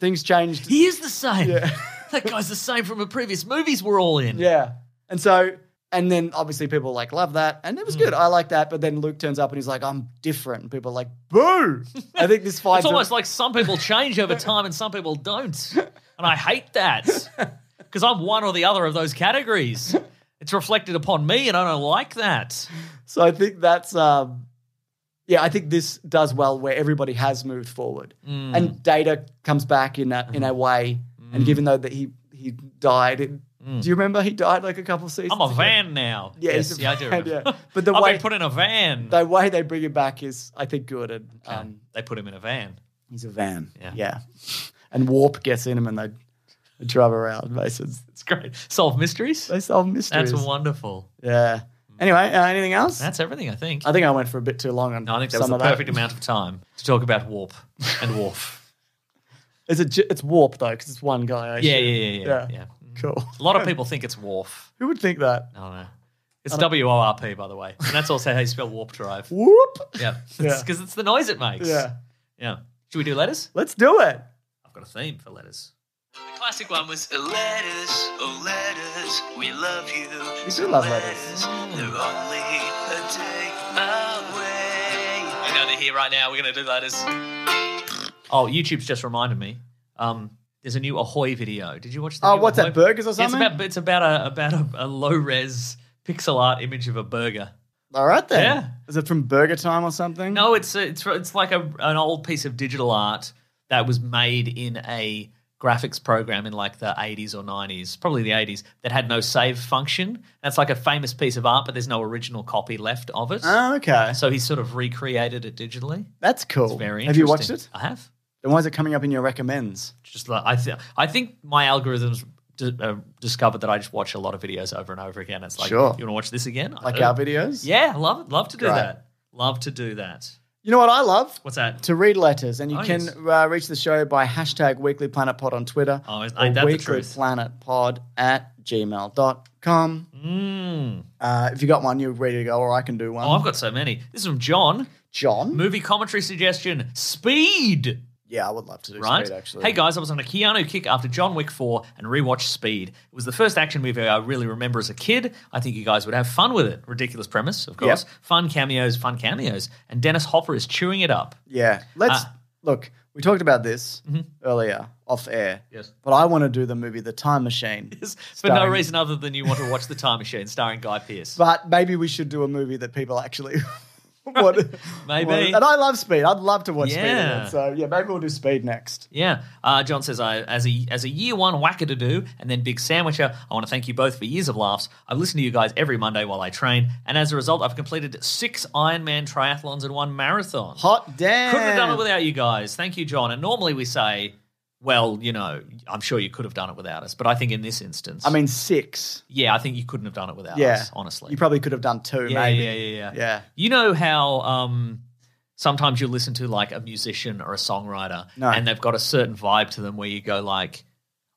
C: Things changed."
D: he is the same.
C: Yeah.
D: that guy's the same from the previous movies we're all in.
C: Yeah. And so, and then obviously people like love that. And it
D: Mm.
C: was good. I like that. But then Luke turns up and he's like, I'm different. And people are like, boo. I think this finds
D: It's almost like some people change over time and some people don't. And I hate that because I'm one or the other of those categories. It's reflected upon me and I don't like that.
C: so I think that's, um, yeah, I think this does well where everybody has moved forward.
D: Mm.
C: And Data comes back in that, in
D: Mm-hmm.
C: a way. And given though that he, he died, it, do you remember he died like a couple of seasons?
D: Mm. I'm a
C: ago?
D: van now.
C: Yeah,
D: yes,
C: he's a
D: yeah, I do.
C: van,
D: remember.
C: yeah. But the
D: I've
C: way-
D: been put in a van.
C: The way they bring him back is, I think, good. And um,
D: they put him in a van.
C: he's a van.
D: Yeah.
C: yeah. And Warp gets in him and they, they drive around. Mason's
D: It's great. Solve mysteries.
C: They solve mysteries.
D: That's wonderful.
C: Yeah. Anyway, uh, anything else?
D: That's everything, I think.
C: I think I went for a bit too long on
D: No, I think that was
C: some
D: the
C: of that.
D: perfect amount of time to talk about warp and wharf.
C: Is it? ju- It's warp though, because it's one guy. I assume.
D: Yeah, yeah, yeah, yeah, yeah.
C: Cool.
D: A lot of people think it's wharf.
C: Who would think that?
D: I don't know. It's W O R P, by the way. And that's also how you spell warp drive.
C: Whoop.
D: Yeah.
C: Yeah.
D: Because it's the noise it makes.
C: Yeah.
D: Yeah. Should we do letters?
C: Let's do it.
D: I've got a theme for letters.
B: The classic one was letters, oh letters, we love you.
C: We do love letters.
B: They're only a day away.
D: I know they're here right now. We're going to do letters. Oh, YouTube's just reminded me. Um, there's a new Ahoy video. Did you watch that?
C: Oh, what's that? Burgers or something?
D: It's about, it's about, a, about a, a low res pixel art image of a burger.
C: All right then.
D: Yeah.
C: Is it from Burger Time or something?
D: No, it's it's it's like a, an old piece of digital art that was made in a graphics program in like the 80s or 90s, probably the 80s, that had no save function. That's like a famous piece of art, but there's no original copy left of it.
C: Oh, okay.
D: so he sort of recreated it digitally.
C: That's cool.
D: It's very
C: Have you watched
D: interesting.
C: it?
D: I have.
C: Then why is it coming up in your recommends?
D: Just like I th- I think my algorithms d- uh, discovered that I just watch a lot of videos over and over again. It's like,
C: Sure.
D: you want to watch this again? I
C: Like
D: do.
C: our videos?
D: Yeah, love it. Love to do
C: Great.
D: that. Love to do that.
C: You know what I love?
D: What's that?
C: To read letters, and you
D: Oh,
C: can
D: yes.
C: uh, reach the show by hashtag Weekly Planet Pod on Twitter
D: Oh, is-
C: or
D: ain't that the truth?
C: weeklyplanetpod at gmail.com.
D: Mm.
C: Uh, if you got one, you're ready to go, or I can do one.
D: Oh, I've got so many. This is from John.
C: John.
D: Movie commentary suggestion Speed.
C: Yeah, I would love to do
D: Right?
C: speed actually.
D: Hey guys, I was on a Keanu kick after John Wick 4 and rewatched Speed. It was the first action movie I really remember as a kid. I think you guys would have fun with it. Ridiculous premise, of course. Fun cameos, fun cameos. And Dennis Hopper is chewing it up.
C: Yeah, let's
D: Ah.
C: look. We talked about this earlier off air.
D: mm-hmm. Yes.
C: but I want to do the movie The Time Machine.
D: For no
C: Starring-
D: reason other than you want to watch The Time Machine starring Guy Pearce.
C: But maybe we should do a movie that people actually. want
D: Maybe.
C: want- and I love Speed. I'd love to watch Speed.
D: Yeah.
C: Again. So yeah, maybe we'll do Speed next.
D: Yeah. Uh, John says, I, as, a, as a year one whacker to do and then big sandwicher, I want to thank you both for years of laughs. I've listened to you guys every Monday while I train, and as a result, I've completed six Ironman triathlons and one marathon.
C: Hot damn!
D: Couldn't have done it without you guys. Thank you, John. And normally we say, well, you know, I'm sure you could have done it without us, but I think in this instance,
C: I mean six.
D: yeah, I think you couldn't have done it without
C: Yeah,
D: us, honestly.
C: you probably could have done two.
D: yeah,
C: maybe.
D: yeah, yeah, yeah.
C: Yeah.
D: You know how um, sometimes you listen to like a musician or a songwriter
C: No.
D: and they've got a certain vibe to them where you go like,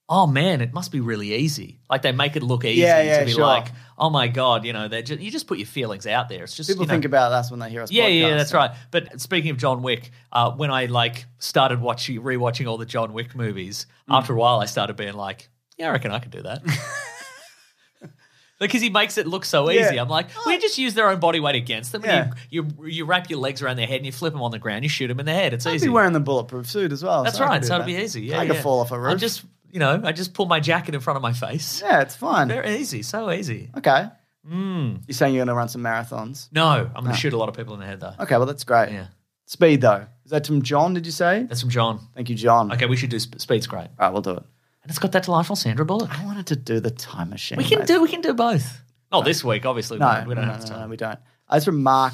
D: oh man, it must be really easy. Like they make it look easy
C: Yeah, yeah,
D: to be
C: sure.
D: like, oh my God, you know, they're just, you just put your feelings out there. It's just,
C: People
D: you know,
C: think about us when they hear us.
D: yeah, yeah,
C: podcasting.
D: that's right. But speaking of John Wick, uh, when I like started watching, rewatching all the John Wick movies,
C: Mm.
D: after a while, I started being like, "Yeah, I reckon I could do that," because he makes it look so
C: Yeah. Oh.
D: easy. I'm like, "Well, you just use their own body weight against them.
C: Yeah.
D: And you, you you wrap your legs around their head and you flip them on the ground. You shoot them in the head. It's
C: I'd
D: easy.
C: be wearing the bulletproof suit as well.
D: That's
C: I could
D: right.
C: do
D: So
C: that.
D: it'd be easy. Yeah,
C: I could
D: yeah.
C: fall off a roof.
D: I just you know, I just pull my jacket in front of my face.
C: yeah, it's fine.
D: Very easy. So easy.
C: Okay.
D: Hmm.
C: You're saying you're going to run some marathons?
D: No, I'm going to shoot a lot of people in the head though.
C: Okay, well, that's great.
D: Yeah,
C: Speed, though. Is that from John, did you say?
D: that's from John.
C: Thank you, John.
D: Okay, we should do sp- speed's great.
C: All right, we'll do it.
D: And it's got that delightful Sandra Bullock.
C: I wanted to do the time machine.
D: We can
C: mate.
D: do we can do both. Not this week, obviously.
C: No,
D: we don't, we don't
C: no,
D: have
C: no,
D: time.
C: No, we don't. Uh, It's from Mark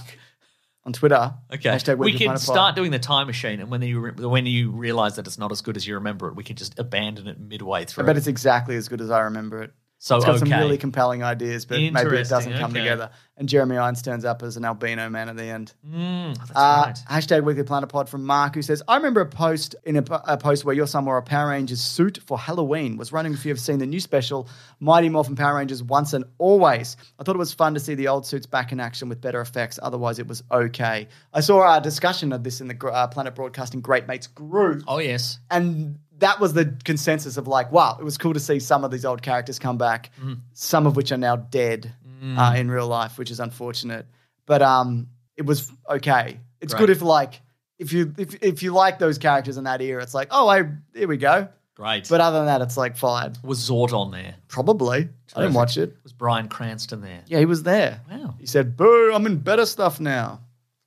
C: on Twitter.
D: Okay,
C: Hashtag oh
D: we
C: Weekly
D: can
C: Planet Pod.
D: start doing the time machine, and when you re- when you realize that it's not as good as you remember it, we can just abandon it midway
C: I
D: through.
C: bet it's exactly as good as I remember it.
D: So
C: it's got
D: okay.
C: some really compelling ideas, but maybe it doesn't
D: Interesting,
C: come
D: okay.
C: together. And Jeremy Irons turns up as an albino man at the end.
D: Mm, that's
C: Uh,
D: right.
C: Hashtag Weekly Planet Pod from Mark, who says, I remember a post in a, a post where your son wore a Power Rangers suit for Halloween. Was running if you have seen the new special, Mighty Morphin Power Rangers Once and Always. I thought it was fun to see the old suits back in action with better effects. Otherwise, it was okay. I saw our discussion of this in the gr- uh, Planet Broadcasting Great Mates group.
D: Oh yes.
C: And that was the consensus of like, wow, it was cool to see some of these old characters come back, some of which are now dead uh, in real life, which is unfortunate. But um, it was okay. It's
D: Great.
C: good if like if you if if you like those characters in that era, it's like, oh, I here we go.
D: Great.
C: But uh, other than that, it's like fine.
D: was Zordon there?
C: Probably I didn't watch it.
D: Was Brian Cranston there?
C: Yeah, he was there.
D: Wow.
C: He said, "Boo! I'm in better stuff now."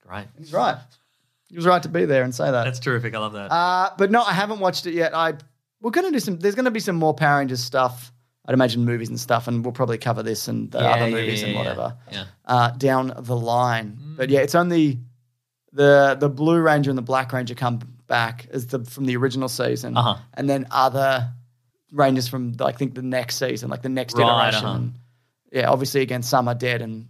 D: Great.
C: He's right. He was right to be there and say that.
D: That's terrific. I love that.
C: Uh, but no, I haven't watched it yet. I we're gonna do some. There's gonna be some more Power Rangers stuff. I'd imagine movies and stuff, and we'll probably cover this and the
D: Yeah,
C: other
D: yeah,
C: movies
D: yeah,
C: and
D: yeah.
C: whatever
D: yeah. Mm.
C: uh, down the line. But yeah, it's only the the Blue Ranger and the Black Ranger come back as the from the original season,
D: Uh-huh.
C: and then other Rangers from I think the next season, like the next
D: Right,
C: generation.
D: uh-huh.
C: Yeah, obviously again, some are dead, and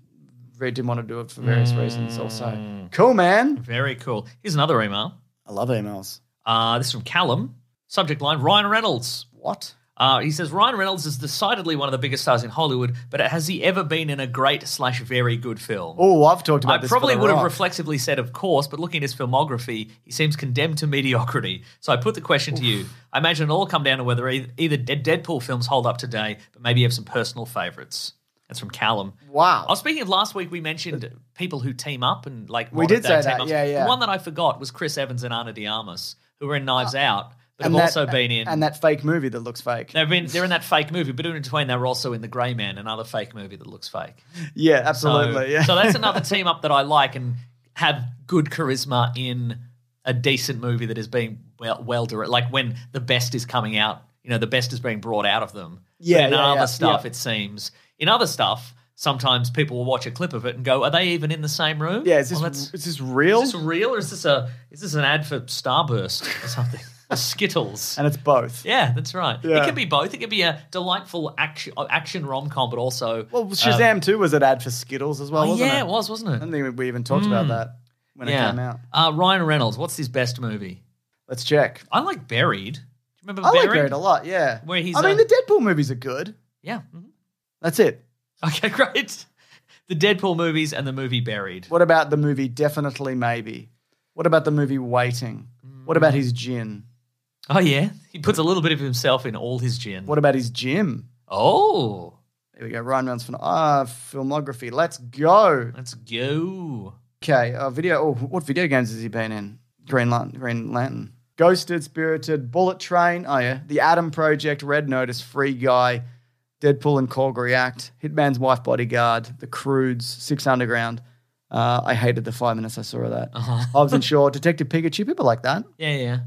C: Red didn't want to do it for various reasons. Also,
D: Mm.
C: cool man.
D: Very cool. Here's another email.
C: I love emails.
D: Uh, this is from Callum. Subject line: Ryan Reynolds.
C: What?
D: Uh, he says Ryan Reynolds is decidedly one of the biggest stars in Hollywood, but has he ever been in a great slash very good film?
C: Oh, I've talked about
D: I
C: this. for
D: probably
C: The
D: would have
C: Rock.
D: reflexively said, of course, but looking at his filmography, he seems condemned to mediocrity. So I put the question to you. I imagine it all come down to whether e- either Dead Deadpool films hold up today, but maybe you have some personal favourites. That's from Callum.
C: Wow.
D: I was speaking of last week. We mentioned people who team up and like
C: We
D: modern
C: did
D: day
C: say
D: team
C: that,
D: ups.
C: yeah, yeah.
D: The one that I forgot was Chris Evans and Ana de Armas, who were in Knives Out, but have
C: Uh, that-
D: also been in.
C: and that fake movie that looks fake.
D: They've been they're in that fake movie, but in between they were also in The Grey Man, another fake movie that looks fake.
C: Yeah,
D: So-
C: absolutely. yeah.
D: so that's another team up that I like and have good charisma in a decent movie that is being well well directed. Like when the best is coming out, you know, the best is being brought out of them. But
C: Yeah,
D: in
C: yeah,
D: other
C: yeah,
D: stuff,
C: yeah.
D: it seems in other stuff. Sometimes people will watch a clip of it and go, "Are they even in the same room?
C: yeah, is this
D: Well, Oh, that's-
C: is this real?
D: is this real or is this a is this an ad for Starburst or something? Or Skittles?
C: and it's both.
D: Yeah, that's right.
C: Yeah.
D: It can be both. It can be a delightful action uh, action rom com, but also
C: Well, Shazam too was an ad for Skittles as well,
D: Um, oh,
C: wasn't
D: yeah,
C: it?
D: it was, wasn't it?
C: I don't think we even talked about that when
D: yeah.
C: it came out.
D: Uh, Ryan Reynolds, what's his best movie?
C: Let's check.
D: I like Buried. Do you remember
C: I
D: Buried?
C: like Buried a lot. Yeah.
D: Where he's uh,
C: I mean,
D: a-
C: the Deadpool movies are good.
D: Yeah. mhm.
C: That's it.
D: Okay, great. The Deadpool movies and the movie Buried.
C: What about the movie Definitely Maybe? What about the movie Waiting? What about his gin?
D: Oh yeah, he puts a little bit of himself in all his gin.
C: What about his gym?
D: Oh,
C: There we go. Ryan Reynolds from ah filmography. Let's go.
D: let's go.
C: Okay, uh, video. Oh, what video games has he been in? Green Lantern. Green Lantern. Ghosted, Spirited, Bullet Train. Oh yeah, The Atom Project, Red Notice, Free Guy, Deadpool and Korg React, Hitman's Wife, Bodyguard, The Crudes, Six Underground. Uh, I hated the five minutes I saw of that.
D: Uh-huh.
C: Hobbs and Shaw, Detective Pikachu, people like that.
D: Yeah, yeah.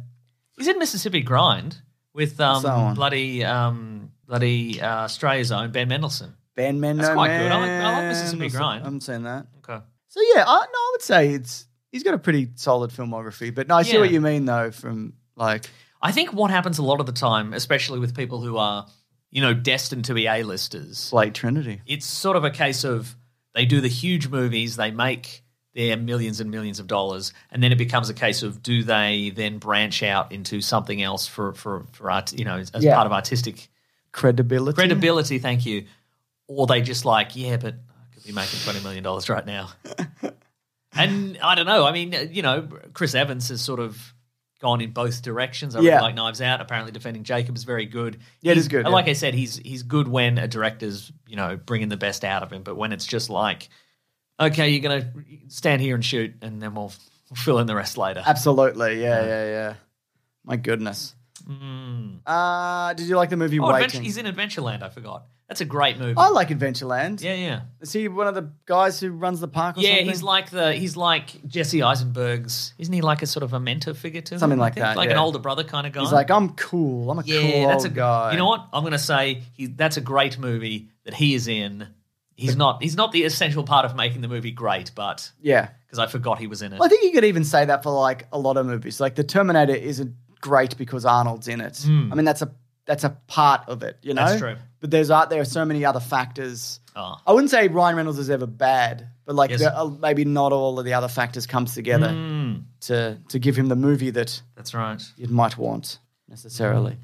D: He's in Mississippi Grind with
C: that one?
D: um, bloody um, bloody uh, Australia's own Ben Mendelsohn.
C: Ben Mendo.
D: That's quite good. I like- I like
C: Man.
D: Mississippi Grind.
C: I haven't seen that.
D: Okay.
C: So yeah, I, no, I would say it's he's got a pretty solid filmography. But no, I see
D: Yeah.
C: what you mean though. From like,
D: I think what happens a lot of the time, especially with people who are, you know, destined to be A-listers,
C: Blade Trinity.
D: it's sort of a case of they do the huge movies, they make their millions and millions of dollars, and then it becomes a case of do they then branch out into something else for for for art, you know, as
C: Yeah.
D: part of artistic
C: Credibility.
D: credibility? Thank you, or they just like, yeah, but I could be making twenty million dollars right now. and I don't know. I mean, you know, Chris Evans has sort of gone in both directions. I
C: Yeah.
D: really like Knives Out. Apparently, defending Jacob is very good.
C: Yeah, it
D: He's-
C: is good,
D: and Like I said, he's he's good when a director's you know bringing the best out of him. But when it's just like, okay, you're gonna stand here and shoot, and then we'll, we'll fill in the rest later.
C: Absolutely. Yeah, yeah, yeah. My goodness.
D: Mm.
C: Uh, did you like the movie
D: Oh, Adventure,
C: Waiting?
D: he's in Adventureland. I forgot. That's a great movie.
C: I like Adventureland.
D: yeah, yeah.
C: Is he one of the guys who runs the park or
D: yeah,
C: something?
D: he's like the he's like Jesse Eisenberg's. Isn't he like a sort of a mentor figure to him,
C: Something
D: I
C: like
D: think?
C: that,
D: like
C: yeah.
D: an older brother kind of guy.
C: He's like, I'm cool. I'm a
D: yeah,
C: cool
D: that's a
C: old guy.
D: You know what? I'm gonna say he, that's a great movie that he is in. He's not he's not the essential part of making the movie great, but
C: Yeah.
D: because I forgot he was in it.
C: Well, I think you could even say that for like a lot of movies. Like the Terminator isn't great because Arnold's in it. I mean, that's a that's a part of it, you know.
D: Hmm. That's true.
C: But there's uh, there are so many other factors.
D: Oh.
C: I wouldn't say Ryan Reynolds is ever bad, but like
D: Yes. Hmm.
C: there are maybe not all of the other factors comes together to to give him the movie that
D: That's right.
C: you might want necessarily.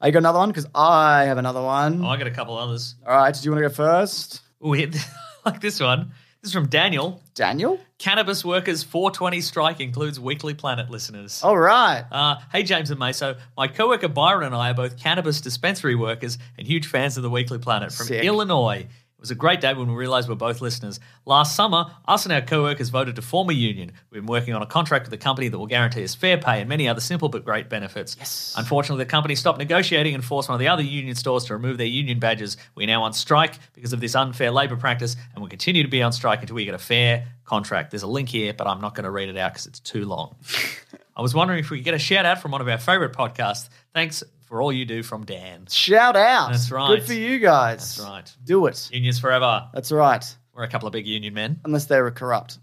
C: Are you got another one? Because I have another one.
D: Oh, I got a couple others.
C: All right, do you want to go first,
D: Oh, hit like this one. This is from Daniel.
C: Daniel?
D: Cannabis workers 420 strike includes Weekly Planet listeners.
C: All right.
D: Uh, hey, James and Meso. My coworker Byron and I are both cannabis dispensary workers and huge fans of the Weekly Planet from
C: Sick.
D: Illinois. It was a great day when we realized we're both listeners. Last summer, us and our coworkers voted to form a union. We've been working on a contract with a company that will guarantee us fair pay and many other simple but great benefits. Yes. Unfortunately, the company stopped negotiating and forced one of the other union stores to remove their union badges. We're now on strike because of this unfair labor practice and will continue to be on strike until we get a fair contract. There's a link here, but I'm not going to read it out because it's too long. I was wondering if we could get a shout out from one of our favorite podcasts. Thanks for all you do from Dan.
C: Shout out.
D: That's right.
C: Good for you guys.
D: That's right.
C: Do it.
D: Unions forever.
C: That's right.
D: We're a couple of big union men.
C: Unless they were corrupt.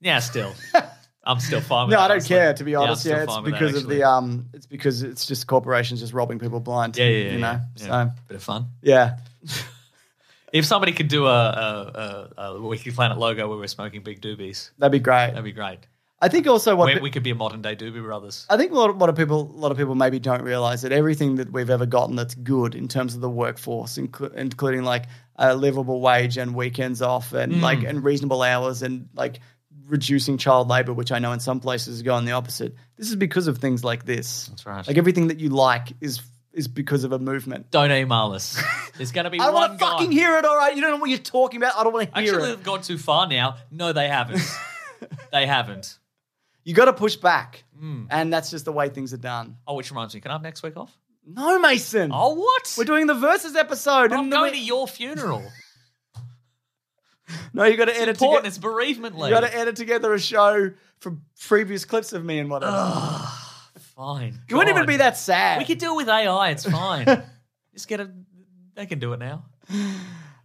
D: Yeah, still. I'm still fine with
C: No,
D: that,
C: I don't
D: honestly.
C: care to be
D: I'm
C: honest.
D: still
C: Yeah, it's
D: fine with that,
C: because of
D: actually.
C: the um, it's because it's just corporations just robbing people blind.
D: Yeah, yeah, yeah.
C: you know.
D: yeah.
C: So
D: Bit of fun.
C: yeah,
D: If somebody could do a, a, a, a Weekly Planet logo where we're smoking big doobies,
C: that'd be great.
D: that'd be great.
C: I think also what
D: We,
C: pe-
D: we could be a modern day Doobie Brothers.
C: I think a lot, a lot of people, a lot of people maybe don't realize that everything that we've ever gotten that's good in terms of the workforce, inclu- including like a livable wage and weekends off,
D: Hmm.
C: and like and reasonable hours, and like reducing child labor, which I know in some places has gone the opposite. This is because of things like this. That's
D: right.
C: Like everything that you like is is because of a movement.
D: Don't email us. There's going to be
C: I don't
D: one
C: want to
D: guy.
C: fucking hear it. All right, you don't know what you're talking about. I don't want to hear
D: Actually,
C: it.
D: they've gone too far now. No, they haven't. they haven't.
C: You got to push back,
D: Hmm.
C: and that's just the way things are done.
D: Oh, which reminds me, can I have next week off?
C: No, Mason.
D: Oh, what?
C: We're doing the verses episode.
D: I'm
C: and the-
D: going to your funeral.
C: No, you got to edit.
D: Important.
C: toge-
D: It's bereavement
C: You
D: leave.
C: got to edit together a show from previous clips of me and whatever.
D: Fine.
C: you wouldn't even
D: God.
C: be that sad.
D: We could deal with AI. It's fine. Just get a. They can do it now.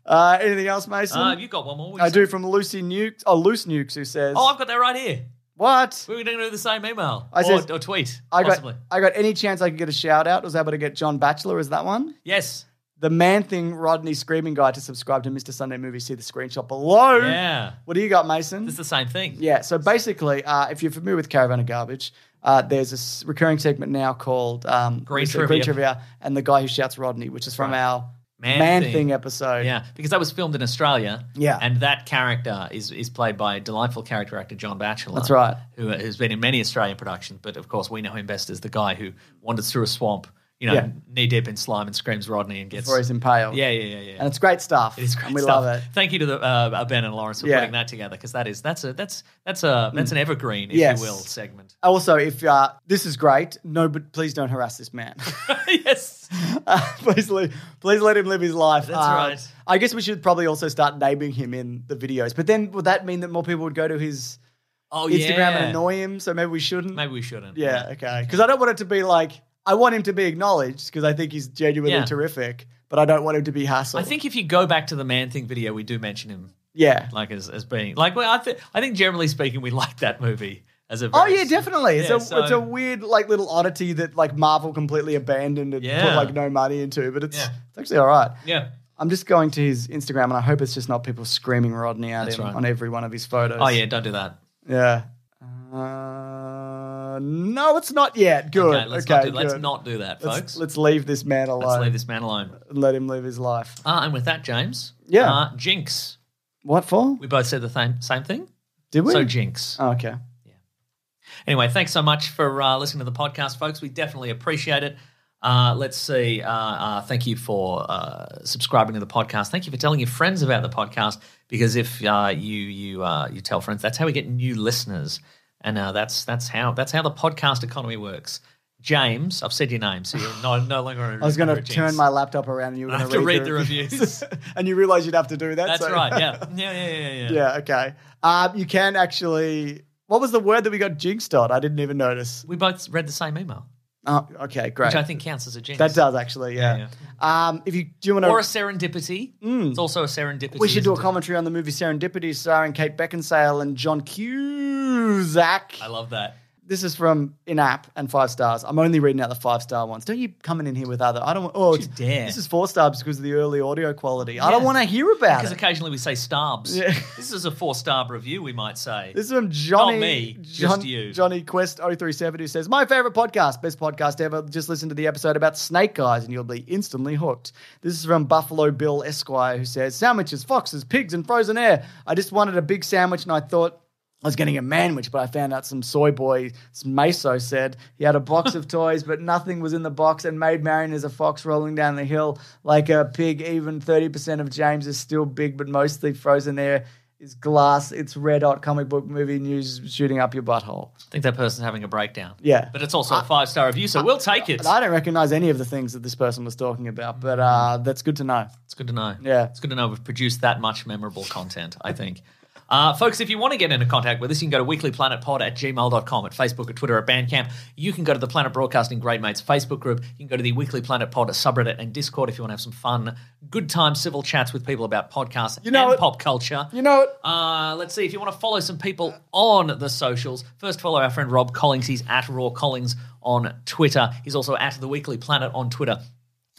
C: uh, anything else, Mason?
D: Uh, you got one more.
C: I do from Lucy Nukes. Oh, Loose Nukes, who says,
D: Oh, I've got that right here.
C: "What?
D: We were going to do the same email
C: I
D: or,
C: says-
D: or tweet.
C: I got,
D: possibly.
C: I got any chance I could get a shout out. Was able to get John Batchelor. Is that one?
D: Yes.
C: The man thing, Rodney Screaming Guy, to subscribe to Mr. Sunday Movie. See the screenshot below.
D: Yeah.
C: What do you got, Mason?
D: It's the same thing.
C: Yeah. So basically, uh, if you're familiar with Caravan of Garbage, uh, there's a s- recurring segment now called um,
D: Green
C: Mr.
D: Trivia.
C: and the guy who shouts Rodney, which is from our
D: Man
C: Man,
D: Thing.
C: Thing. episode.
D: Yeah, because that was filmed in Australia.
C: Yeah.
D: and that character is is played by delightful character actor John Batchelor.
C: That's right.
D: Who has been in many Australian productions, but of course we know him best as the guy who wanders through a swamp, you know,
C: Yeah.
D: knee deep in slime and screams Rodney and gets.
C: Before he's impaled.
D: yeah, yeah, yeah, yeah.
C: And it's great stuff.
D: It is great
C: and we
D: stuff.
C: love it.
D: Thank you to the uh, uh, Ben and Lawrence for
C: Yeah. Mm.
D: putting that together because that is that's a that's that's a that's an evergreen, if
C: Yes.
D: you will, segment.
C: Also, if uh, this is great, no, but please don't harass this man.
D: yes,
C: Uh, please, leave, please let him live his life.
D: That's
C: Uh,
D: right.
C: I guess we should probably also start naming him in the videos. But then would that mean that more people would go to his
D: oh
C: Instagram
D: yeah.
C: and annoy him? So maybe we shouldn't.
D: Maybe we shouldn't.
C: Yeah, okay. Because I don't want it to be like I want him to be acknowledged because I think he's genuinely
D: Yeah.
C: terrific, but I don't want him to be hassled.
D: I think if you go back to the man thing video, we do mention him
C: yeah.
D: like as, as being like well, I, th- I think generally speaking we like that movie as a
C: Oh
D: very-
C: yeah, definitely. It's,
D: Yeah,
C: a,
D: so-
C: it's a weird like little oddity that like Marvel completely abandoned and
D: Yeah.
C: put like no money into, but it's
D: Yeah.
C: it's actually all right.
D: yeah
C: I'm just going to his Instagram and I hope it's just not people screaming Rodney at
D: That's
C: him
D: right.
C: on every one of his photos.
D: oh yeah don't do that
C: yeah. Uh, no, it's not yet. Good.
D: okay let's, not, do, let's
C: good.
D: not do
C: Let's-
D: that folks let's,
C: Let's leave this man alone.
D: leave this man alone
C: and let him live his life.
D: uh, and with that James
C: Yeah.
D: uh, Jinx
C: What for?
D: we both said the same same thing
C: Did we?
D: so Jinx
C: Oh, okay.
D: Anyway, thanks so much for uh, listening to the podcast, folks. We definitely appreciate it. Uh, let's see. Uh, uh, thank you for uh, subscribing to the podcast. Thank you for telling your friends about the podcast because if uh, you you uh, you tell friends, that's how we get new listeners, and uh, that's that's how that's how the podcast economy works. James, I've said your name, so you're no, no longer.
C: I was going to
D: under a jinx.
C: turn my laptop around and you were
D: I
C: going
D: have to read the
C: reviews.
D: reviews.
C: and you realize you'd have to do that.
D: That's
C: so-
D: right. Yeah. Yeah. Yeah. Yeah. Yeah.
C: yeah, okay. Um, you can actually. What was the word that we got jinxed on? I didn't even notice.
D: We both read the same email,
C: Oh, okay, great.
D: which I think counts as a jinx.
C: that does actually, yeah. Um, if you do you want
D: Or a
C: to,
D: serendipity. It's also a serendipity.
C: Mm. we should do a
D: isn't it?
C: commentary on the movie Serendipity, starring Kate Beckinsale and John Cusack.
D: I love that.
C: This is from in app and five stars. I'm only reading out the five star ones. Don't you coming in here with other? I don't. want Oh,
D: you
C: it's-
D: dare.
C: this is four stars because of the early audio quality. I
D: Yeah.
C: don't want to hear about
D: Because
C: it.
D: occasionally we say starbs.
C: Yeah.
D: This is a four star review, we might say.
C: This is from Johnny.
D: me, just you.
C: Johnny Quest 037 who says, My favorite podcast, best podcast ever. Just listen to the episode about snake guys and you'll be instantly hooked. This is from Buffalo Bill Esquire who says, Sandwiches, foxes, pigs, and frozen air. I just wanted a big sandwich and I thought, I was getting a manwich, but I found out some soy boy, Meso said he had a box of toys, but nothing was in the box. And Maid Marian is a fox rolling down the hill like a pig. Even 30% of James is still big, but mostly frozen air is glass. It's red hot comic book movie news shooting up your butthole.
D: I think that person's having a breakdown.
C: Yeah.
D: But it's also a five star review, so we'll take it.
C: But I don't recognize any of the things that this person was talking about, but uh, that's good to know.
D: It's good to know.
C: Yeah.
D: It's good to know we've produced that much memorable content, I think. Uh, folks, if you want to get into contact with us, you can go to weeklyplanetpod at gmail.com, at Facebook, at Twitter, at Bandcamp. You can go to the Planet Broadcasting Great Mates Facebook group. You can go to the Weekly Planet Pod subreddit and Discord if you want to have some fun, good time civil chats with people about podcasts
C: know
D: and
C: it.
D: pop culture.
C: You know it.
D: Uh, let's see if you want to follow some people on the socials. First, follow our friend Rob Collings. He's at Raw Collings on Twitter. He's also at The Weekly Planet on Twitter.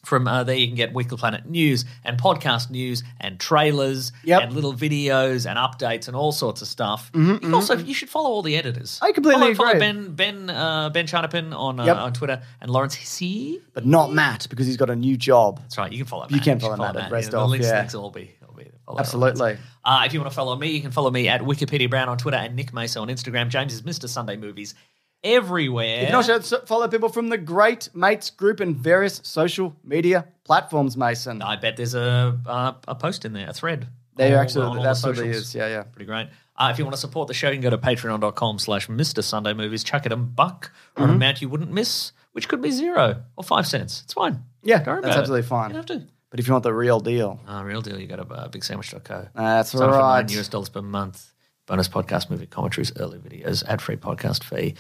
D: From uh, there, you can get Weekly Planet news and podcast news and trailers
C: Yep. Mm-hmm,
D: and little videos and updates and all sorts of stuff. you can also, you should follow all the editors.
C: I completely
D: follow, Follow
C: agree.
D: Ben Ben uh, Ben Chinapin on uh,
C: Yep.
D: on Twitter and Lawrence Hissy.
C: But not Matt because he's got a new job.
D: That's right. You can follow.
C: You
D: Matt.
C: can
D: should
C: follow Matt at
D: Yeah,
C: Rest
D: the
C: Off,
D: links,
C: yeah.
D: links will all be. Will be follow that.
C: Absolutely.
D: Uh, if you want to follow me, you can follow me at Wikipedia Brown on Twitter and Nick Mesa on Instagram. James is Mr. Sunday Movies everywhere.
C: You can also so- follow people from the Great Mates group and various social media platforms, Mason.
D: I bet there's a uh, a post in there, a thread.
C: They
D: On- on all
C: absolutely,
D: the
C: that absolutely
D: socials.
C: is. Yeah, yeah.
D: Pretty great. Uh, if you want to support the show, you can go to patreon.com slash Mr. Sunday Movies. Chuck it a buck or
C: Mm-hmm.
D: an amount you wouldn't miss, which could be zero or five cents. It's fine.
C: Yeah,
D: Don't worry
C: that's
D: about it.
C: absolutely fine.
D: You don't have to.
C: But if you want the real deal,
D: Uh, real deal, you go to uh, bigsandwich.co.
C: That's
D: Starting from
C: right.
D: nine US dollars per month. Bonus podcast, movie commentaries, early videos, ad free podcast fee,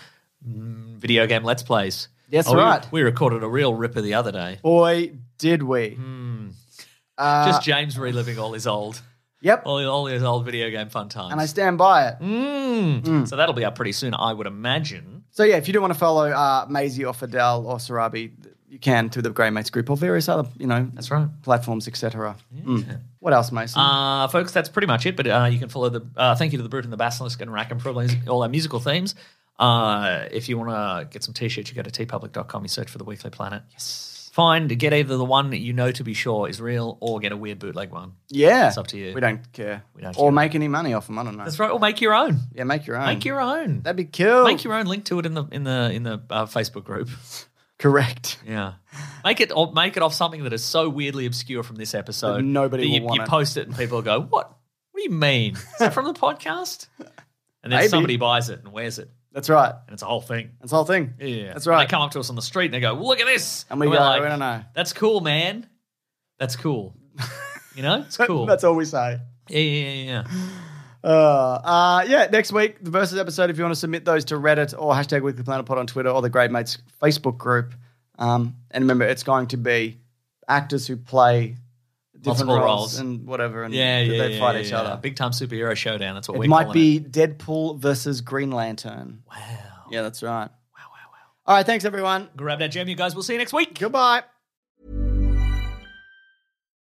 D: mm, video game let's plays. Oh,
C: Yes,
D: we-
C: right.
D: We, recorded a real ripper the other day.
C: boy, did we.
D: Hmm.
C: Uh,
D: Just James reliving all his old,
C: yep.
D: all, all his old video game fun times.
C: And I Hmm. stand by it.
D: Mm. So that'll be up pretty soon, I would imagine.
C: So, yeah, if you do want to follow uh, Maisie or Fidel or Sarabi, you can to the Grey Mates group or various other, you know,
D: That's right.
C: platforms, etc. Mm. What else, Mason?
D: Uh, folks, that's pretty much it. But uh, you can follow the uh, thank you to the Brute and the Basilisk and Rack and Privilege, all our musical themes. Uh, if you want to get some t-shirts, you go to tpublic.com. You search for the Weekly Planet. Yes. Find get either the one that you know to be sure is real, or get a weird bootleg one.
C: yeah.
D: it's up to you.
C: We don't care.
D: We don't
C: or
D: care.
C: make any money off them. I don't know.
D: That's right. Or make your own.
C: Yeah, make your own.
D: Make your own.
C: That'd be cool.
D: Make your own. Link to it in the in the in the uh, Facebook group.
C: Correct.
D: Yeah. Make it or make it off something that is so weirdly obscure from this episode.
C: That nobody
D: that you,
C: will want
D: you
C: it.
D: post it and people go, What? What do you mean? Is that from the podcast? And then
C: Maybe.
D: somebody buys it and wears it.
C: That's right.
D: And it's a whole thing.
C: That's the whole thing.
D: Yeah.
C: That's
D: And
C: right.
D: they come up to us on the street and they go, Look at this.
C: And we
D: we're
C: go, "We don't know."
D: That's cool, man. That's cool. You know? It's cool.
C: That's all we say.
D: yeah, yeah, yeah, yeah.
C: Uh, uh, yeah, next week, the Versus episode, if you want to submit those to Reddit or hashtag Weekly Planet Pod on Twitter or the Great Mates Facebook group. Um, and remember, it's going to be actors who play different
D: Multiple
C: roles,
D: roles.
C: and whatever, and
D: Yeah, yeah.
C: they
D: yeah,
C: fight
D: yeah,
C: each
D: yeah.
C: other.
D: Big time superhero showdown. That's what
C: It
D: we're
C: might
D: calling
C: be Deadpool versus Green Lantern.
D: Wow. Wow,
C: Yeah, that's right.
D: wow, wow.
C: All right, thanks, everyone.
D: Grab that gem, you guys. We'll see you next week.
C: Goodbye.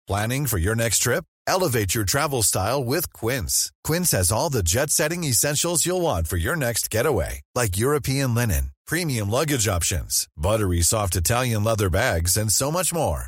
G: Planning for your next trip? Elevate your travel style with Quince. Quince has all the jet setting essentials you'll want for your next getaway, like European linen, premium luggage options, buttery soft Italian leather bags, and so much more.